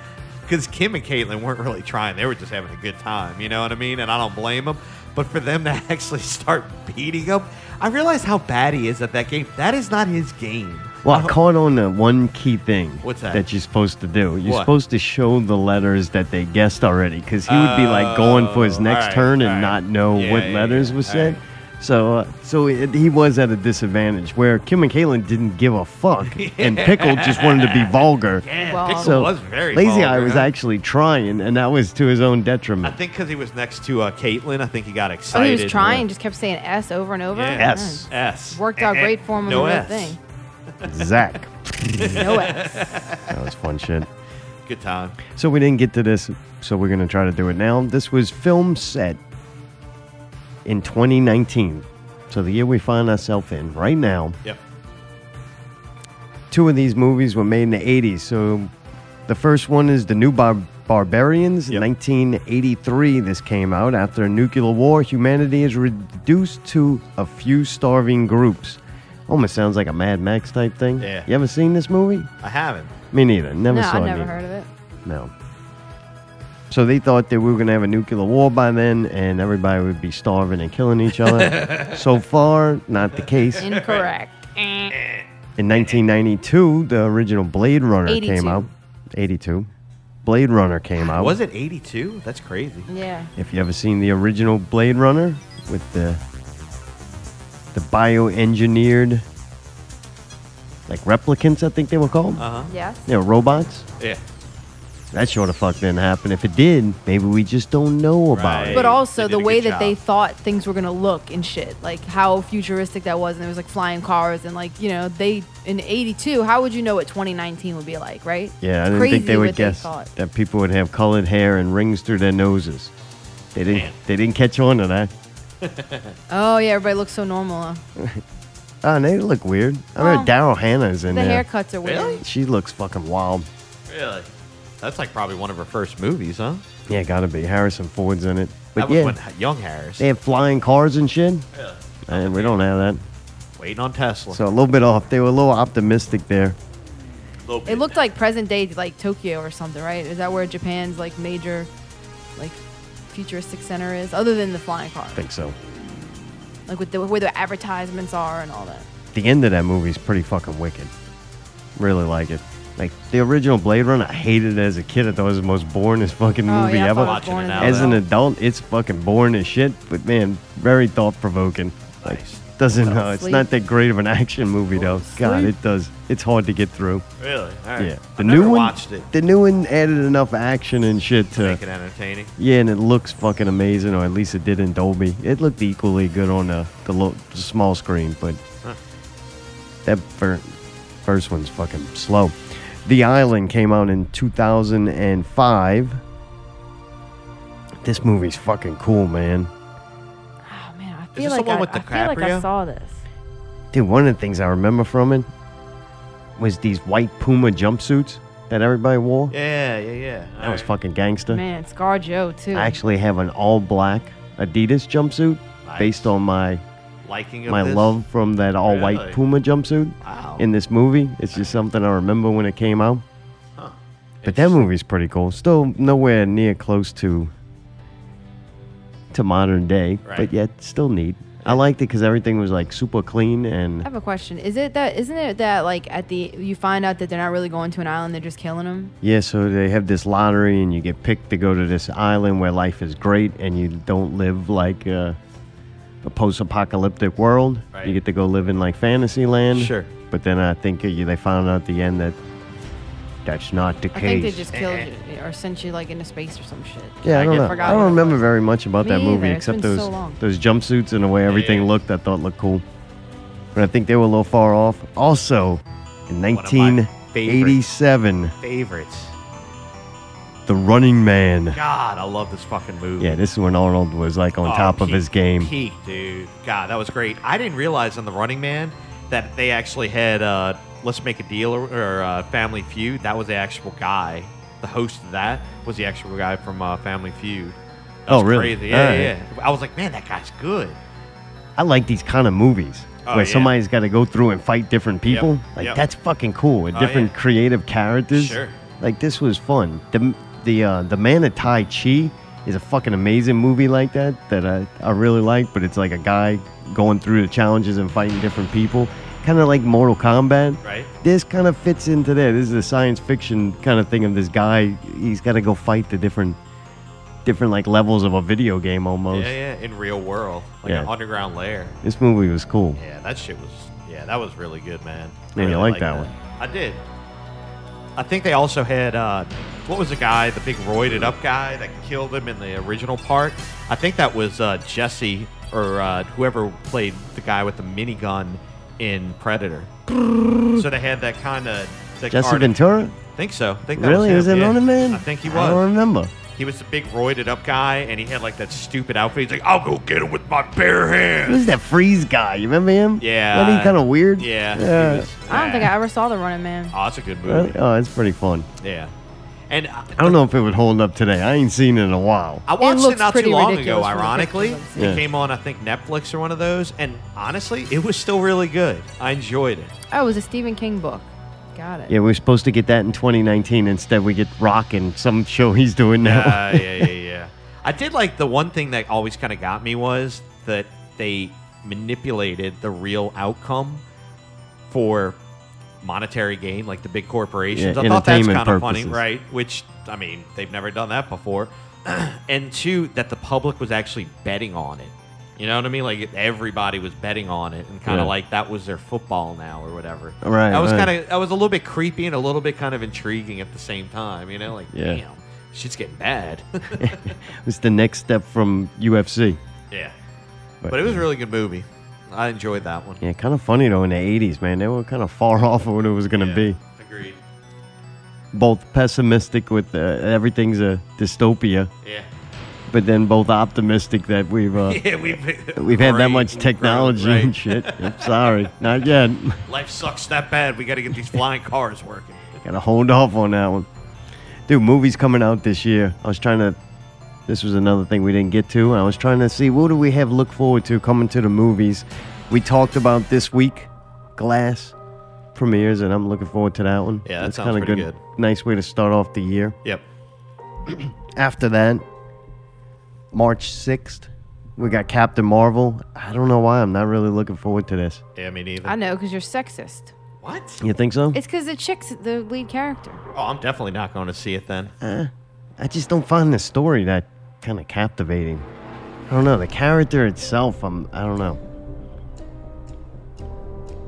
Speaker 2: because Kim and Caitlin weren't really trying; they were just having a good time. You know what I mean? And I don't blame them. But for them to [laughs] actually start beating him, I realize how bad he is at that game. That is not his game.
Speaker 1: Well, I caught on to one key thing.
Speaker 2: What's that?
Speaker 1: That you're supposed to do. You're
Speaker 2: What?
Speaker 1: supposed to show the letters that they guessed already, because he would be like going for his
Speaker 2: Oh,
Speaker 1: next
Speaker 2: alright,
Speaker 1: turn and not
Speaker 2: alright.
Speaker 1: know
Speaker 2: Yeah,
Speaker 1: what
Speaker 2: yeah,
Speaker 1: letters were said. So, uh, so it, he was at a disadvantage where Kim and Kaylin didn't give a
Speaker 2: [laughs]
Speaker 1: fuck, and Pickle just wanted to be vulgar.
Speaker 2: Yeah, Well- Pickle
Speaker 1: so
Speaker 2: was very
Speaker 1: Lazy Eye
Speaker 2: vulgar,
Speaker 1: was
Speaker 2: huh?
Speaker 1: actually trying, and that was to his own detriment.
Speaker 2: I think because he was next to uh, Caitlin, I think he got
Speaker 6: Hmm. Oh,
Speaker 2: excited.
Speaker 6: he was trying, just kept saying S over and over.
Speaker 2: Yeah. S. S.
Speaker 6: Worked out
Speaker 2: Eh, eh.
Speaker 6: great for him on
Speaker 2: No
Speaker 6: the whole
Speaker 2: S. [laughs]
Speaker 6: thing.
Speaker 1: Zach.
Speaker 6: No S.
Speaker 1: [laughs] That was fun shit.
Speaker 2: Good time.
Speaker 1: So we didn't get to this, so we're gonna try to do it now. This was film set in 2019, so the year we find ourselves in right now.
Speaker 2: Yep.
Speaker 1: Two of these movies were made in the 80s. So the first one is The New Bar- Barbarians, 1983. This came out after a nuclear war. Humanity is reduced to a few starving groups. Almost sounds like a Mad Max type thing.
Speaker 2: Yeah.
Speaker 1: You ever seen this movie?
Speaker 2: I haven't.
Speaker 1: Me neither. Never
Speaker 6: no, I
Speaker 1: saw it.
Speaker 6: never
Speaker 1: neither.
Speaker 6: heard of it.
Speaker 1: No. So they thought that we were going to have a nuclear war by then and everybody would be starving and killing each other.
Speaker 2: [laughs]
Speaker 1: so far, not the case.
Speaker 6: Incorrect. Eh.
Speaker 1: In 1992, the original Blade Runner
Speaker 6: 82.
Speaker 1: came out. 82. Blade Runner
Speaker 2: [sighs]
Speaker 1: came out.
Speaker 2: Was it 82? That's crazy.
Speaker 6: Yeah.
Speaker 1: If you ever seen the original Blade Runner with the the bioengineered like replicants, I think they were called.
Speaker 2: Uh-huh.
Speaker 1: [laughs]
Speaker 6: Yes.
Speaker 1: Yeah, robots.
Speaker 2: Yeah.
Speaker 1: That sure the fuck didn't happen. If it did, maybe we just don't know about it.
Speaker 6: But also the way that they thought things were gonna look and shit, like how futuristic that was, and there was like flying cars and like you know they in '82. How would you know what 2019 would be like, right?
Speaker 1: Yeah, I
Speaker 6: It's
Speaker 1: didn't
Speaker 6: crazy
Speaker 1: think they
Speaker 6: what
Speaker 1: would guess
Speaker 6: thought.
Speaker 1: that people would have colored hair and rings through their noses. They didn't. They didn't catch on to that. [laughs]
Speaker 6: oh yeah, everybody looks so normal. Huh?
Speaker 1: Oh, and they look weird. I
Speaker 6: Oh.
Speaker 1: remember Daryl Hannah's in
Speaker 6: The
Speaker 1: there.
Speaker 6: haircuts are weird. Really?
Speaker 1: She looks fucking wild.
Speaker 2: Really? That's like probably one of her first movies, huh?
Speaker 1: Yeah, gotta be. Harrison Ford's in it. But
Speaker 2: that was
Speaker 1: yeah,
Speaker 2: when H- young Harris.
Speaker 1: they have flying cars and shit. And we don't have
Speaker 2: Waiting on
Speaker 1: that.
Speaker 2: Tesla.
Speaker 1: So a little bit off. They were a little optimistic there.
Speaker 6: It looked like present day, like Tokyo or something, right? Is that where Japan's like major, like futuristic center is, other than the flying car,
Speaker 1: I think so.
Speaker 6: like with the where the advertisements are and all that.
Speaker 1: The end of that movie is pretty fucking wicked. Really like it. Like the original Blade Runner, I hated it as a kid. I thought it was the most boringest fucking
Speaker 6: Oh,
Speaker 1: movie
Speaker 6: yeah, I
Speaker 1: ever.
Speaker 6: thought it was Watching it boring as
Speaker 1: as
Speaker 6: hell.
Speaker 1: an adult, it's fucking boring as shit. But man, very thought provoking. Like doesn't know. It's
Speaker 2: Sleep.
Speaker 1: not that great of an [laughs] action movie though. God, it does. It's hard to get through.
Speaker 2: Really? All right.
Speaker 1: Yeah.
Speaker 2: I've
Speaker 1: The
Speaker 2: never
Speaker 1: new one.
Speaker 2: watched it.
Speaker 1: The new one added enough action and shit to
Speaker 2: Make it entertaining.
Speaker 1: Yeah, and it looks fucking amazing, or at least it did in Dolby. It looked equally good on the the, lo- the small screen, but
Speaker 2: Huh.
Speaker 1: that fir- first one's fucking slow. The Island came out in 2005. This movie's fucking cool, man.
Speaker 6: Oh, I
Speaker 2: Is
Speaker 6: feel
Speaker 2: this
Speaker 6: like
Speaker 2: the one
Speaker 6: I,
Speaker 2: with
Speaker 6: I feel like I
Speaker 2: DiCaprio?
Speaker 6: saw this.
Speaker 1: Dude, one of the things I remember from it was these white Puma jumpsuits that everybody wore.
Speaker 2: Yeah, yeah, yeah.
Speaker 1: That was fucking gangster.
Speaker 6: Man, Scar Joe too.
Speaker 1: I actually have an all black Adidas jumpsuit
Speaker 2: Nice.
Speaker 1: based on my
Speaker 2: Liking of
Speaker 1: my
Speaker 2: this?
Speaker 1: love from that all white
Speaker 2: Really?
Speaker 1: Puma jumpsuit in this movie. It's just something I remember when it came out. But that movie's pretty cool. Still nowhere near close to to modern day,
Speaker 6: Right.
Speaker 1: but yet still neat. I liked it because everything was like super clean
Speaker 6: I
Speaker 1: and
Speaker 6: have a question. Is it that? Isn't it that like at the you find out that they're not really going to an island, they're just killing them?
Speaker 1: yeah. So they have this lottery, and you get picked to go to this island where life is great, and you don't live like a, a post-apocalyptic world. You get to go live in like fantasy land.
Speaker 2: Sure.
Speaker 1: But then I think uh, they found out at the end that that's not the
Speaker 6: I
Speaker 1: case.
Speaker 6: think they just killed you or sent you like into space or some shit.
Speaker 1: Yeah, I don't know.
Speaker 6: forgot
Speaker 1: I
Speaker 6: what
Speaker 1: don't
Speaker 6: it
Speaker 1: remember very much about
Speaker 6: Me
Speaker 1: that
Speaker 6: either.
Speaker 1: movie
Speaker 6: It's
Speaker 1: except
Speaker 6: been
Speaker 1: those
Speaker 6: so long.
Speaker 1: those jumpsuits and the way everything looked. I thought looked cool, but I think they were a little far off. Also, in
Speaker 2: favorite-
Speaker 1: 1987,
Speaker 2: Favorites.
Speaker 1: The Running Man.
Speaker 2: God, I love this fucking movie.
Speaker 1: Yeah, this is when Arnold was like on
Speaker 2: Oh,
Speaker 1: top of
Speaker 2: peak-
Speaker 1: his game.
Speaker 2: Peak, dude. God, that was great. I didn't realize on the Running Man that they actually had uh, Let's Make a Deal or, or uh, Family Feud. That was the actual guy. The host of that was the actual guy from uh, Family Feud. That
Speaker 1: Oh,
Speaker 2: was
Speaker 1: really?
Speaker 2: Crazy. Yeah,
Speaker 1: Alright.
Speaker 2: yeah, yeah. I was like, man, that guy's good.
Speaker 1: I like these kind of movies
Speaker 2: Oh,
Speaker 1: where
Speaker 2: yeah.
Speaker 1: somebody's got to go through and fight different people. Like
Speaker 2: yep.
Speaker 1: that's fucking cool. With
Speaker 2: Oh,
Speaker 1: different
Speaker 2: yeah.
Speaker 1: creative characters.
Speaker 2: Sure.
Speaker 1: Like this was fun. The the uh, the Man of Tai Chi is a fucking amazing movie like that that I, I really like. But it's like a guy going through the challenges and fighting different people, kind of like Mortal Kombat.
Speaker 2: Right.
Speaker 1: This kind of fits into there. This is a science fiction kind of thing of this guy. He's got to go fight the different different like levels of a video game almost.
Speaker 2: Yeah, yeah, in real world, like an
Speaker 1: Yeah.
Speaker 2: underground lair.
Speaker 1: This movie was cool.
Speaker 2: Yeah, that shit was. Yeah, that was really good, man.
Speaker 1: Yeah, you
Speaker 2: really
Speaker 1: like
Speaker 2: liked
Speaker 1: that one.
Speaker 2: I did. I think they also had uh, what was the guy, the big roided up guy that killed him in the original part. I think that was uh, Jesse or uh, whoever played the guy with the minigun in Predator. so they had that kind of.
Speaker 1: Jesse Ventura?
Speaker 2: Think so. Think that
Speaker 1: Really? Was
Speaker 2: Was, him,
Speaker 1: it
Speaker 2: yeah.
Speaker 1: on him, man?
Speaker 2: I think he was.
Speaker 1: I don't remember.
Speaker 2: He was the big roided up guy, and he had like that stupid outfit. He's like, "I'll go get him with my bare hands."
Speaker 1: Who's that freeze guy? You remember him?
Speaker 2: Yeah.
Speaker 1: Wasn't he kind of weird?
Speaker 2: Yeah. He
Speaker 1: Yeah.
Speaker 2: was-
Speaker 6: I don't think I ever saw the Running Man.
Speaker 2: oh, it's a good movie.
Speaker 1: Really?
Speaker 6: Uh,
Speaker 1: Oh, it's pretty fun.
Speaker 2: Yeah. And I,
Speaker 1: I don't know if it would hold up today. I ain't seen it in a while.
Speaker 2: I watched it,
Speaker 6: looks
Speaker 2: not too
Speaker 6: pretty
Speaker 2: long ago,
Speaker 6: ridiculous from the
Speaker 2: ironically.
Speaker 6: pictures
Speaker 1: I've seen.
Speaker 2: It came on, I think, Netflix or one of those. And honestly, it was still really good. I enjoyed it.
Speaker 6: Oh, it was a Stephen King book. Got it.
Speaker 1: Yeah, we were supposed to get that in 2019. Instead, we get Rock and some show he's doing now.
Speaker 2: Yeah, yeah,
Speaker 1: [laughs]
Speaker 2: yeah, yeah. I did like the one thing that always kind of got me was that they manipulated the real outcome for monetary gain, like the big corporations.
Speaker 1: Yeah,
Speaker 2: I thought that's
Speaker 1: entertainment
Speaker 2: kind of funny,
Speaker 1: purposes.
Speaker 2: right? Which I mean, they've never done that before. [clears throat] and two, that the public was actually betting on it. You know what I mean? Like everybody was betting on it, and kind of
Speaker 1: Yeah.
Speaker 2: like that was their football now or whatever.
Speaker 1: Right,
Speaker 2: That was
Speaker 1: right.
Speaker 2: kind of that was a little bit creepy and a little bit kind of intriguing at the same time. You know, like
Speaker 1: Yeah.
Speaker 2: damn, shit's getting
Speaker 1: [laughs]
Speaker 2: bad. [laughs]
Speaker 1: It's the next step from UFC.
Speaker 2: yeah,
Speaker 1: But-
Speaker 2: but, it was a really good movie. I enjoyed that one.
Speaker 1: Yeah, kind of funny though. In the '80s, man, they were kind of far [laughs] off of what it was going to be.
Speaker 2: Agreed.
Speaker 1: Both pessimistic with uh, everything's a dystopia.
Speaker 2: Yeah.
Speaker 1: But then both optimistic that we've uh,
Speaker 2: [laughs] Yeah, we've-
Speaker 1: we've had that
Speaker 2: Right,
Speaker 1: much
Speaker 2: right,
Speaker 1: technology and
Speaker 2: right.
Speaker 1: shit. I'm sorry, not
Speaker 2: [laughs]
Speaker 1: yet.
Speaker 2: Life sucks that bad. We got to get these flying cars working.
Speaker 1: Gotta hold off on that one. Dude, movies coming out this year. I was trying to. This was another thing we didn't get to. I was trying to see what do we have look forward to coming to the movies. We talked about this week, Glass premieres, and I'm looking forward to that one.
Speaker 2: Yeah, that
Speaker 1: That's
Speaker 2: sounds
Speaker 1: kinda
Speaker 2: pretty
Speaker 1: Nice way to start off the year.
Speaker 2: Yep.
Speaker 1: After that, March 6th, we got Captain Marvel. I don't know why I'm not really looking forward to this.
Speaker 2: Yeah, me neither.
Speaker 6: I know, because you're sexist.
Speaker 2: What?
Speaker 1: You think so?
Speaker 6: It's because the chick's the lead character.
Speaker 2: Oh, I'm definitely not going to see it then.
Speaker 1: Uh, I just don't find the story that kind of captivating. I don't know the character itself. I'm. I don't know.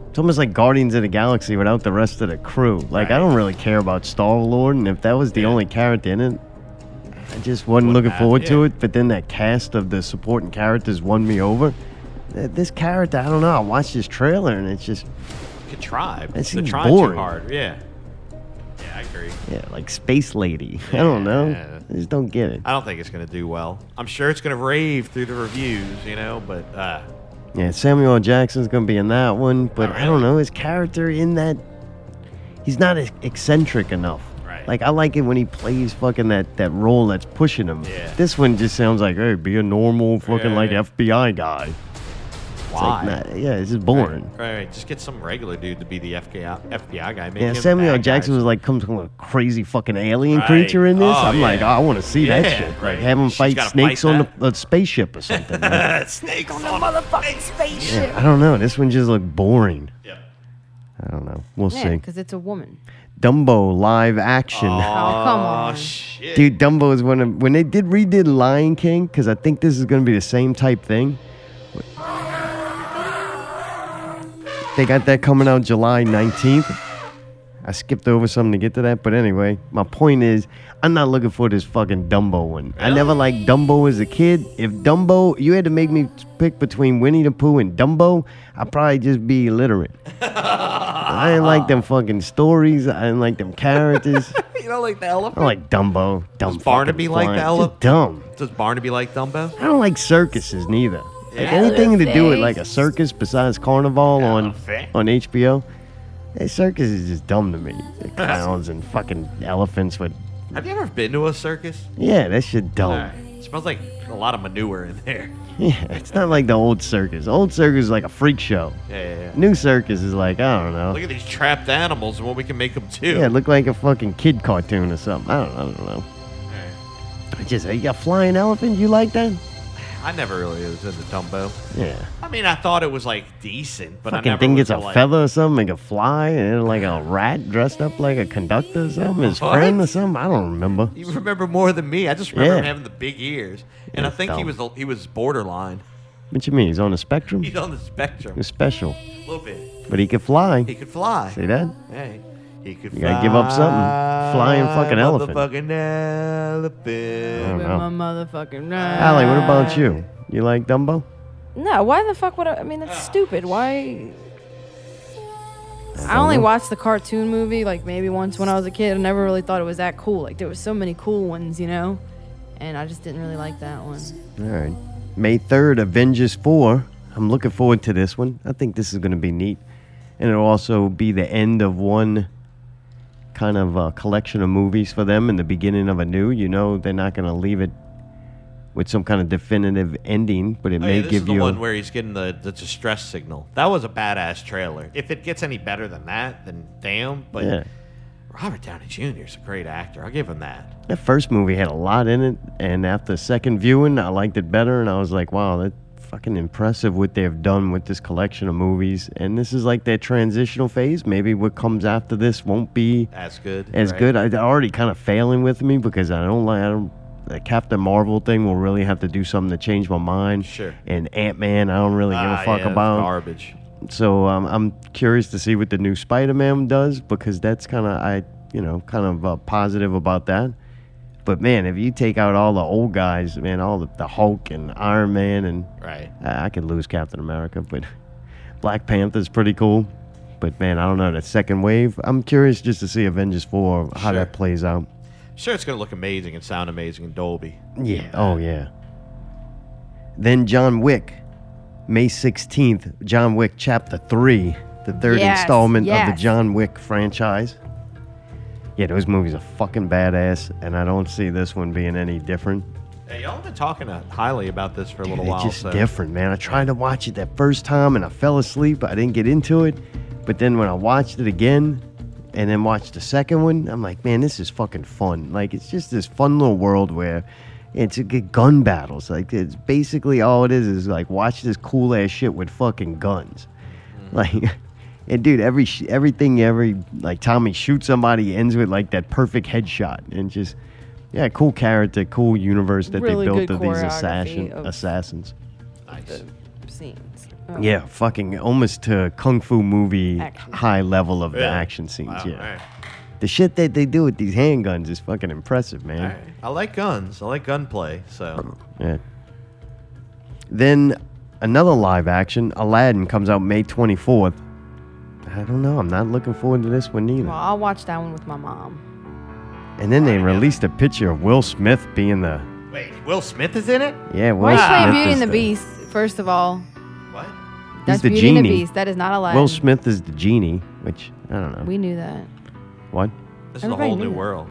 Speaker 1: It's almost like Guardians of the Galaxy without the rest of the crew. Like I don't really care about Star Lord, and if that was the only character in it, I just wasn't looking forward to it. But then that cast of the supporting characters won me over. Th- This character, I don't know. I watched this trailer and it's just
Speaker 2: Contrived.
Speaker 1: That
Speaker 2: They're
Speaker 1: seems
Speaker 2: trying
Speaker 1: boring.
Speaker 2: too hard. Yeah. Yeah, I agree.
Speaker 1: yeah, like Space Lady. [laughs] I don't know. I just don't get it.
Speaker 2: I don't think it's going to do well. I'm sure it's going to rave through the reviews, you know, but uh,
Speaker 1: Yeah, Samuel L. Jackson's gonna be in that one, but I don't know his character in that. He's not ex- eccentric enough. Right. Like I like it when he plays fucking that that role that's pushing him.
Speaker 2: Yeah.
Speaker 1: This one just sounds like, hey, be a normal fucking
Speaker 2: Yeah,
Speaker 1: like
Speaker 2: yeah.
Speaker 1: FBI guy. It's
Speaker 2: why?
Speaker 1: like, nah, yeah, it's just boring.
Speaker 2: Right, right, right. Just get some regular dude to be the FBI, FBI guy. Make
Speaker 1: Yeah,
Speaker 2: him the
Speaker 1: Samuel L.
Speaker 2: bad guy.
Speaker 1: Jackson was like, comes from a crazy fucking alien
Speaker 2: Right.
Speaker 1: creature in this.
Speaker 2: Oh,
Speaker 1: I'm like,
Speaker 2: yeah.
Speaker 1: I want to see that
Speaker 2: Yeah,
Speaker 1: shit. Like,
Speaker 2: right.
Speaker 1: have him
Speaker 2: She's
Speaker 1: fight
Speaker 2: gotta
Speaker 1: snakes
Speaker 2: fight
Speaker 1: on the, a spaceship or something. man.
Speaker 2: [laughs] Snake on the motherfucking
Speaker 1: yeah, I don't know. This one just looked boring. Yeah. I don't know. We'll
Speaker 6: yeah,
Speaker 1: see.
Speaker 6: because it's a woman.
Speaker 1: Dumbo live action.
Speaker 6: Oh, come on.
Speaker 1: Dude, Dumbo is one of when they did redid Lion King because I think this is going to be the same type thing. They got that coming out July 19th. I skipped over something to get to that, but anyway, my point is, I'm not looking for this fucking Dumbo one. I never liked Dumbo as a kid. If Dumbo, you had to make me pick between Winnie the Pooh and Dumbo, I'd probably just be illiterate. I didn't like them fucking stories. I didn't like them
Speaker 2: [laughs]
Speaker 1: characters.
Speaker 2: You know, like the elephant.
Speaker 1: I like Dumbo. Dumb
Speaker 2: Does Barnaby
Speaker 1: fucking
Speaker 2: like
Speaker 1: flying.
Speaker 2: the
Speaker 1: Just
Speaker 2: elephant?
Speaker 1: Dumb.
Speaker 2: [laughs] Does Barnaby like Dumbo?
Speaker 1: I don't like circuses neither. Like
Speaker 2: Yeah.
Speaker 1: anything to do with
Speaker 2: Elephants.
Speaker 1: like a circus besides Carnival on on HBO. Hey, circus eh, is just dumb to me.
Speaker 2: [laughs]
Speaker 1: The clowns and fucking elephants with
Speaker 2: Have you ever been to a circus?
Speaker 1: yeah, that shit dumb.
Speaker 2: All right. It smells like a lot of manure in there.
Speaker 1: [laughs]
Speaker 2: [laughs]
Speaker 1: Yeah, it's not like the old circus. Old circus is like a freak show.
Speaker 2: Yeah, yeah, yeah.
Speaker 1: New circus is like I don't know.
Speaker 2: Look at these trapped animals and what we can make them do.
Speaker 1: Yeah, it looked like a fucking kid cartoon or something. I don't, I don't know. I just you got flying elephant. You like that?
Speaker 2: I never really was into Dumbo.
Speaker 1: Yeah.
Speaker 2: I mean, I thought it was like decent, but I
Speaker 1: fucking
Speaker 2: never
Speaker 1: thing
Speaker 2: was
Speaker 1: gets a
Speaker 2: into, like,
Speaker 1: feather or something, like a fly, and then like a rat dressed up like a conductor or something, his
Speaker 2: What?
Speaker 1: friend or something. I don't remember.
Speaker 2: You remember more than me. I just remember him
Speaker 1: Yeah.
Speaker 2: having the big ears, and I
Speaker 1: it's
Speaker 2: think he
Speaker 1: dumb.
Speaker 2: was the- he was borderline.
Speaker 1: What you mean? He's on the spectrum.
Speaker 2: He's on the spectrum.
Speaker 1: He's special,
Speaker 2: A little bit.
Speaker 1: but he could fly.
Speaker 2: He could fly.
Speaker 1: See that?
Speaker 2: Hey, he could.
Speaker 1: You gotta give up something. Flying fucking elephant.
Speaker 2: Fucking elephant.
Speaker 1: I don't
Speaker 6: My
Speaker 1: know.
Speaker 6: motherfucking
Speaker 1: Allie, what about you? You like Dumbo?
Speaker 6: No, why the fuck would I? I mean, that's stupid. Why? I
Speaker 1: don't
Speaker 6: only
Speaker 1: know.
Speaker 6: watched the cartoon movie like maybe once when I was a kid. I never really thought it was that cool. Like there was so many cool ones, you know, and I just didn't really like that one.
Speaker 1: All right. May 3rd, Avengers 4. I'm looking forward to this one. I think this is going to be neat. And it'll also be the end of one kind of uh, collection of movies for them and the beginning of a new. You know, they're not going to leave it with some kind of definitive ending, but it
Speaker 2: Oh,
Speaker 1: may
Speaker 2: yeah, this
Speaker 1: give
Speaker 2: is the
Speaker 1: you.
Speaker 2: one where he's getting the, the distress signal. That was a badass trailer. If it gets any better than that, then damn. But
Speaker 1: Yeah.
Speaker 2: Robert Downey Jr. is a great actor. I'll give him that.
Speaker 1: That first movie had a lot in it, and after second viewing, I liked it better, and I was like, wow, that fucking impressive what they've done with this collection of movies. And this is like their transitional phase. Maybe what comes after this won't be
Speaker 2: As good,
Speaker 1: As
Speaker 2: right.
Speaker 1: good. I, they're already kind of failing with me because I don't like. I don't. The Captain Marvel thing will really have to do something to change my mind.
Speaker 2: Sure.
Speaker 1: And Ant Man, I don't really give
Speaker 2: Ah,
Speaker 1: a fuck
Speaker 2: yeah,
Speaker 1: about.
Speaker 2: garbage.
Speaker 1: So um, I'm curious to see what the new Spider-Man does because that's kind of I, you know, kind of uh, positive about that. But man, if you take out all the old guys, man, all the, the Hulk and Iron Man and
Speaker 2: right,
Speaker 1: I, I could lose Captain America, but [laughs] Black Panther's pretty cool. But man, I don't know the second wave. I'm curious just to see Avengers four how that plays out.
Speaker 2: Sure, it's going to look amazing and sound amazing in Dolby.
Speaker 1: Yeah. Oh yeah. Then John Wick, May sixteenth, John Wick Chapter Three, the third
Speaker 2: Yes,
Speaker 1: installment of
Speaker 2: yes.
Speaker 1: the John Wick franchise. Yeah, those movies are fucking badass, and I don't see this one being any different.
Speaker 2: Hey, y'all have been talking uh, highly about this for a little
Speaker 1: They're
Speaker 2: while.
Speaker 1: just
Speaker 2: so.
Speaker 1: different, man. I tried to watch it that first time, and I fell asleep. I didn't get into it, but then when I watched it again, and then watched the second one, I'm like, man, this is fucking fun. Like it's just this fun little world where it's a good gun battles. Like it's basically all it is is like watch this cool ass shit with fucking guns.
Speaker 2: Mm-hmm.
Speaker 1: Like, [laughs] and dude, every sh- everything, every like time he shoots somebody, he ends with like that perfect headshot, and just yeah, cool character, cool universe that
Speaker 6: Really
Speaker 1: they built
Speaker 6: good
Speaker 1: of these
Speaker 6: choreography
Speaker 1: assassin
Speaker 6: of-
Speaker 1: assassins.
Speaker 6: The scenes. Oh.
Speaker 1: Yeah, fucking almost to kung fu movie
Speaker 6: Action.
Speaker 1: high level of the
Speaker 2: Yeah.
Speaker 1: action scenes.
Speaker 2: Wow,
Speaker 1: yeah,
Speaker 2: alright.
Speaker 1: the shit that they do with these handguns is fucking impressive, man. Um,
Speaker 2: I like guns. I like gunplay. So
Speaker 1: Yeah. Then another live action, Aladdin, comes out May 24th. I don't know. I'm not looking forward to this one either.
Speaker 6: Well, I'll watch that one with my mom.
Speaker 1: And then they released a picture of Will Smith being the
Speaker 2: wait, Will Smith is in it.
Speaker 1: yeah. Will
Speaker 6: Why are you playing
Speaker 1: Smith
Speaker 6: Beauty
Speaker 1: is
Speaker 6: and the Beast? First of all,
Speaker 2: what?
Speaker 6: That's
Speaker 1: the
Speaker 6: Beauty and the
Speaker 1: genie.
Speaker 6: Beast. That is not Aladdin.
Speaker 1: Will Smith is the genie, which I don't know.
Speaker 6: We knew that.
Speaker 1: what?
Speaker 2: This
Speaker 6: Everybody
Speaker 2: is a whole
Speaker 6: knew
Speaker 2: new
Speaker 6: that.
Speaker 2: world.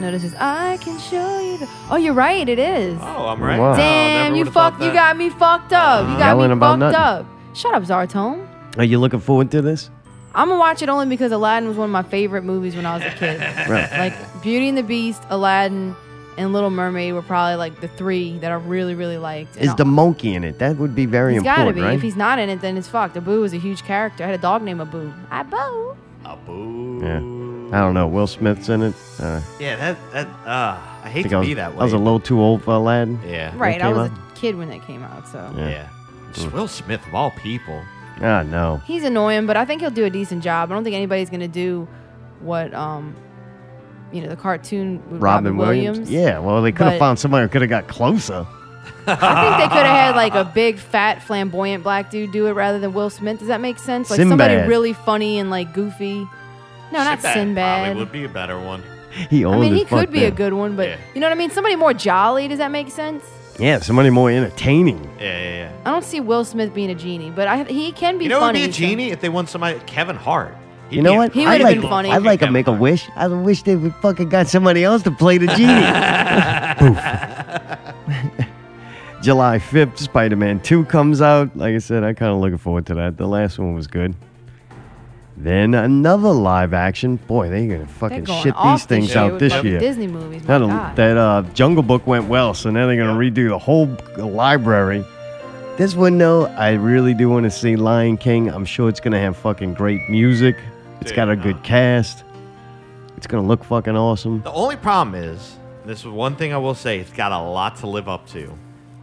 Speaker 6: No, this is I can show you. The... Oh, you're right. It is.
Speaker 2: Oh, I'm right.
Speaker 1: Wow.
Speaker 6: Damn, you fucked. You got me fucked up. You got
Speaker 1: Yelling
Speaker 6: me
Speaker 1: about
Speaker 6: fucked
Speaker 1: nothing.
Speaker 6: up. Shut up, Zartone.
Speaker 1: Are you looking forward to this?
Speaker 6: I'm gonna watch it only because Aladdin was one of my favorite movies when I was a
Speaker 2: [laughs]
Speaker 6: kid.
Speaker 1: Right.
Speaker 6: Like Beauty and the Beast, Aladdin, and Little Mermaid were probably like the three that I really, really liked. And
Speaker 1: Is the monkey in it? That would be very
Speaker 6: He's gotta
Speaker 1: important,
Speaker 6: be.
Speaker 1: right?
Speaker 6: If he's not in it, then it's fucked. Abu is a huge character. I had a dog named Abu. Abu.
Speaker 2: Abu.
Speaker 1: yeah. I don't know. Will Smith's in it. Uh,
Speaker 2: Yeah, that that uh, I hate
Speaker 1: think
Speaker 2: to
Speaker 1: I was,
Speaker 2: be that way.
Speaker 1: I was a little too old for Aladdin.
Speaker 2: Yeah.
Speaker 1: when
Speaker 6: Right.
Speaker 1: it
Speaker 6: I
Speaker 1: came
Speaker 6: was
Speaker 1: out.
Speaker 6: a kid when that came out, so.
Speaker 1: Yeah.
Speaker 2: yeah. Just Will Smith of all people.
Speaker 1: Ah, no.
Speaker 6: He's annoying, but I think he'll do a decent job. I don't think anybody's gonna do what um, you know, the cartoon with Robin, Williams.
Speaker 1: Yeah, well, they could have
Speaker 6: But-
Speaker 1: found somebody who could have got closer. [laughs]
Speaker 6: I think they could have had
Speaker 2: [laughs]
Speaker 6: like a big fat flamboyant black dude do it rather than Will Smith. Does that make sense? Like somebody
Speaker 1: Sinbad.
Speaker 6: really funny and like goofy. No, not Sinbad.
Speaker 2: Probably would be a better one.
Speaker 1: He old
Speaker 6: I mean,
Speaker 1: as
Speaker 6: he
Speaker 1: fuck
Speaker 6: could be a
Speaker 1: then.
Speaker 6: good one, but you know what I mean? Somebody more jolly. Does that make sense?
Speaker 1: Yeah, somebody more entertaining.
Speaker 2: Yeah, yeah, yeah.
Speaker 6: I don't see Will Smith being a genie, but I, he can be
Speaker 2: you know,
Speaker 6: funny.
Speaker 2: it would be a
Speaker 6: so-
Speaker 2: genie if they won somebody Kevin Hart. He'd
Speaker 1: you
Speaker 2: be
Speaker 1: know
Speaker 2: a
Speaker 1: what?
Speaker 6: He
Speaker 1: I'd
Speaker 6: would've
Speaker 1: like,
Speaker 6: been funny.
Speaker 1: I'd like a make a wish. I wish they would fucking got somebody else to
Speaker 2: [laughs]
Speaker 1: play the genie. Poof. [laughs] July 5th, Spider Man 2 comes out. Like I said, I kind of looking forward to that. The last one was good. Then another live action. Boy, they're going to fucking
Speaker 6: going
Speaker 1: shit
Speaker 6: off
Speaker 1: these
Speaker 6: this
Speaker 1: things
Speaker 6: year
Speaker 1: out
Speaker 6: with
Speaker 1: this
Speaker 6: fucking
Speaker 1: year.
Speaker 6: Disney movies, Oh my
Speaker 1: Now the-
Speaker 6: God.
Speaker 1: That uh, Jungle Book went well, so now they're going to redo the whole library. This one, though, I really do want to see Lion King. I'm sure it's going to have fucking great music. It's got a good cast. It's going to look fucking awesome.
Speaker 2: The only problem is, this is one thing I will say, it's got a lot to live up to.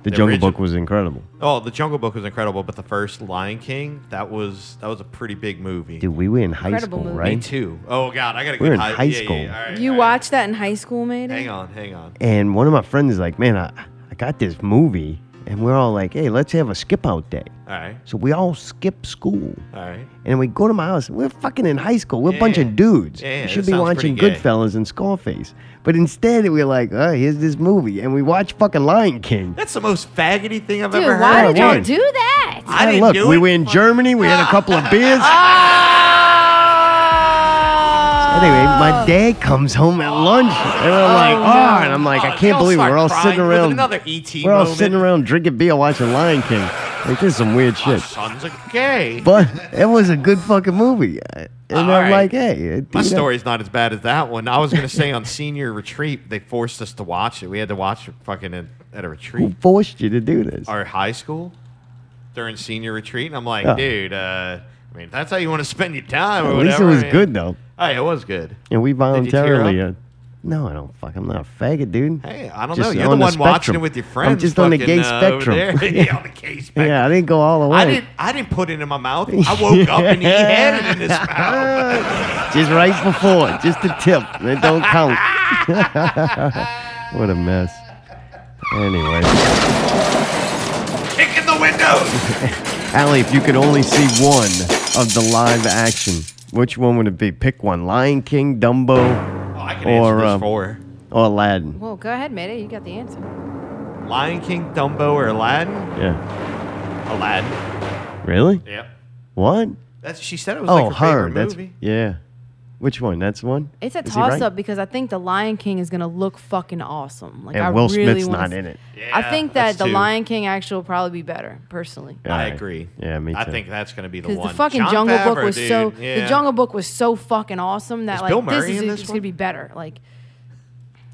Speaker 1: The Jungle
Speaker 2: origi-
Speaker 1: Book was incredible.
Speaker 2: Oh, the Jungle Book was incredible, but the first Lion King, that was that was a pretty big movie.
Speaker 1: Dude, we were in high
Speaker 6: Incredible
Speaker 1: school,
Speaker 6: movie.
Speaker 1: right?
Speaker 2: Me too. Oh God, I gotta
Speaker 1: We were
Speaker 2: get
Speaker 1: in high
Speaker 2: yeah, yeah,
Speaker 1: school.
Speaker 2: yeah, all right.
Speaker 6: You watched that in high school, mate?
Speaker 2: Hang on, hang on.
Speaker 1: And one of my friends is like, man, I, I got this movie. And we're all like, hey, let's have a skip out day.
Speaker 2: All right,
Speaker 1: So we all skip school.
Speaker 2: all right.
Speaker 1: And we go to my house. We're fucking in high school. We're a bunch
Speaker 2: Yeah.
Speaker 1: of dudes.
Speaker 2: Yeah,
Speaker 1: we
Speaker 2: that
Speaker 1: should be
Speaker 2: sounds
Speaker 1: watching
Speaker 2: pretty gay.
Speaker 1: Goodfellas and Scarface. But instead, we're like, oh, here's this movie. And we watch fucking Lion King.
Speaker 2: That's the most faggoty thing I've
Speaker 6: Dude,
Speaker 2: ever heard.
Speaker 6: why
Speaker 1: heard
Speaker 6: did y'all
Speaker 1: one.
Speaker 6: do that?
Speaker 2: I
Speaker 1: And
Speaker 2: didn't
Speaker 1: look,
Speaker 2: do
Speaker 1: we
Speaker 2: it. Ah!
Speaker 1: were in Germany. We had a couple of
Speaker 2: [laughs]
Speaker 1: beers. Anyway, my dad comes home at lunch, and we're like, oh, and I'm like, I can't
Speaker 2: y'all
Speaker 1: believe it.
Speaker 2: start
Speaker 1: we're all
Speaker 2: crying
Speaker 1: sitting
Speaker 2: with
Speaker 1: around.
Speaker 2: another ET
Speaker 1: we're all
Speaker 2: moment.
Speaker 1: sitting around drinking beer, watching Lion King. Like this is some weird shit.
Speaker 2: Sons of gay.
Speaker 1: But it was a good fucking movie, and I'm
Speaker 2: All right.
Speaker 1: like, hey,
Speaker 2: My
Speaker 1: you know-
Speaker 2: story's not as bad as that one. I was gonna say on senior retreat they forced us to watch it. We had to watch it fucking in at a retreat
Speaker 1: Who forced you to do this?
Speaker 2: our high school during senior retreat, and I'm like,
Speaker 1: Yeah.
Speaker 2: dude, uh, I mean, if that's how you want to spend your time or
Speaker 1: At least it
Speaker 2: whatever.
Speaker 1: was
Speaker 2: I mean-
Speaker 1: good though.
Speaker 2: Hey, it was good.
Speaker 1: And we
Speaker 2: Did you tear
Speaker 1: voluntarily.
Speaker 2: up?
Speaker 1: Uh, no, I don't. Fuck, I'm not a faggot, dude.
Speaker 2: Hey, I don't
Speaker 1: Just
Speaker 2: know. You're the
Speaker 1: on
Speaker 2: one watching
Speaker 1: spectrum.
Speaker 2: it with your
Speaker 1: I'm
Speaker 2: friends.
Speaker 1: just on the
Speaker 2: fucking,
Speaker 1: gay
Speaker 2: uh, over
Speaker 1: spectrum.
Speaker 2: there.
Speaker 1: [laughs]
Speaker 2: [laughs] yeah, on the gay spectrum.
Speaker 1: Yeah, I didn't go all the way.
Speaker 2: I didn't. I didn't put it in my
Speaker 1: [laughs]
Speaker 2: mouth. I woke up and he had it in his mouth. [laughs]
Speaker 1: just right before, just a tip. It don't
Speaker 2: [laughs]
Speaker 1: count. [laughs] what a mess. Anyway,
Speaker 2: Kick in the
Speaker 1: [laughs]
Speaker 2: window.
Speaker 1: Allie, if you could only see one of the live action, which one would it be? Pick one: Lion King, Dumbo,
Speaker 2: Oh, can answer
Speaker 1: or
Speaker 2: this
Speaker 1: um,
Speaker 2: for
Speaker 1: or Aladdin.
Speaker 6: Well, go ahead, Mayday. You got the answer.
Speaker 2: Lion King, Dumbo, or Aladdin?
Speaker 1: Yeah.
Speaker 2: Aladdin.
Speaker 1: Really?
Speaker 2: Yep.
Speaker 1: What?
Speaker 2: That's she said it was
Speaker 1: oh,
Speaker 2: like her,
Speaker 1: her.
Speaker 2: favorite
Speaker 1: That's
Speaker 2: movie.
Speaker 1: yeah. Which one? That's the one.
Speaker 6: It's a
Speaker 1: Is he right?
Speaker 6: toss up because I think the Lion King is gonna look fucking awesome. Like
Speaker 1: And
Speaker 6: I
Speaker 1: Will
Speaker 6: really
Speaker 1: Smith's
Speaker 6: wanna
Speaker 1: not
Speaker 6: see-
Speaker 1: in it.
Speaker 6: I think
Speaker 2: that's
Speaker 6: that the
Speaker 2: two.
Speaker 6: Lion King actually will probably be better, personally.
Speaker 1: All
Speaker 2: I
Speaker 1: right.
Speaker 2: agree.
Speaker 1: Yeah, me
Speaker 2: I
Speaker 1: too.
Speaker 2: think that's going to be the
Speaker 6: Because
Speaker 2: one.
Speaker 6: the fucking
Speaker 2: John
Speaker 6: Jungle Book
Speaker 2: Favreau,
Speaker 6: was so
Speaker 2: dude. Yeah.
Speaker 6: the Jungle Book was so fucking awesome that
Speaker 2: Is
Speaker 6: like
Speaker 2: Bill Murray
Speaker 6: this
Speaker 2: in
Speaker 6: is
Speaker 2: this
Speaker 6: it's gonna be better. Like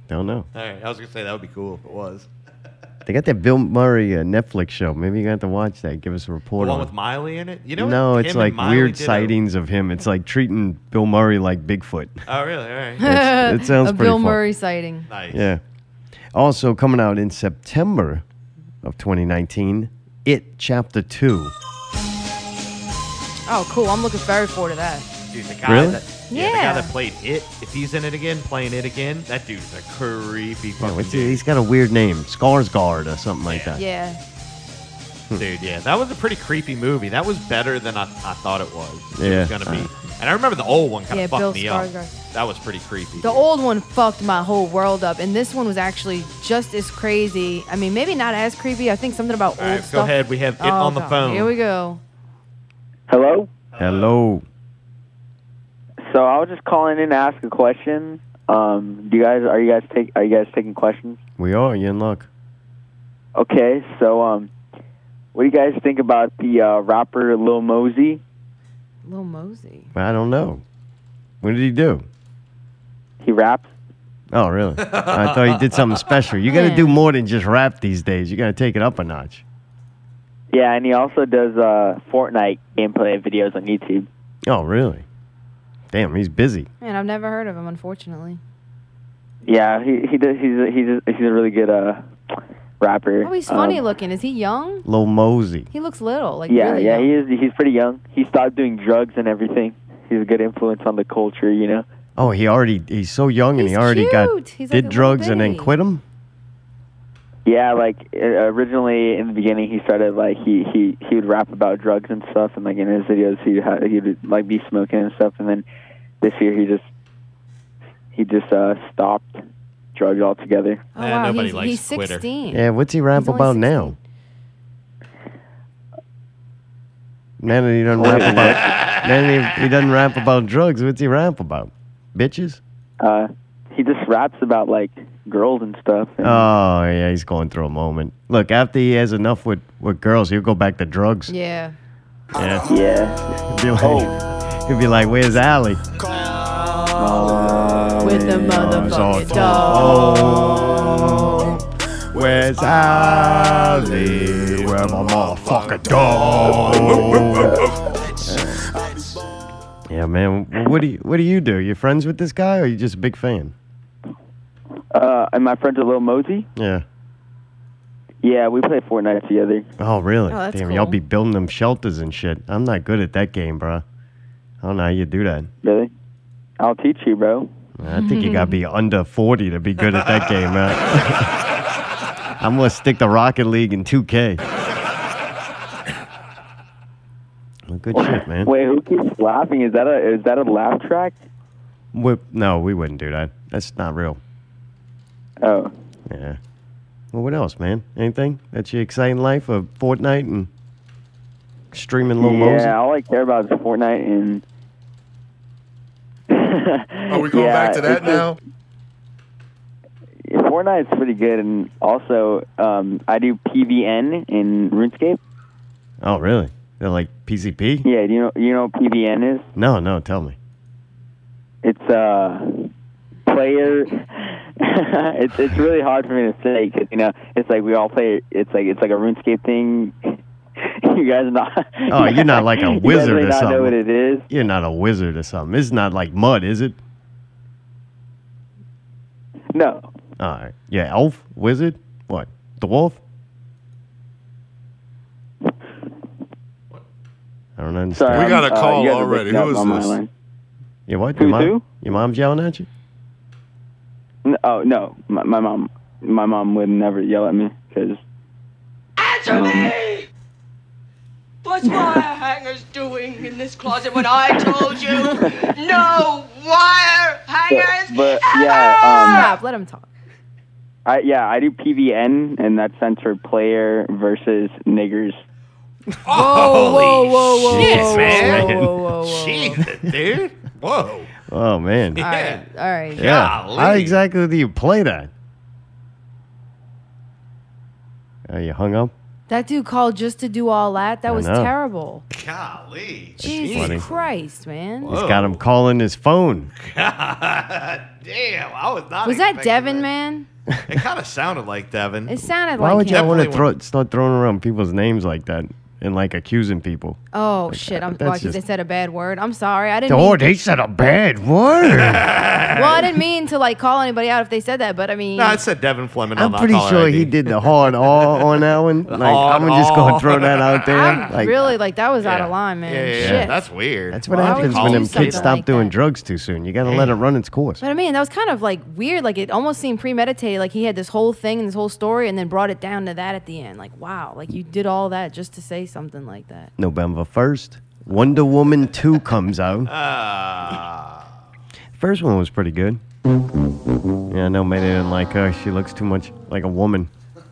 Speaker 1: Don't know.
Speaker 2: All right, I was going to say that would be cool if it was.
Speaker 1: They got that Bill Murray uh, Netflix show. Maybe you got to watch that. Give us a
Speaker 2: The
Speaker 1: report
Speaker 2: one
Speaker 1: on.
Speaker 2: with
Speaker 1: it.
Speaker 2: Miley in it. You know?
Speaker 1: no,
Speaker 2: what?
Speaker 1: it's
Speaker 2: Him
Speaker 1: like
Speaker 2: and Miley
Speaker 1: weird
Speaker 2: did a-
Speaker 1: sightings of him. It's like treating Bill Murray like Bigfoot.
Speaker 2: oh, really? All
Speaker 6: [laughs]
Speaker 2: right.
Speaker 1: It's- it sounds
Speaker 6: a
Speaker 1: pretty
Speaker 6: Bill
Speaker 1: fun.
Speaker 6: Murray sighting.
Speaker 2: Nice.
Speaker 1: Yeah. Also coming out in September of 2019, It Chapter Two.
Speaker 6: Oh, cool. I'm looking very forward to that.
Speaker 2: Dude, the guy
Speaker 1: Really?
Speaker 2: that yeah, the guy
Speaker 6: Yeah.
Speaker 2: that played it. If he's in it again, playing it again, that dude's a creepy
Speaker 1: Yeah,
Speaker 2: fucking
Speaker 1: what's he-
Speaker 2: dude.
Speaker 1: he's got a weird name, Skarsgård or something like that.
Speaker 6: Yeah.
Speaker 2: Dude, yeah, that was a pretty creepy movie. That was better than I, I thought it was. It
Speaker 1: Yeah.
Speaker 2: was gonna be. And I remember the old one kind
Speaker 6: Yeah,
Speaker 2: of fucked
Speaker 6: Bill
Speaker 2: me up.
Speaker 6: Skarsgård.
Speaker 2: That was pretty creepy.
Speaker 6: The old one fucked my whole world up, and this one was actually just as crazy. I mean, maybe not as creepy. I think something about
Speaker 2: All
Speaker 6: old
Speaker 2: right, go
Speaker 6: stuff.
Speaker 2: ahead. We have it
Speaker 6: Oh,
Speaker 2: on the
Speaker 6: God.
Speaker 2: phone.
Speaker 6: Here we go.
Speaker 16: Hello.
Speaker 1: Hello.
Speaker 16: So I was just calling in to ask a question. Um, do you guys are you guys take are you guys taking questions?
Speaker 1: We are. You in luck?
Speaker 16: Okay. So um, what do you guys think about the uh, rapper Lil Mosey?
Speaker 6: Lil Mosey.
Speaker 1: I don't know. What did he do?
Speaker 16: He raps. [laughs]
Speaker 1: Oh, really? I thought he did something special. You got to
Speaker 16: Yeah.
Speaker 1: do more than just rap these days. You got to take it up a notch.
Speaker 16: Yeah, and he also does uh, Fortnite gameplay videos on YouTube.
Speaker 1: Oh, really? Damn, he's busy.
Speaker 6: Man, I've never heard of him, unfortunately.
Speaker 16: Yeah, he he does, he's a, he's a, he's a really good uh, rapper.
Speaker 6: Oh, he's funny
Speaker 16: Um,
Speaker 6: looking. Is he young?
Speaker 1: Lil Mosey.
Speaker 6: He looks little. Like
Speaker 16: yeah,
Speaker 6: really
Speaker 16: yeah,
Speaker 6: young.
Speaker 16: he is. He's pretty young. He stopped doing drugs and everything. He's a good influence on the culture, you know.
Speaker 1: Oh, he already he's so young and he already got
Speaker 16: cute. He's like
Speaker 1: did
Speaker 16: a little
Speaker 1: drugs and then
Speaker 16: bitty.
Speaker 1: quit them.
Speaker 16: Yeah, like uh, originally in the beginning, he started like he he he would rap about drugs and stuff, and like in his videos, he ha- he would like be smoking and stuff, and then this year he just he just uh stopped drugs altogether.
Speaker 6: Oh, wow. nobody he's, likes he's 16.
Speaker 1: Yeah, what's he rap
Speaker 6: He's only
Speaker 1: about now? Now that he doesn't rap about now that he, he doesn't rap about drugs, what's he rap about? Bitches?
Speaker 16: Uh, he just raps about like girls and stuff.
Speaker 1: Oh yeah, he's going through a moment. Look, after he has enough with, with girls, he'll go back to drugs.
Speaker 6: Yeah.
Speaker 1: Yeah.
Speaker 16: Yeah.
Speaker 1: He'll be like, he'll be like where's Allie?
Speaker 6: With the
Speaker 1: motherfucking dog. Where's Allie? Where my motherfucking dog? Yeah, man. Well, What do you What do you do? You friends with this guy, or you just a big fan?
Speaker 16: Uh, and my friend Lil Mosey.
Speaker 1: Yeah.
Speaker 16: Yeah, we play Fortnite together.
Speaker 1: Oh, really?
Speaker 16: Oh, that's
Speaker 1: Damn, y'all
Speaker 16: cool.
Speaker 1: be building them shelters and shit. I'm not good at that game, bro. I don't know how you do that.
Speaker 16: Really? I'll teach you, bro.
Speaker 1: I think you
Speaker 16: [laughs]
Speaker 1: gotta be under 40 to be good at that game, man. [laughs] I'm gonna stick to Rocket League and 2K. Well, good shit, man.
Speaker 16: Wait, who keeps laughing? Is that a is that a laugh track?
Speaker 1: Wh- no, we wouldn't do that. That's not real.
Speaker 16: Oh.
Speaker 1: Yeah. Well, what else, man? Anything? That's your exciting life of Fortnite and streaming Lil
Speaker 16: yeah,
Speaker 1: Mosey?
Speaker 16: all I care about is Fortnite
Speaker 1: [laughs]
Speaker 16: and. Are
Speaker 1: we going back to that now?
Speaker 16: Fortnite's pretty good, and also um, I do PVN in RuneScape.
Speaker 1: Oh, really? They're like PCP?
Speaker 16: Yeah, do you know you know what PVN is?
Speaker 1: No, no, tell me.
Speaker 16: It's uh player [laughs] it's it's really hard for me to say 'cause, you know it's like we all play. It's like it's like a RuneScape thing. [laughs] you guys are not.
Speaker 1: Oh, you're not like
Speaker 16: [laughs] You
Speaker 1: a
Speaker 16: guys
Speaker 1: wizard
Speaker 16: may
Speaker 1: or
Speaker 16: not
Speaker 1: something.
Speaker 16: Know what it is.
Speaker 1: You're not a wizard or something. It's not like mud, is it?
Speaker 16: No.
Speaker 1: All right. Yeah, elf, wizard, what? Dwarf? I don't understand.
Speaker 16: Sorry, We got I'm, a uh, call you guys are already. breaking Who up is on my this? line.
Speaker 1: Your what?
Speaker 16: Who's
Speaker 1: your, mom,
Speaker 16: who?
Speaker 1: your mom's yelling at you?
Speaker 16: N- Oh no, my, my mom, my mom would never yell at me um, because.
Speaker 17: Answer me! What's wire hangers doing in this closet when I told you
Speaker 16: [laughs]
Speaker 17: no wire
Speaker 16: But,
Speaker 17: hangers?
Speaker 16: but yeah, um,
Speaker 6: Stop. Let him talk.
Speaker 16: I yeah I do PVN and that stands for player versus
Speaker 6: [laughs]
Speaker 16: niggers.
Speaker 6: Oh, Whoa, whoa, whoa, whoa,
Speaker 16: shit,
Speaker 6: whoa,
Speaker 16: man.
Speaker 6: whoa, whoa, whoa, whoa.
Speaker 2: Jesus, dude. Whoa.
Speaker 1: Oh, man.
Speaker 6: All right, all right.
Speaker 1: Yeah. How exactly do you play that? Oh, you hung up?
Speaker 6: That dude called just to do all that. That
Speaker 1: I
Speaker 6: was
Speaker 1: know.
Speaker 6: terrible.
Speaker 2: Golly.
Speaker 6: Jesus
Speaker 1: funny.
Speaker 6: Christ, man.
Speaker 1: He's got him calling his phone.
Speaker 2: [laughs] God damn, I was not.
Speaker 6: Was that
Speaker 2: expecting Mm-hmm.
Speaker 6: Devin, man?
Speaker 2: It kind of sounded like Devin.
Speaker 6: It sounded
Speaker 1: Why
Speaker 6: like
Speaker 1: would
Speaker 6: him.
Speaker 1: y'all want to throw, start throwing around people's names like that and like accusing people?
Speaker 6: Oh shit! I'm
Speaker 1: that's
Speaker 6: like,
Speaker 1: just-
Speaker 6: I said a bad word. I'm sorry. I didn't.
Speaker 1: Oh,
Speaker 6: mean,
Speaker 1: they said a bad
Speaker 2: [laughs]
Speaker 1: word.
Speaker 6: well, I didn't mean to like call anybody out if they said that, but I mean,
Speaker 2: No, it said Devin Fleming on
Speaker 1: I'm
Speaker 2: the
Speaker 1: pretty
Speaker 2: caller
Speaker 1: sure
Speaker 2: ID.
Speaker 1: he did the hard R on that one. Like, I'm
Speaker 2: hard
Speaker 1: just going to
Speaker 2: R.
Speaker 1: throw that out there.
Speaker 6: I'm
Speaker 1: like,
Speaker 6: really like that was out of line, man.
Speaker 2: Yeah, yeah,
Speaker 6: shit.
Speaker 2: yeah, that's weird.
Speaker 1: That's what
Speaker 6: Why would
Speaker 1: happens
Speaker 6: you
Speaker 1: when
Speaker 6: do
Speaker 1: them
Speaker 6: something
Speaker 1: kids stop
Speaker 6: like
Speaker 1: doing drugs too soon. You got to let it run its course.
Speaker 6: But I mean, that was kind of like weird. Like it almost seemed premeditated. Like he had this whole thing and this whole story, and then brought it down to that at the end. Like wow, like you did all that just to say something like that.
Speaker 1: November 1st, Wonder Woman 2 comes out.
Speaker 2: Ah.
Speaker 1: First one was pretty good. Yeah, I know many didn't like her. She looks too much like a woman. [laughs]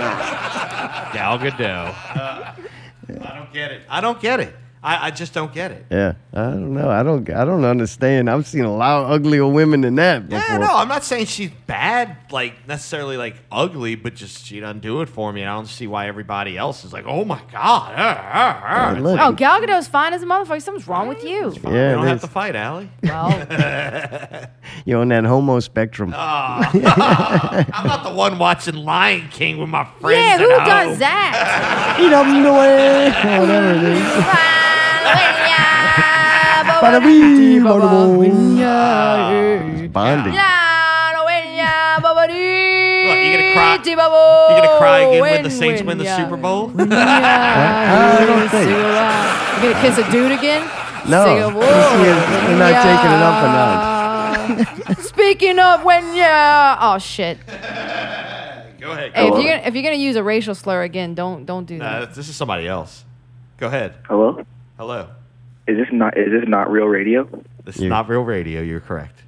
Speaker 2: Gal Gadot. Uh, I don't get it. I don't get it. I, I just don't get it.
Speaker 1: Yeah, I don't know. I don't. I don't understand. I've seen a lot uglier women than that before.
Speaker 2: Yeah, no, I'm not saying she's bad, like necessarily like ugly, but just she doesn't do it for me, and I don't see why everybody else is like, oh my god. ah, ah, ah." It's like,
Speaker 6: Oh, Gal Gadot's fine as a motherfucker. Something's wrong with you.
Speaker 1: fine. Oh, Yeah,
Speaker 2: we
Speaker 1: it
Speaker 2: don't have
Speaker 1: is.
Speaker 2: to fight, Allie. [laughs]
Speaker 1: You're on that homo spectrum.
Speaker 2: Ah.
Speaker 1: [laughs]
Speaker 2: I'm not the one watching Lion King with my friends.
Speaker 6: Yeah,
Speaker 2: at
Speaker 6: who
Speaker 2: home.
Speaker 6: does that?
Speaker 1: Eat up, no way. [laughs] Whatever it is. Bada bing, bada boom. It's Bonding.
Speaker 2: Look, you gonna cry? You gonna cry
Speaker 6: Oh,
Speaker 2: again when the Saints win the Super Bowl?
Speaker 1: I don't
Speaker 6: [laughs]
Speaker 1: think.
Speaker 6: You gonna kiss a dude again?
Speaker 1: No,
Speaker 6: Say a
Speaker 1: this [laughs] is- they're not taking it up a notch.
Speaker 6: Speaking of when yeah, oh shit.
Speaker 2: Go ahead.
Speaker 6: Hey, if
Speaker 2: Go
Speaker 6: you're
Speaker 2: on.
Speaker 6: gonna, if you're gonna use a racial slur again, don't don't do that.
Speaker 2: Nah, this is somebody else. Go ahead.
Speaker 18: Hello.
Speaker 2: Hello.
Speaker 18: Is this not is this not real radio?
Speaker 2: This is not real radio. You're correct.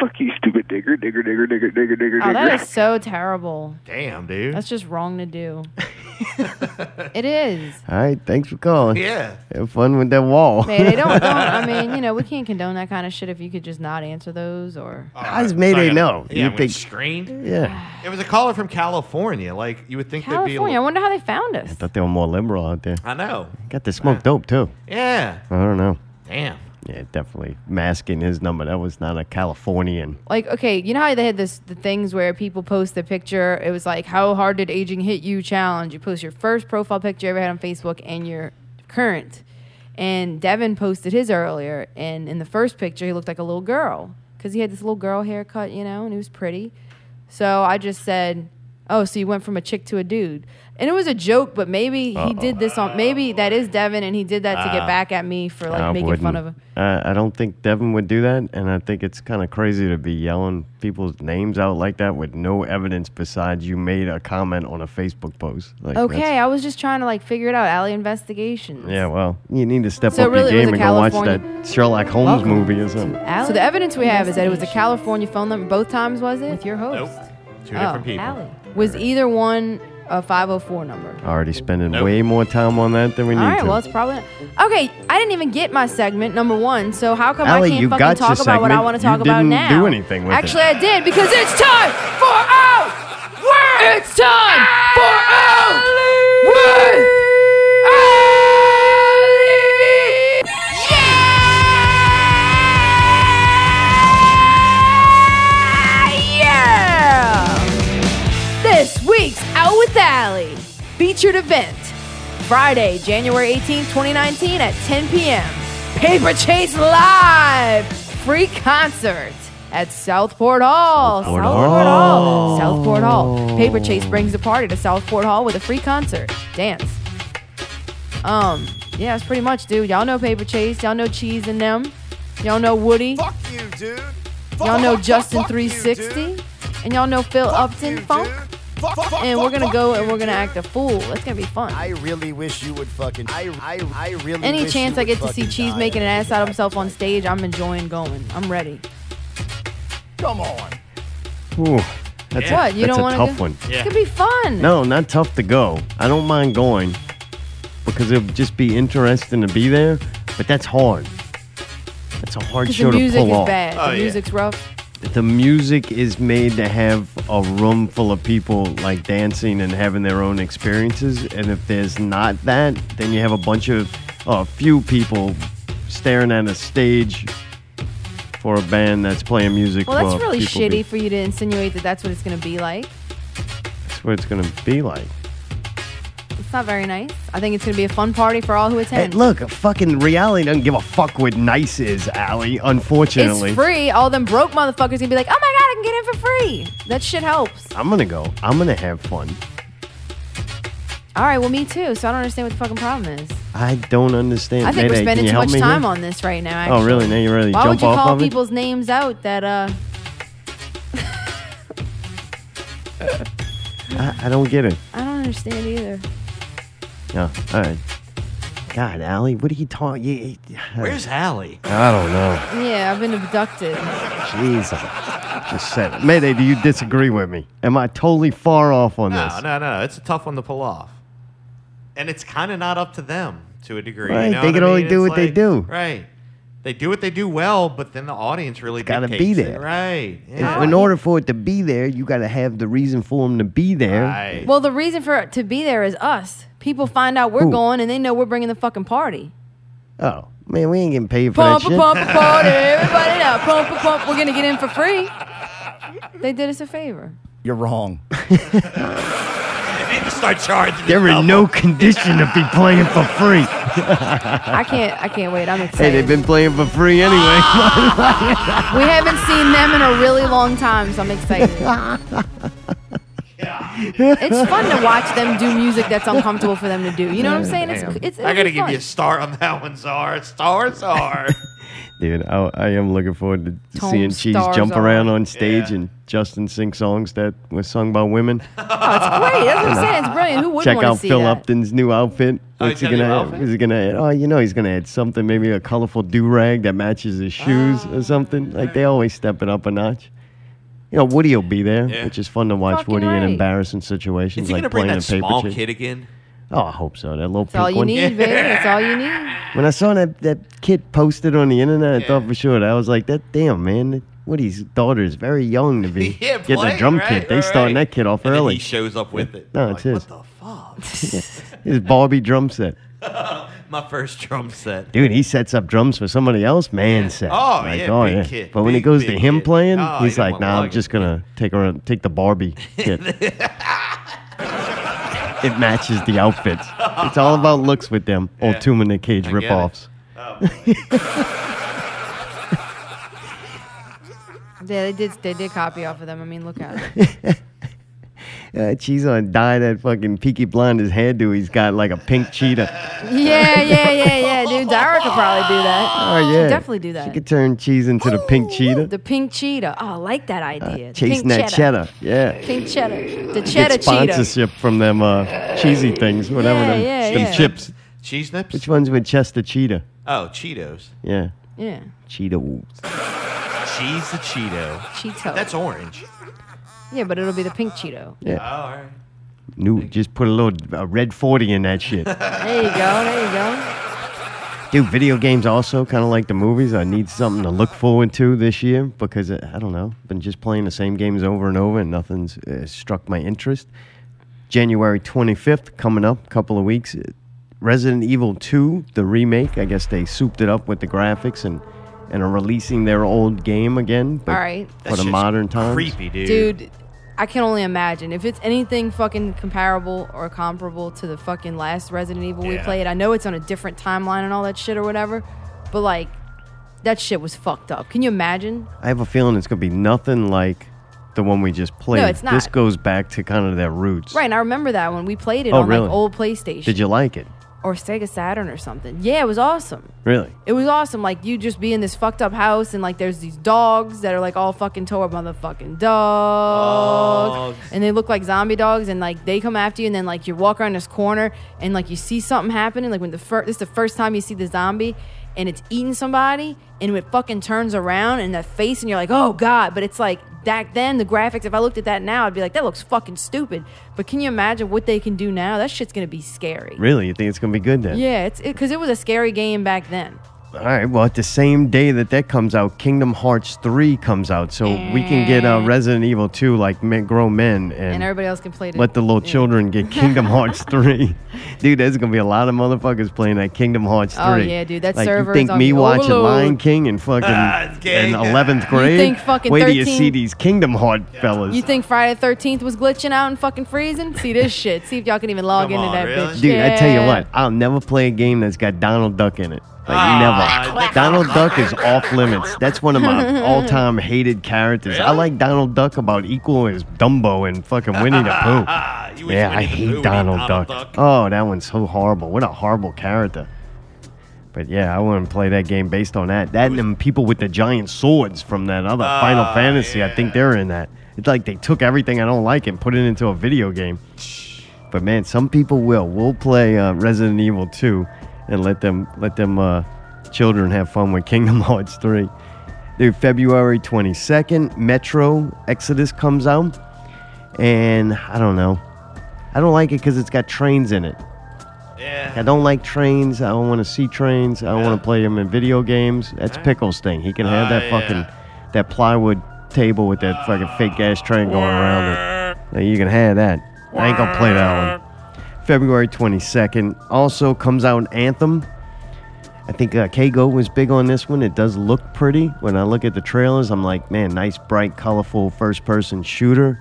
Speaker 18: Fuck you, stupid digger, digger, digger, digger, digger, digger,
Speaker 6: Oh,
Speaker 18: digger.
Speaker 6: that is so terrible.
Speaker 2: Damn, dude.
Speaker 6: That's just wrong to
Speaker 2: [laughs]
Speaker 6: do. it is.
Speaker 1: All right, thanks for calling.
Speaker 6: Yeah.
Speaker 1: Have fun with that
Speaker 2: Oh.
Speaker 1: wall.
Speaker 6: Mayday, don't, don't. I mean, you know, we can't condone that kind of shit if you could just not answer those or.
Speaker 1: [laughs]
Speaker 2: Oh,
Speaker 1: I just made
Speaker 2: Sorry,
Speaker 1: it know.
Speaker 2: Yeah,
Speaker 1: you
Speaker 2: when
Speaker 1: think?
Speaker 2: screened.
Speaker 1: Yeah.
Speaker 2: It was a caller from California. Like you would think there'd be. A
Speaker 6: California, I wonder how they found us.
Speaker 1: I thought they were more liberal out there.
Speaker 2: I know.
Speaker 1: Got to smoke dope too.
Speaker 2: Yeah.
Speaker 1: I don't know.
Speaker 2: Damn.
Speaker 1: Yeah, definitely masking his number. That was not a Californian.
Speaker 6: Like, okay, you know how they had this the things where people post the picture. It was like, how hard did aging hit you? Challenge. You post your first profile picture you ever had on Facebook and your current. And Devin posted his earlier, and in the first picture, he looked like a little girl because he had this little girl haircut, you know, and he was pretty. So I just said, "Oh, so you went from a chick to a dude." And it was a joke, but maybe
Speaker 1: Uh-oh.
Speaker 6: he did this on. Maybe that is Devin, and he did that to
Speaker 1: Ah.
Speaker 6: get back at me for like
Speaker 1: I
Speaker 6: making
Speaker 1: wouldn't.
Speaker 6: fun of him.
Speaker 1: I, I don't think Devin would do that, and I think it's kind of crazy to be yelling people's names out like that with no evidence besides you made a comment on a Facebook post. Like, that's-
Speaker 6: okay, I was just trying to like figure it out. Alley investigations.
Speaker 1: Yeah, well, you need to step
Speaker 6: So
Speaker 1: up
Speaker 6: really, it
Speaker 1: your
Speaker 6: was
Speaker 1: game
Speaker 6: a
Speaker 1: and go watch
Speaker 6: California-
Speaker 1: that Sherlock Holmes movie or something.
Speaker 6: So the evidence we have is that it was a California phone number. Both times was it? With your host.
Speaker 1: Two different people.
Speaker 6: Was either one a 504 number?
Speaker 1: Already spending way more time on that than we
Speaker 6: All
Speaker 1: need
Speaker 6: right.
Speaker 1: to.
Speaker 6: Well, it's probably okay. I didn't even get my segment number one. So how come
Speaker 1: Allie,
Speaker 6: I
Speaker 1: you
Speaker 6: can't
Speaker 1: got
Speaker 6: fucking talk
Speaker 1: your
Speaker 6: about what I
Speaker 1: segment.
Speaker 6: want to talk
Speaker 1: You
Speaker 6: about
Speaker 1: didn't
Speaker 6: now?
Speaker 1: do anything with it.
Speaker 6: Actually, I did because it's time for out. Word. Oh, It's time for out. Word.
Speaker 8: Yeah!
Speaker 3: Alley featured event Friday, January 18, 2019 at 10 p.m. Paper Chase Live free concert at Southport Hall.
Speaker 6: Southport
Speaker 3: Southport
Speaker 6: Hall.
Speaker 3: Hall. Southport Hall. Paper Chase brings the party to Southport Hall with a free concert. Dance. Um, yeah, that's pretty much, dude. Y'all know Paper Chase. Y'all know Cheese and them. Y'all know Woody. Fuck you, dude. y'all know Justin 360. and y'all know Phil Upton Funk. and we're gonna go and we're gonna act a fool. It's gonna be fun.
Speaker 10: I really wish you would fucking. I, I, I really.
Speaker 6: Any
Speaker 10: wish
Speaker 6: chance
Speaker 10: you
Speaker 6: I
Speaker 10: would
Speaker 6: get to see
Speaker 10: fucking
Speaker 6: Cheese
Speaker 10: die.
Speaker 6: making an ass out of himself on stage, I'm enjoying going. I'm ready.
Speaker 10: Come on.
Speaker 1: Ooh, that's a,
Speaker 6: what? You
Speaker 1: that's
Speaker 6: don't
Speaker 1: a
Speaker 6: want to
Speaker 1: tough one.
Speaker 6: It's gonna be fun.
Speaker 1: No, not tough to go. I don't mind going because it would just be interesting to be there, but that's hard. That's a hard
Speaker 6: Because
Speaker 1: show
Speaker 6: the music
Speaker 1: to pull
Speaker 6: is
Speaker 1: off.
Speaker 6: bad. the music's rough.
Speaker 1: The music is made to have a room full of people like dancing and having their own experiences, and if there's not that, then you have a bunch of uh, a few people staring at a stage for a band that's playing music.
Speaker 6: Well, that's
Speaker 1: for
Speaker 6: really
Speaker 1: people to
Speaker 6: shitty
Speaker 1: be-
Speaker 6: for you to insinuate that that's what it's gonna be like.
Speaker 1: That's what it's gonna be like.
Speaker 6: It's not very nice. I think it's gonna be a fun party for all who
Speaker 1: Hey,
Speaker 6: attend.
Speaker 1: look, fucking reality doesn't give a fuck what nice is, Allie, unfortunately.
Speaker 6: It's free. All them broke motherfuckers gonna be like, oh my god, I can get in for free. That shit helps.
Speaker 1: I'm gonna go. I'm gonna have fun.
Speaker 6: All right, well, me too. So I don't understand what the fucking problem is.
Speaker 1: I don't understand.
Speaker 6: I think
Speaker 1: Mayday,
Speaker 6: we're spending
Speaker 1: can you
Speaker 6: too
Speaker 1: help
Speaker 6: much
Speaker 1: me
Speaker 6: time
Speaker 1: here?
Speaker 6: on this right now.
Speaker 1: Oh,
Speaker 6: Actually.
Speaker 1: really? Now you really
Speaker 6: Why
Speaker 1: jump
Speaker 6: would you
Speaker 1: off
Speaker 6: call
Speaker 1: of it?
Speaker 6: people's names out? That uh,
Speaker 1: I, I don't get it.
Speaker 6: I don't understand either.
Speaker 1: Yeah. All right. God, Allie, what are you talking? You,
Speaker 2: Where's Allie?
Speaker 1: I don't know.
Speaker 6: Yeah, I've been abducted.
Speaker 1: Jesus. Just said it. Mayday, do you disagree with me? Am I totally far off on
Speaker 2: No,
Speaker 1: this?
Speaker 2: no, no. It's a tough one to pull off, and it's kind of not up to them to a degree. you
Speaker 1: Right,
Speaker 2: know
Speaker 1: they
Speaker 2: what
Speaker 1: can
Speaker 2: I
Speaker 1: only
Speaker 2: mean?
Speaker 1: do
Speaker 2: It's
Speaker 1: what they
Speaker 2: like-
Speaker 1: do.
Speaker 2: Right. They do what they do well, but then the audience really got
Speaker 1: gotta
Speaker 2: to
Speaker 1: be there.
Speaker 2: Right.
Speaker 1: If- in order for it to be there, you got to have the reason for them to be there.
Speaker 6: Well, the reason for it to be there is us. People find out we're
Speaker 1: Who?
Speaker 6: going, and they know we're bringing the fucking party.
Speaker 1: Oh man, we ain't getting paid for
Speaker 6: Pump
Speaker 1: that
Speaker 6: a
Speaker 1: shit.
Speaker 6: pump a party, everybody now. Pump a pump. We're gonna get in for free. They did us a favor.
Speaker 10: You're
Speaker 1: [laughs]
Speaker 10: wrong.
Speaker 2: They need to start charging.
Speaker 1: There are no condition to be playing for free.
Speaker 6: I
Speaker 1: I
Speaker 6: can't. I can't wait. I'm
Speaker 1: Hey,
Speaker 6: excited.
Speaker 1: they've been playing for free anyway.
Speaker 6: we haven't seen them in a really long time, so I'm excited. it's fun to watch them do music that's uncomfortable for them to do. You know what I'm saying? It's,
Speaker 2: Damn.
Speaker 6: it's,
Speaker 2: I
Speaker 6: it'll
Speaker 2: gotta
Speaker 6: be
Speaker 2: give
Speaker 6: fun.
Speaker 2: you a star on that one, Czar. Star,
Speaker 1: [laughs]
Speaker 2: Czar.
Speaker 1: [laughs] Dude, I, I am looking forward to
Speaker 6: Tom
Speaker 1: seeing Cheese
Speaker 6: Stars
Speaker 1: jump
Speaker 6: on.
Speaker 1: around on stage and Justin sing songs that were sung by women.
Speaker 6: Oh, it's great. That's what I'm
Speaker 1: [laughs]
Speaker 6: saying. It's brilliant. Who wouldn't
Speaker 1: Check
Speaker 6: want
Speaker 1: out
Speaker 6: to see
Speaker 1: Phil
Speaker 6: that?
Speaker 1: Upton's new outfit.
Speaker 6: Oh,
Speaker 1: What's
Speaker 6: he's
Speaker 1: he
Speaker 6: got a new
Speaker 1: gonna add? Is he gonna add? Oh, you know he's gonna add something, maybe a colorful do rag that matches his shoes
Speaker 6: Ah.
Speaker 1: or something. Like they always step it up a notch. You know, Woody will be there, which is fun to watch
Speaker 2: Fucking
Speaker 1: Woody
Speaker 2: right.
Speaker 1: in embarrassing situations
Speaker 2: Is he
Speaker 1: like
Speaker 2: gonna bring
Speaker 1: playing
Speaker 2: that
Speaker 1: a paper
Speaker 2: small
Speaker 1: chase.
Speaker 2: kid again? [laughs]
Speaker 1: Oh, I hope so. That little
Speaker 6: That's all
Speaker 1: pink
Speaker 6: you
Speaker 1: one.
Speaker 6: need, baby. That's all you need.
Speaker 1: When I saw that that kid posted on the internet, I thought for sure that I was like, that damn man, Woody's daughter is very young to be
Speaker 2: [laughs] Yeah,
Speaker 1: getting
Speaker 2: playing,
Speaker 1: a drum
Speaker 2: right,
Speaker 1: kit. They
Speaker 2: right.
Speaker 1: starting that kid off
Speaker 2: And then
Speaker 1: early.
Speaker 2: he shows up with it.
Speaker 1: No,
Speaker 2: Like,
Speaker 1: it's his.
Speaker 2: what
Speaker 1: Yeah. [laughs] His Barbie drum set.
Speaker 2: My first drum set.
Speaker 1: Dude, he sets up drums for somebody else, man set.
Speaker 2: Oh, yeah, big kid,
Speaker 1: But when it
Speaker 2: big,
Speaker 1: goes to
Speaker 2: big
Speaker 1: him
Speaker 2: kid.
Speaker 1: playing,
Speaker 2: Oh,
Speaker 1: he's
Speaker 2: he don't
Speaker 1: like,
Speaker 2: wanna
Speaker 1: nah, I'm
Speaker 2: lug it.
Speaker 1: just
Speaker 2: [laughs]
Speaker 1: gonna take her take the Barbie kit. [laughs] it matches the outfits. It's all about looks with them. Old
Speaker 2: Yeah.
Speaker 1: Tomb in the Cage
Speaker 2: I get it.
Speaker 1: ripoffs. [laughs]
Speaker 6: Yeah, they did. They did copy off of them. I mean, look at
Speaker 1: [laughs]
Speaker 6: it.
Speaker 1: Uh, cheese on dye that fucking Peaky Blinders hairdo. He's got like
Speaker 6: [laughs]
Speaker 1: a pink cheetah.
Speaker 6: yeah, yeah, yeah, yeah, dude. Dara could probably do that.
Speaker 1: Oh
Speaker 6: She'd
Speaker 1: yeah,
Speaker 6: definitely do that.
Speaker 1: She could turn cheese into the pink cheetah,
Speaker 6: The pink cheetah. Oh, I like that idea. The
Speaker 1: Uh, chasing
Speaker 6: pink
Speaker 1: that cheddar. Yeah.
Speaker 6: Pink cheddar. The
Speaker 1: Get
Speaker 6: cheddar cheetah.
Speaker 1: sponsorship from them uh, cheesy things, whatever
Speaker 6: Yeah,
Speaker 1: them,
Speaker 6: yeah,
Speaker 1: them
Speaker 6: yeah.
Speaker 1: chips.
Speaker 2: Cheese nips?
Speaker 1: Which ones with Chester Cheetah?
Speaker 2: Oh, Cheetos.
Speaker 1: Yeah.
Speaker 6: Yeah.
Speaker 1: Cheetos.
Speaker 2: Cheese the Cheeto.
Speaker 6: Cheeto.
Speaker 2: That's orange.
Speaker 6: Yeah, but it'll be the pink cheeto.
Speaker 1: Yeah.
Speaker 2: Oh, all right.
Speaker 1: New. Just put a little uh, red forty in that shit.
Speaker 6: There you go. There you go.
Speaker 1: Dude, video games also kind of like the movies. I need something to look forward to this year because uh, I don't know, been just playing the same games over and over, and nothing's uh, struck my interest. January 25th coming up, couple of weeks. uh, Resident Evil 2, the remake. I guess they souped it up with the graphics and and are releasing their old game again, but
Speaker 6: All right.
Speaker 1: for the modern times.
Speaker 2: Creepy, dude.
Speaker 6: Dude, I can only imagine if it's anything fucking comparable or comparable to the fucking last Resident Evil we
Speaker 3: Yeah.
Speaker 6: played. I know it's on a different timeline and all that shit or whatever, but like that shit was fucked up. Can you imagine?
Speaker 1: I have a feeling it's going to be nothing like the one we just played.
Speaker 6: it's not.
Speaker 1: This goes back to kind of their roots.
Speaker 6: Right, and I remember that when we played it
Speaker 1: Oh,
Speaker 6: on
Speaker 1: really?
Speaker 6: like old PlayStation
Speaker 1: Did you like it?
Speaker 6: or Sega Saturn or something. Yeah, it was awesome.
Speaker 1: Really?
Speaker 6: It was awesome. Like you just be in this fucked up house and like there's these dogs that are like all fucking tore motherfucking dogs. And they look like zombie dogs and like they come after you and then like you walk around this corner and like you see something happening. Like when the first this is the first time you see the zombie and it's eating somebody and it fucking turns around and that face and you're like, oh God. But it's like back then the graphics, if I looked at that now, I'd be like, that looks fucking stupid. But can you imagine what they can do now? That shit's gonna be scary.
Speaker 1: Really? You think it's going to be good then?
Speaker 6: Yeah, it's because it was a scary game back then.
Speaker 1: All right. Well, at the same day that that comes out, Kingdom Hearts 3 comes out. So we can get uh, Resident Evil 2, like men, grown men, and,
Speaker 6: And everybody else can play it.
Speaker 1: let the little children get
Speaker 6: [laughs]
Speaker 1: Kingdom Hearts 3. Dude, there's going to be a lot of motherfuckers playing that Kingdom Hearts 3.
Speaker 6: Oh, yeah, dude, that
Speaker 1: like,
Speaker 6: server is
Speaker 1: You think
Speaker 6: on the
Speaker 1: me watching
Speaker 6: overload.
Speaker 1: Lion King and fucking in 11th grade?
Speaker 6: think fucking
Speaker 1: Wait till you
Speaker 6: 13
Speaker 1: see these Kingdom Heart fellas.
Speaker 6: You think Friday the Thirteenth was glitching out and fucking freezing? See [laughs] this shit. See if y'all can even log into that bitch.
Speaker 1: Dude, I tell you
Speaker 6: Yeah.
Speaker 1: what, I'll never play a game that's got Donald Duck in it. Like never. Donald Duck is off limits. That's one
Speaker 6: [laughs]
Speaker 1: of my all-time hated characters. I like Donald Duck about equal as Dumbo and fucking Winnie the [laughs] Pooh. yeah, I hate Donald, Duck. Oh, that one's so horrible. What a horrible character. But yeah, I wouldn't play that game based on that. That and them people with the giant swords from that other Final Fantasy. I think they're in that. It's like they took everything I don't like and put it into a video game. But man, some people will. We'll play uh, Resident Evil 2 and let them let them uh, children have fun with Kingdom [laughs] Hearts 3. Dude, February 22nd, Metro Exodus comes out, and I don't know. I don't like it because it's got trains in it. Yeah. I don't like trains. I don't want to see trains. I don't want to play them in video games. That's Pickles' thing. He can have
Speaker 2: Ah,
Speaker 1: that fucking that plywood table with that fucking fake ass train going around it. Now, you can have that. I ain't gonna play that one. February 22nd. Also comes out Anthem. I think uh, Kago was big on this one. It does look pretty. When I look at the trailers, I'm like, man, nice, bright, colorful first person shooter.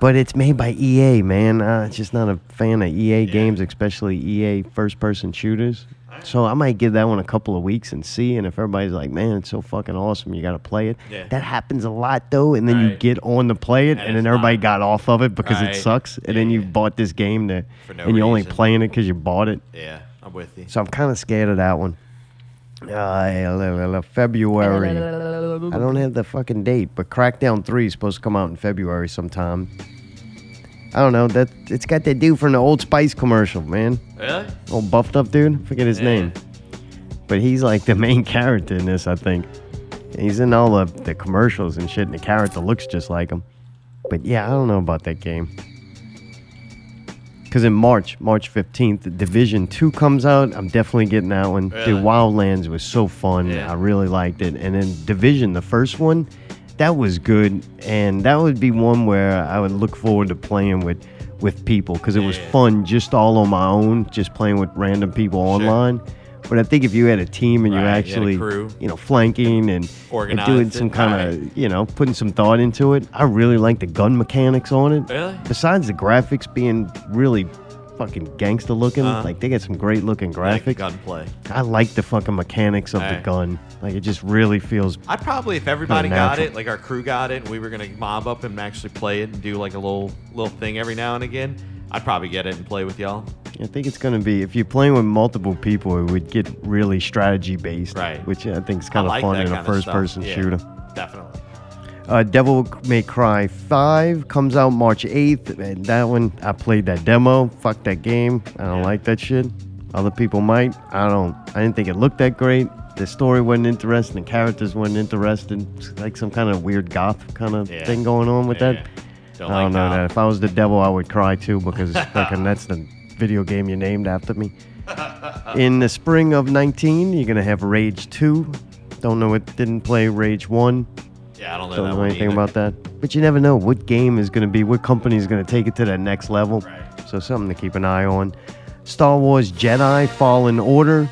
Speaker 1: But it's made by EA, man. Uh, just not a fan of EA games, especially EA first person shooters. So I might give that one a couple of weeks and see. And if everybody's like, man, it's so fucking awesome, you got to play it.
Speaker 2: Yeah.
Speaker 1: That happens a lot, though. And then you get on to play it, and, then everybody got off of it because
Speaker 2: Right.
Speaker 1: it sucks. And then you bought this game that,
Speaker 2: For no
Speaker 1: and you're only
Speaker 2: reason.
Speaker 1: playing it because you bought it.
Speaker 2: Yeah, I'm with you.
Speaker 1: So I'm kind of scared of that one. Uh, February. I don't have the fucking date, but Crackdown 3 is supposed to come out in February sometime. I don't know. That it's got that dude from the Old Spice commercial, man.
Speaker 2: Really?
Speaker 1: Old buffed up dude. Forget his name. But he's like the main character in this, I think. He's in all the, the commercials and shit, and the character looks just like him. But yeah, I don't know about that game. Because in March, March 15th, Division 2 comes out. I'm definitely getting that one.
Speaker 2: Really?
Speaker 1: Dude, Wildlands was so fun. I really liked it. And then Division, the first one, that was good. And that would be one where I would look forward to playing with, with people because it was fun just all on my own, just playing with random people online. But I think if you had a team and you
Speaker 2: Right, you had a
Speaker 1: actually,
Speaker 2: crew.
Speaker 1: you know, flanking and, and
Speaker 2: Organized
Speaker 1: doing
Speaker 2: it,
Speaker 1: some kind of, you know, putting some thought into it, I really like the gun mechanics on it.
Speaker 2: Really?
Speaker 1: Besides the graphics being really fucking gangster looking,
Speaker 2: Uh-huh.
Speaker 1: like they got some great looking
Speaker 2: Like
Speaker 1: graphics.
Speaker 2: gunplay.
Speaker 1: I like the fucking mechanics of the
Speaker 2: Alright.
Speaker 1: gun. Like it just really feels.
Speaker 2: I'd probably, if everybody
Speaker 1: Kinda
Speaker 2: got
Speaker 1: natural.
Speaker 2: it, like our crew got it, and we were gonna mob up and actually play it and do like a little little thing every now and again, I'd probably get it and play with y'all.
Speaker 1: I think it's gonna be if you're playing with multiple people, it would get really strategy based, right? Which I think is kind of
Speaker 2: I like
Speaker 1: fun
Speaker 2: that
Speaker 1: in a
Speaker 2: kinda stuff.
Speaker 1: first person
Speaker 2: Yeah,
Speaker 1: shooter.
Speaker 2: Definitely. [laughs]
Speaker 1: Uh, Devil May Cry 5 comes out March 8th. And that one, I played that demo. Fuck that game. I don't like that shit. Other people might. I don't. I didn't think it looked that great. The story wasn't interesting. The characters weren't interesting. It's like some kind of weird goth kind of
Speaker 2: Yeah.
Speaker 1: thing going on with that.
Speaker 2: Don't
Speaker 1: I don't
Speaker 2: like
Speaker 1: know that. If I was the devil, I would cry too because
Speaker 2: [laughs]
Speaker 1: fucking that's the video game you named after me.
Speaker 2: Uh,
Speaker 1: In the spring of 19, you're going to have Rage 2. Don't know it. Didn't play Rage 1
Speaker 2: Yeah, I don't know
Speaker 1: don't
Speaker 2: that
Speaker 1: know
Speaker 2: one
Speaker 1: anything
Speaker 2: either.
Speaker 1: about that. But you never know what game is going to be, what company is going to take it to that next level. So something to keep an eye on. Star Wars Jedi Fallen Order.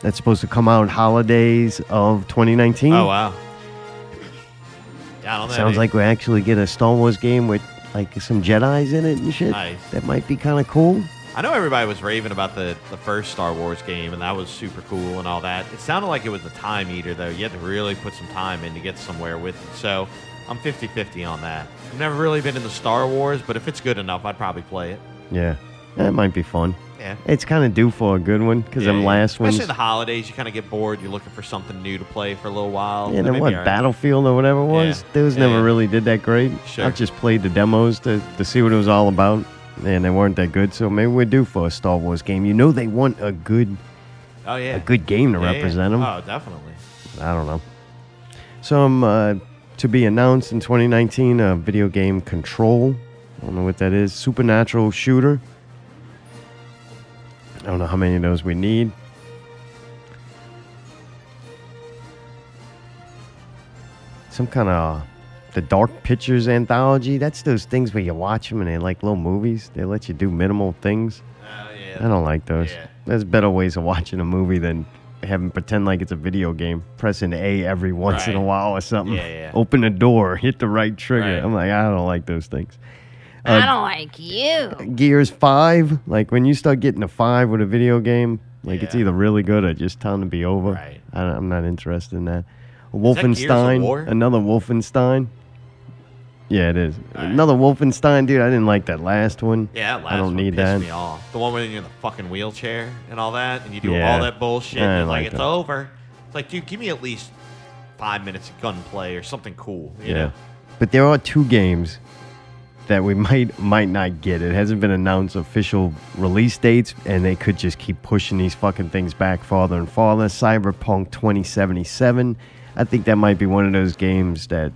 Speaker 1: That's supposed to come out holidays of 2019.
Speaker 2: Oh wow. Yeah, Oh, I don't know.
Speaker 1: Hmm. Sounds
Speaker 2: dude.
Speaker 1: like we actually get a Star Wars game with like some Jedi's in it and shit.
Speaker 2: Nice.
Speaker 1: That might be kind of cool.
Speaker 2: I know everybody was raving about the, the first Star Wars game, and that was super cool and all that. It sounded like it was a time eater, though. You had to really put some time in to get somewhere with it. So I'm 50 50 on that. I've never really been into Star Wars, but if it's good enough, I'd probably play it.
Speaker 1: Yeah, that might be fun.
Speaker 2: Yeah.
Speaker 1: It's kind of due for a good one because
Speaker 2: Yeah,
Speaker 1: them
Speaker 2: yeah.
Speaker 1: last
Speaker 2: Especially
Speaker 1: ones.
Speaker 2: in the holidays, you kind of get bored. You're looking for something new to play for a little while.
Speaker 1: Yeah,
Speaker 2: That
Speaker 1: then
Speaker 2: may be
Speaker 1: what?
Speaker 2: all right.
Speaker 1: Battlefield or whatever it was. Those
Speaker 2: Yeah,
Speaker 1: never
Speaker 2: yeah.
Speaker 1: really did that great.
Speaker 2: Sure.
Speaker 1: I just played the demos to, to see what it was all about, and they weren't that good. So maybe we're due for a Star Wars game. You know, they want a good,
Speaker 2: Oh, yeah.
Speaker 1: a good game to
Speaker 2: Yeah, yeah.
Speaker 1: represent 'em. represent them.
Speaker 2: Oh, definitely.
Speaker 1: I don't know. Some uh, to be announced in 2019, a video game Control. I don't know what that is. Supernatural shooter. I don't know how many of those we need. Some kind of the Dark Pictures anthology. That's those things where you watch them and they like little movies. They let you do minimal things.
Speaker 2: Oh,
Speaker 1: I don't like those. There's better ways of watching a movie than having pretend like it's a video game. Pressing A every once in a
Speaker 2: Right.
Speaker 1: while or something.
Speaker 2: Yeah, yeah.
Speaker 1: Open a door, hit the right trigger.
Speaker 2: Right.
Speaker 1: I'm like, I don't like those things.
Speaker 3: I
Speaker 1: Uh,
Speaker 3: don't like you.
Speaker 1: Gears 5, like when you start getting a 5 with a video game, like it's either really good or just time to be over. Right. I don't, I'm not interested in that.
Speaker 2: Is that Gears of War?
Speaker 1: Wolfenstein, another Wolfenstein. Yeah, it is. Another Wolfenstein, dude. I didn't like that last one.
Speaker 2: Yeah, that last
Speaker 1: I don't
Speaker 2: one
Speaker 1: need
Speaker 2: pissed
Speaker 1: that.
Speaker 2: me off. The one where you're in the fucking wheelchair and all that, and you do
Speaker 1: Yeah.
Speaker 2: all that bullshit,
Speaker 1: I
Speaker 2: and
Speaker 1: didn't
Speaker 2: it's like,
Speaker 1: like
Speaker 2: it's
Speaker 1: that.
Speaker 2: over. It's like, dude, give me at least five minutes of gunplay or something cool. You
Speaker 1: yeah.
Speaker 2: Know?
Speaker 1: But there are two games that we [laughs] might might not get. It hasn't been announced official release dates, and they could just keep pushing these fucking things back farther and farther. Cyberpunk 2077. I think that might be one of those games that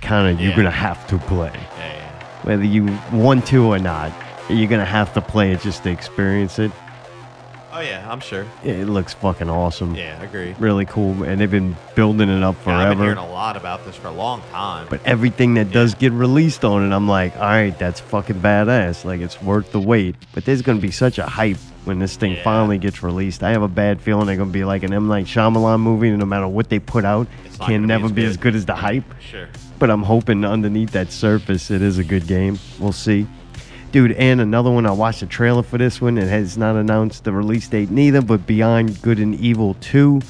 Speaker 1: kind of you're
Speaker 2: Yeah.
Speaker 1: gonna have to play, whether you want to or not. You're gonna have to play it just to experience it.
Speaker 2: Oh, yeah, I'm sure.
Speaker 1: It looks fucking awesome.
Speaker 2: Yeah, I agree.
Speaker 1: Really cool, and they've been building it up
Speaker 2: Yeah,
Speaker 1: forever.
Speaker 2: I've been hearing a lot about this for a long time.
Speaker 1: But everything that does get released on it, I'm like, all right, that's fucking badass. Like, it's worth the wait. But there's going to be such a hype when this thing finally gets released. I have a bad feeling they're going to be like an M. Night Shyamalan movie, and no matter what they put out,
Speaker 2: It's not
Speaker 1: can
Speaker 2: gonna be
Speaker 1: never
Speaker 2: as
Speaker 1: be as
Speaker 2: good.
Speaker 1: good as the hype.
Speaker 2: Sure. [laughs]
Speaker 1: But I'm hoping underneath that surface, it is a good game. We'll see. Dude, and another one, I watched the trailer for this one. It has not announced the release date neither, but Beyond Good and Evil 2.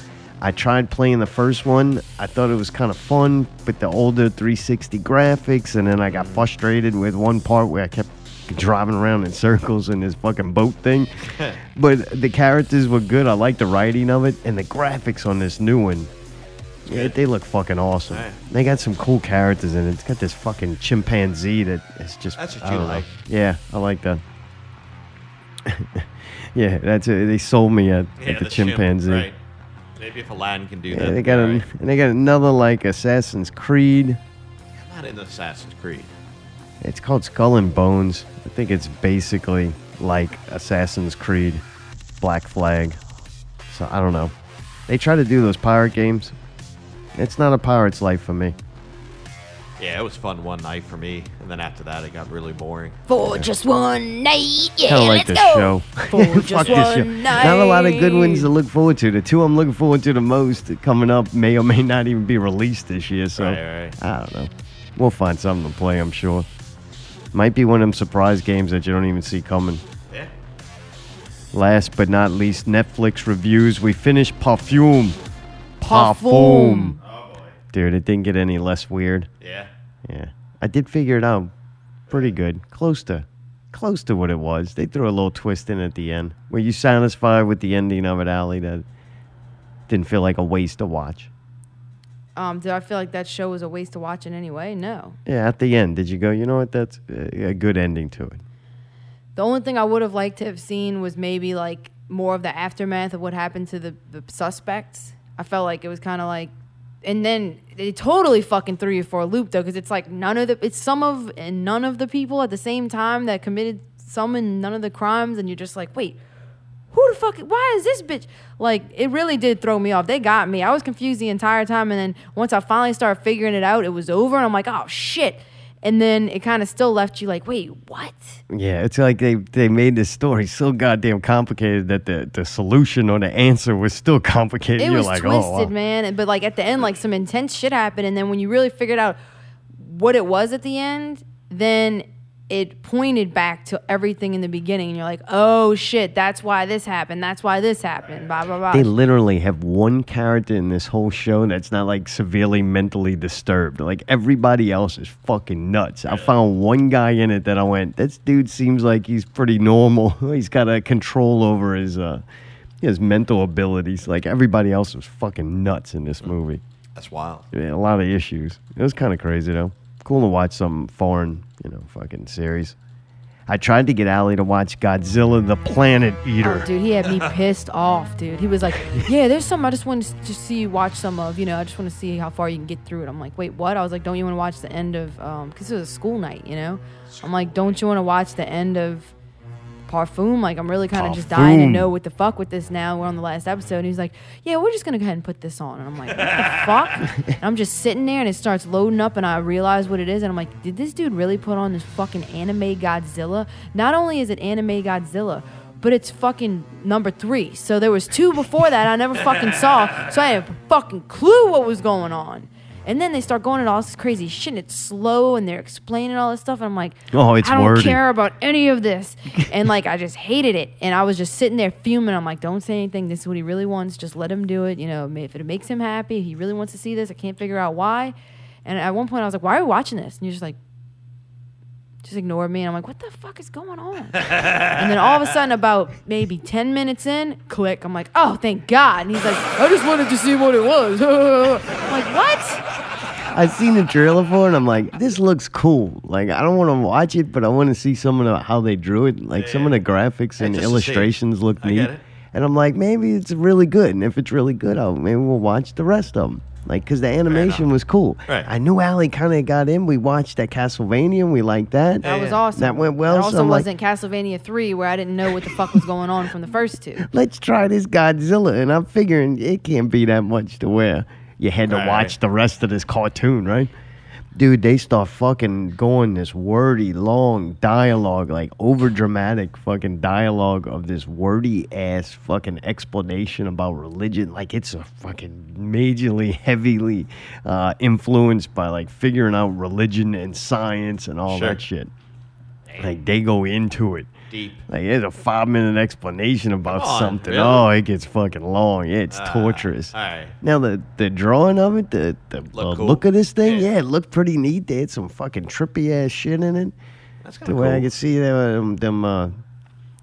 Speaker 1: I tried playing the first one. I thought it was kind of fun, but the older 360 graphics, and then I got frustrated with one part where I kept driving around in circles in this fucking boat thing. but the characters were good. I liked the writing of it, and the graphics on this new one. Yeah, they look fucking awesome. They got some cool characters in it. It's got this fucking chimpanzee that is just.
Speaker 2: That's what
Speaker 1: I
Speaker 2: you
Speaker 1: don't know.
Speaker 2: like.
Speaker 1: Yeah, I like that. [laughs] yeah, that's it. They sold me at,
Speaker 2: Yeah,
Speaker 1: at the,
Speaker 2: chimp,
Speaker 1: chimpanzee.
Speaker 2: right. Maybe if Aladdin can do
Speaker 1: Yeah,
Speaker 2: that. uh,
Speaker 1: they got
Speaker 2: right.
Speaker 1: an, and they got another like Assassin's Creed.
Speaker 2: I'm not into Assassin's Creed.
Speaker 1: It's called Skull and Bones. I think it's basically like Assassin's Creed, Black Flag. So I don't know. They try to do those pirate games. It's not a pirate's life for me.
Speaker 2: Yeah, it was fun one night for me, and then after that, it got really boring.
Speaker 3: For just one night, yeah,
Speaker 1: kind of
Speaker 3: let's
Speaker 1: like this
Speaker 3: go.
Speaker 1: show. [laughs] Fuck this show.
Speaker 3: one
Speaker 1: Not a lot of good ones to look forward to. The two I'm looking forward to the most coming up may or may not even be released this year. So I don't know. We'll find something to play, I'm sure. Might be one of them surprise games that you don't even see coming.
Speaker 2: Yeah.
Speaker 1: Last but not least, Netflix reviews. We finished Parfume.
Speaker 3: Parfume.
Speaker 1: Dude, it didn't get any less weird.
Speaker 2: Yeah.
Speaker 1: Yeah. I did figure it out. Pretty good. Close to close to what it was. They threw a little twist in at the end. Were you satisfied with the ending of it, Allie? That didn't feel like a waste to watch.
Speaker 6: Um, did I feel like that show was a waste of watching anyway? No.
Speaker 1: Yeah, at the end, did you go, you know what, that's a a good ending to it?
Speaker 6: The only thing I would have liked to have seen was maybe like more of the aftermath of what happened to the, the suspects. I felt like it was kind of like, and then they totally fucking threw you for a loop though, because it's like none of the, it's some of and none of the people at the same time that committed some and none of the crimes, and you're just like, wait, who the fuck? Why is this bitch? Like, it really did throw me off. They got me. I was confused the entire time, and then once I finally started figuring it out, it was over, and I'm like, oh shit. and then it kind of still left you like, wait, what?
Speaker 1: Yeah, it's like they, they made this story so goddamn complicated that the, the solution or the answer was still [laughs] complicated.
Speaker 6: It
Speaker 1: You're
Speaker 6: was
Speaker 1: like,
Speaker 6: twisted,
Speaker 1: oh, wow.
Speaker 6: man. And- But like at the end, like some intense shit happened, and then when you really figured out what it was at the end, then it pointed back to everything in the beginning, and you're like, oh shit, that's why this happened. That's why this happened. Blah blah blah.
Speaker 1: They literally have one character in this whole show that's not like severely mentally disturbed. Like everybody else is fucking nuts. I found one guy in it that I went, this dude seems like he's pretty normal. [laughs] he's got a control over his uh his mental abilities. Like everybody else was fucking nuts in this movie.
Speaker 2: That's wild.
Speaker 1: Yeah, a lot of issues. It was kind of crazy though. Cool to watch some foreign, you know, fucking series. I tried to get Allie to watch Godzilla the Planet Eater.
Speaker 6: Oh, dude, he had me pissed off, dude. He was like, "Yeah, there's some I just want to s- just see you watch some of. You know, I just want to see how far you can get through it." I'm like, "Wait, what?" I was like, "Don't you want to watch the end of?" um 'cause because it was a school night, you know. I'm like, "Don't you want to watch the end of Parfum?" Like, I'm really kind of just dying to
Speaker 19: Parfum.
Speaker 6: know what the fuck with this now. We're on the last episode. And he's like, "Yeah, we're just gonna go ahead and put this on." And I'm like, "What the fuck?" And [laughs] I'm just sitting there, and it starts loading up, and I realize what it is, and I'm like, "Did this dude really put on this fucking anime Godzilla?" Not only is it anime Godzilla but it's fucking number three. So there was two before that I never fucking saw. So I had a fucking clue what was going on. And then they start going into all this crazy shit. And it's slow, and they're explaining all this stuff. And I'm like,
Speaker 1: Oh, it's
Speaker 6: I don't
Speaker 1: wordy.
Speaker 6: care about any of this. [laughs] and like, I just hated it. And I was just sitting there fuming. I'm like, don't say anything. This is what he really wants. Just let him do it. You know, ma- if it makes him happy, he really wants to see this. I can't figure out why. And at one point, I was like, why are we watching this? And you're just like, just ignored me. And I'm like, what [laughs] the fuck is going on? And then all of a sudden, about maybe 10 minutes in, click. I'm like, oh, thank God. And he's like, I just wanted to see what it was. [laughs] I'm like, what?
Speaker 1: I seen the trailer for it and I'm like, this looks cool. Like I don't want to watch it, but I want to see some of the, how they drew it. Like some of the graphics and
Speaker 2: just to see.
Speaker 1: illustrations look
Speaker 2: I get
Speaker 1: neat.
Speaker 2: it.
Speaker 1: And I'm like, maybe it's really good. And if it's really good, I'll maybe we'll watch the rest of them. Like, cause the animation was cool.
Speaker 2: Right.
Speaker 1: I knew Allie kind of got in. We watched that Castlevania. and We liked that.
Speaker 6: That was awesome.
Speaker 1: That went well.
Speaker 6: It
Speaker 1: so
Speaker 6: also
Speaker 1: I'm like,
Speaker 6: wasn't Castlevania 3, where I didn't know what the fuck was going on from the first two.
Speaker 1: let's try this Godzilla. And I'm figuring it can't be that much to wear. You had to
Speaker 2: Right.
Speaker 1: watch the rest of this cartoon, right? Dude, they start fucking going this wordy, long dialogue, like over dramatic fucking dialogue of this wordy ass fucking explanation about religion. Like it's a fucking majorly, heavily uh, influenced by like figuring out religion and science and all
Speaker 2: Sure.
Speaker 1: that shit. Like they go into it.
Speaker 2: Deep.
Speaker 1: Like it's a five minute explanation about
Speaker 2: Come on,
Speaker 1: something.
Speaker 2: really?
Speaker 1: Oh, it gets fucking long. Yeah, it's
Speaker 2: Ah,
Speaker 1: torturous.
Speaker 2: all right.
Speaker 1: Now the the drawing of it, the the look,
Speaker 2: cool.
Speaker 1: look of this thing, yeah. it looked pretty neat. They had some fucking trippy ass shit in it. That's
Speaker 2: kinda
Speaker 1: the way I
Speaker 2: cool.
Speaker 1: could see them them uh,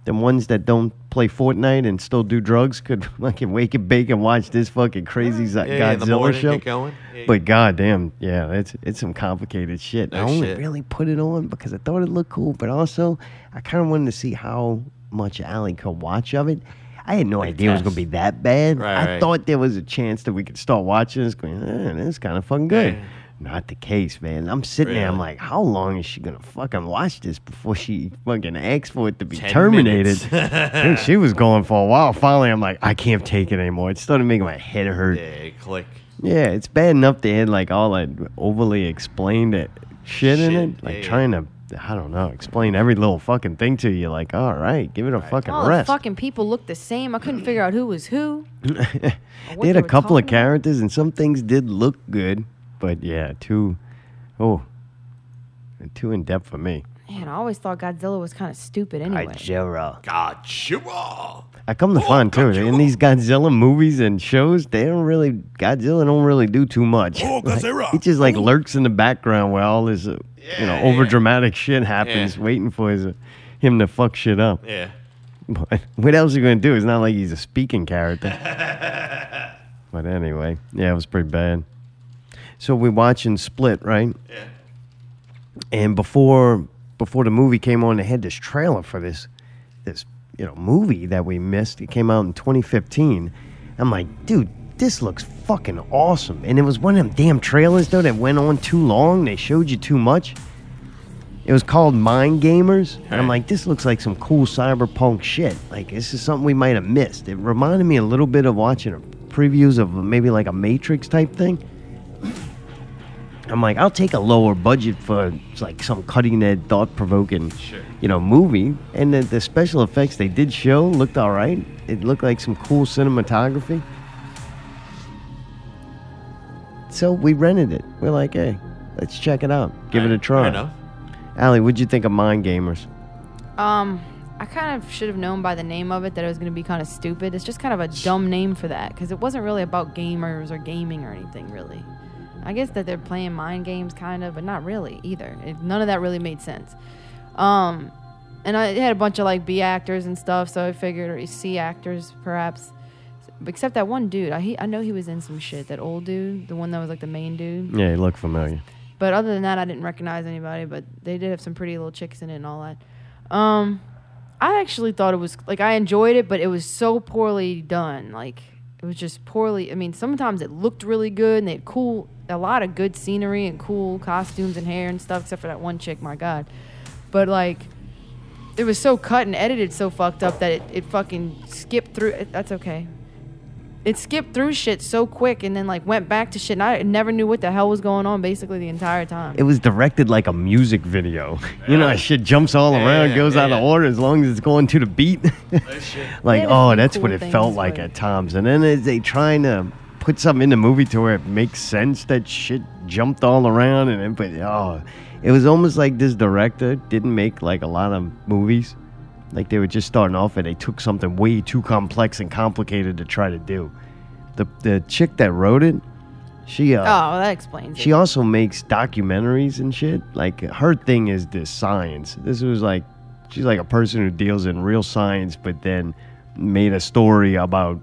Speaker 1: them ones that don't play Fortnite and still do drugs could [laughs] fucking wake and bake and watch this fucking crazy Zo-
Speaker 2: Yeah, yeah, in the
Speaker 1: Godzilla
Speaker 2: morning,
Speaker 1: show.
Speaker 2: get going. Yeah,
Speaker 1: But goddamn, yeah, it's it's some complicated shit. I
Speaker 2: No
Speaker 1: only
Speaker 2: shit.
Speaker 1: really put it on because I thought it looked cool, but also I kind of wanted to see how much Allie could watch of it. I had no idea it was
Speaker 2: test.
Speaker 1: going to be that bad.
Speaker 2: Right,
Speaker 1: I
Speaker 2: right.
Speaker 1: thought there was a chance that we could start watching this going, eh, this is kind of fucking good. Not the case, man. I'm sitting there, I'm
Speaker 2: Really?
Speaker 1: like, how long is she going to fucking watch this before she fucking asks for it to be
Speaker 2: 10
Speaker 1: terminated?
Speaker 2: minutes.
Speaker 1: [laughs] Dude, she was going for a while. Finally, I'm like, I can't take it anymore. It started making my head hurt.
Speaker 2: Yeah, click.
Speaker 1: Yeah, it's bad enough they had like all that overly explained it shit, in it. Like
Speaker 2: yeah, yeah.
Speaker 1: trying to, I don't know, explain every little fucking thing to you. Like, all right, give it a fucking
Speaker 6: All the
Speaker 1: rest.
Speaker 6: fucking people looked the same. I couldn't figure out who was who.
Speaker 1: they had a couple of characters, and some things did look good, but yeah, too, oh, too in depth for me.
Speaker 6: Man, I always thought Godzilla was kind of stupid anyway.
Speaker 1: Godzilla.
Speaker 2: Godzilla. Oh,
Speaker 1: I come to find too, that in these Godzilla movies and shows, they don't really Godzilla don't really do too much.
Speaker 2: Oh,
Speaker 1: Like,
Speaker 2: Godzilla.
Speaker 1: he just like lurks in the background where all this, uh, you know, over dramatic shit happens,
Speaker 2: Yeah.
Speaker 1: waiting for his, uh, him to fuck shit up.
Speaker 2: Yeah.
Speaker 1: But what [laughs] else are you gonna do? It's not like he's a speaking character. but anyway, yeah, it was pretty bad. So we're watching Split, right? Yeah. And before before the movie came on, they had this trailer for this this you know movie that we missed. It came out in 2015. I'm like, dude, this looks fucking awesome. And it was one of them damn trailers though that went on too long. They showed you too much. It was called Mind Gamers. And I'm like, this looks like some cool cyberpunk shit. Like, this is something we might have missed. It reminded me a little bit of watching previews of maybe like a Matrix type thing. I'm like, I'll take a lower budget for like some cutting edge, thought provoking, you know, movie. And the, the special effects they did show looked all right. It looked like some cool cinematography. So we rented it. We're like, hey, let's check it out. Give it a try.
Speaker 2: fair enough.
Speaker 1: Allie, what'd you think of Mind Gamers?
Speaker 6: Um, I kind of should have known by the name of it that it was going to be kind of stupid. It's just kind of a dumb name for that because it wasn't really about gamers or gaming or anything really. I guess that they're playing mind games kind of, but not really either. It, none of that really made sense. Um, and I, it had a bunch of like B actors and stuff, so I figured or C actors perhaps. Except that one dude, I he, I know he was in some shit. That old dude, the one that was like the main dude.
Speaker 1: Yeah, you look familiar.
Speaker 6: But other than that, I didn't recognize anybody. But they did have some pretty little chicks in it and all that. Um, I actually thought it was like I enjoyed it, but it was so poorly done. Like it was just poorly. I mean, sometimes it looked really good and they had cool, a lot of good scenery and cool costumes and hair and stuff, except for that one chick. My God, but like it was so cut and edited so fucked up that it, it fucking skipped through. It, that's okay. It skipped through shit so quick and then like went back to shit and I never knew what the hell was going on basically the entire time.
Speaker 1: It was directed like a music video. [laughs] You know, that shit jumps all around, goes out of order as long as it's going to the beat. [laughs] like,
Speaker 6: Yeah,
Speaker 1: oh,
Speaker 6: some
Speaker 1: that's
Speaker 6: cool
Speaker 1: what it
Speaker 6: things,
Speaker 1: felt like at times. And then as they trying to put something in the movie to where it makes sense, that shit jumped all around. And it, but oh, it was almost like this director didn't make like a lot of movies. Like they were just starting off, and they took something way too complex and complicated to try to do. The the chick that wrote it, she uh,
Speaker 6: oh, that explains
Speaker 1: she
Speaker 6: it.
Speaker 1: also makes documentaries and shit. Like her thing is the science. This was like she's like a person who deals in real science, but then made a story about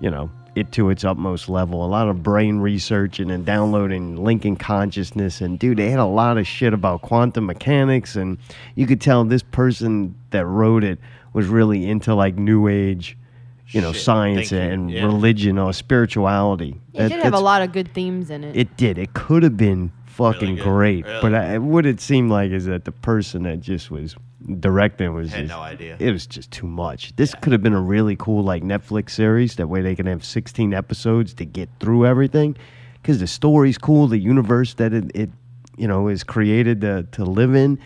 Speaker 1: you know it to its utmost level. A lot of brain research and then downloading linking consciousness. And dude, they had a lot of shit about quantum mechanics, and you could tell this person that wrote it was really into like new age. You know, science
Speaker 6: thinking,
Speaker 1: and
Speaker 6: yeah.
Speaker 1: religion or spirituality.
Speaker 6: It
Speaker 1: That-
Speaker 6: did have a
Speaker 1: that's-
Speaker 6: lot of good themes in it.
Speaker 1: it did. It could have been fucking great, but I, what it seemed like is that the person that just was directing was
Speaker 2: Had
Speaker 1: just,
Speaker 2: no idea.
Speaker 1: It was just too much. This could have been a really cool like Netflix series. That way they can have sixteen episodes to get through everything, because the story's cool. The universe that it, it you know is created to, to live in.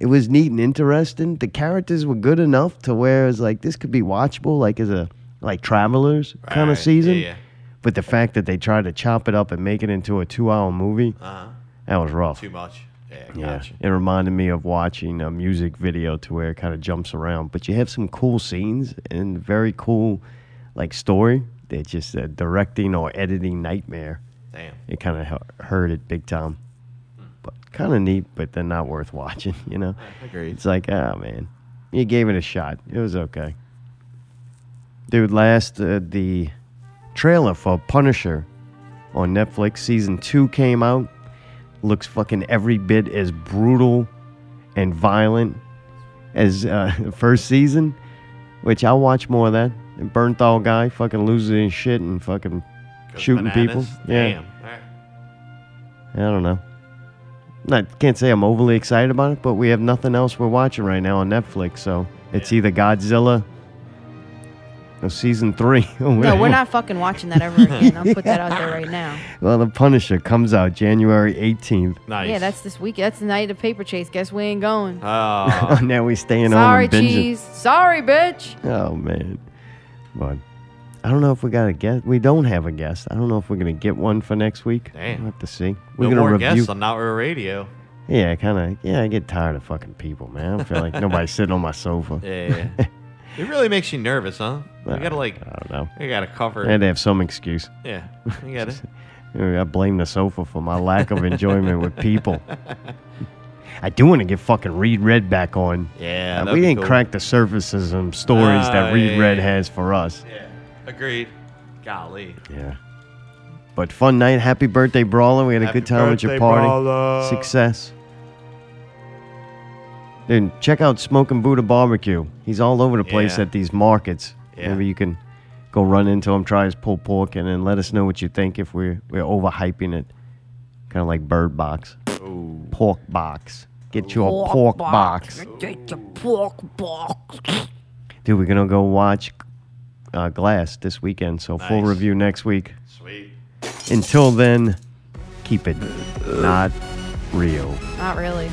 Speaker 1: It was neat and interesting. The characters were good enough to where it's like this could be watchable, like as a like travelers kind of season. But the fact that they tried to chop it up and make it into a two-hour movie,
Speaker 2: Uh-huh.
Speaker 1: that was rough.
Speaker 2: Too much. Yeah,
Speaker 1: Yeah,
Speaker 2: gotcha.
Speaker 1: it reminded me of watching a music video to where it kind of jumps around, but you have some cool scenes and very cool, like story. They're just a directing or editing nightmare.
Speaker 2: Damn.
Speaker 1: It kind of hurt it big time, but kind of neat, but then not worth [laughs] watching. You know,
Speaker 2: Agreed.
Speaker 1: It's like, oh man, you gave it a shot. It was okay. Dude, last uh, the trailer for Punisher on Netflix season two came out. Looks fucking every bit as brutal and violent as uh, [laughs] the first season, which I'll watch more of that. The Bernthal guy fucking losing his shit and fucking shooting people.
Speaker 2: Bananas?
Speaker 1: Yeah.
Speaker 2: Damn. All right.
Speaker 1: I don't know. Not can't say I'm overly excited about it, but we have nothing else we're watching right now on Netflix, so it's either Godzilla or season three. [laughs]
Speaker 6: No, we're not fucking watching that ever again. I'll put that out there right
Speaker 1: [laughs]
Speaker 6: now.
Speaker 1: Well, The Punisher comes out January 18th. Nice.
Speaker 6: Yeah, that's this week. That's the night of paper chase. Guess we ain't going.
Speaker 2: Ah.
Speaker 1: Oh. [laughs] now we staying
Speaker 6: Sorry,
Speaker 1: home and binging.
Speaker 6: cheese. Sorry, bitch.
Speaker 1: Oh man, but I don't know if we got a guest. We don't have a guest. I don't know if we're gonna get one for next week.
Speaker 2: Damn.
Speaker 1: We'll have to see. We're
Speaker 2: no
Speaker 1: gonna
Speaker 2: more
Speaker 1: review.
Speaker 2: guests on Not Real Radio.
Speaker 1: Yeah, kind of. Yeah, I get tired of fucking people, man. I feel
Speaker 2: [laughs]
Speaker 1: like nobody's sitting on my sofa.
Speaker 2: Yeah.
Speaker 1: [laughs]
Speaker 2: it really makes you nervous, huh? You
Speaker 1: Well,
Speaker 2: gotta like.
Speaker 1: I don't know.
Speaker 2: You gotta cover.
Speaker 1: I had to have some excuse.
Speaker 2: Yeah,
Speaker 1: [laughs]
Speaker 2: you got it.
Speaker 1: I blame the sofa for my lack of enjoyment with people. I do want to get fucking Reed Red back on.
Speaker 2: Yeah,
Speaker 1: Uh,
Speaker 2: that'd
Speaker 1: we
Speaker 2: be
Speaker 1: didn't
Speaker 2: cool.
Speaker 1: crack the surface of some stories
Speaker 2: Ah,
Speaker 1: that Reed
Speaker 2: yeah,
Speaker 1: Red
Speaker 2: yeah.
Speaker 1: has for us.
Speaker 2: Agreed. Golly.
Speaker 1: Yeah. But fun night. Happy birthday, Brawler. We had a
Speaker 2: Happy
Speaker 1: good time at your
Speaker 2: birthday,
Speaker 1: party.
Speaker 2: Brawler.
Speaker 1: Success. Then check out Smoking Buddha Barbecue. He's all over the place
Speaker 2: Yeah.
Speaker 1: at these markets.
Speaker 2: Yeah.
Speaker 1: Maybe you can go run into him, try his pulled pork, and then let us know what you think if we're, we're overhyping it. Kind of like Bird Box. Pork Box. Get your pork, box.
Speaker 8: Get your pork box.
Speaker 1: Dude, we're going to go watch uh, Glass this weekend. So full
Speaker 2: Nice.
Speaker 1: review next week.
Speaker 2: Sweet.
Speaker 1: Until then,
Speaker 20: Keep it not real.
Speaker 1: Not really.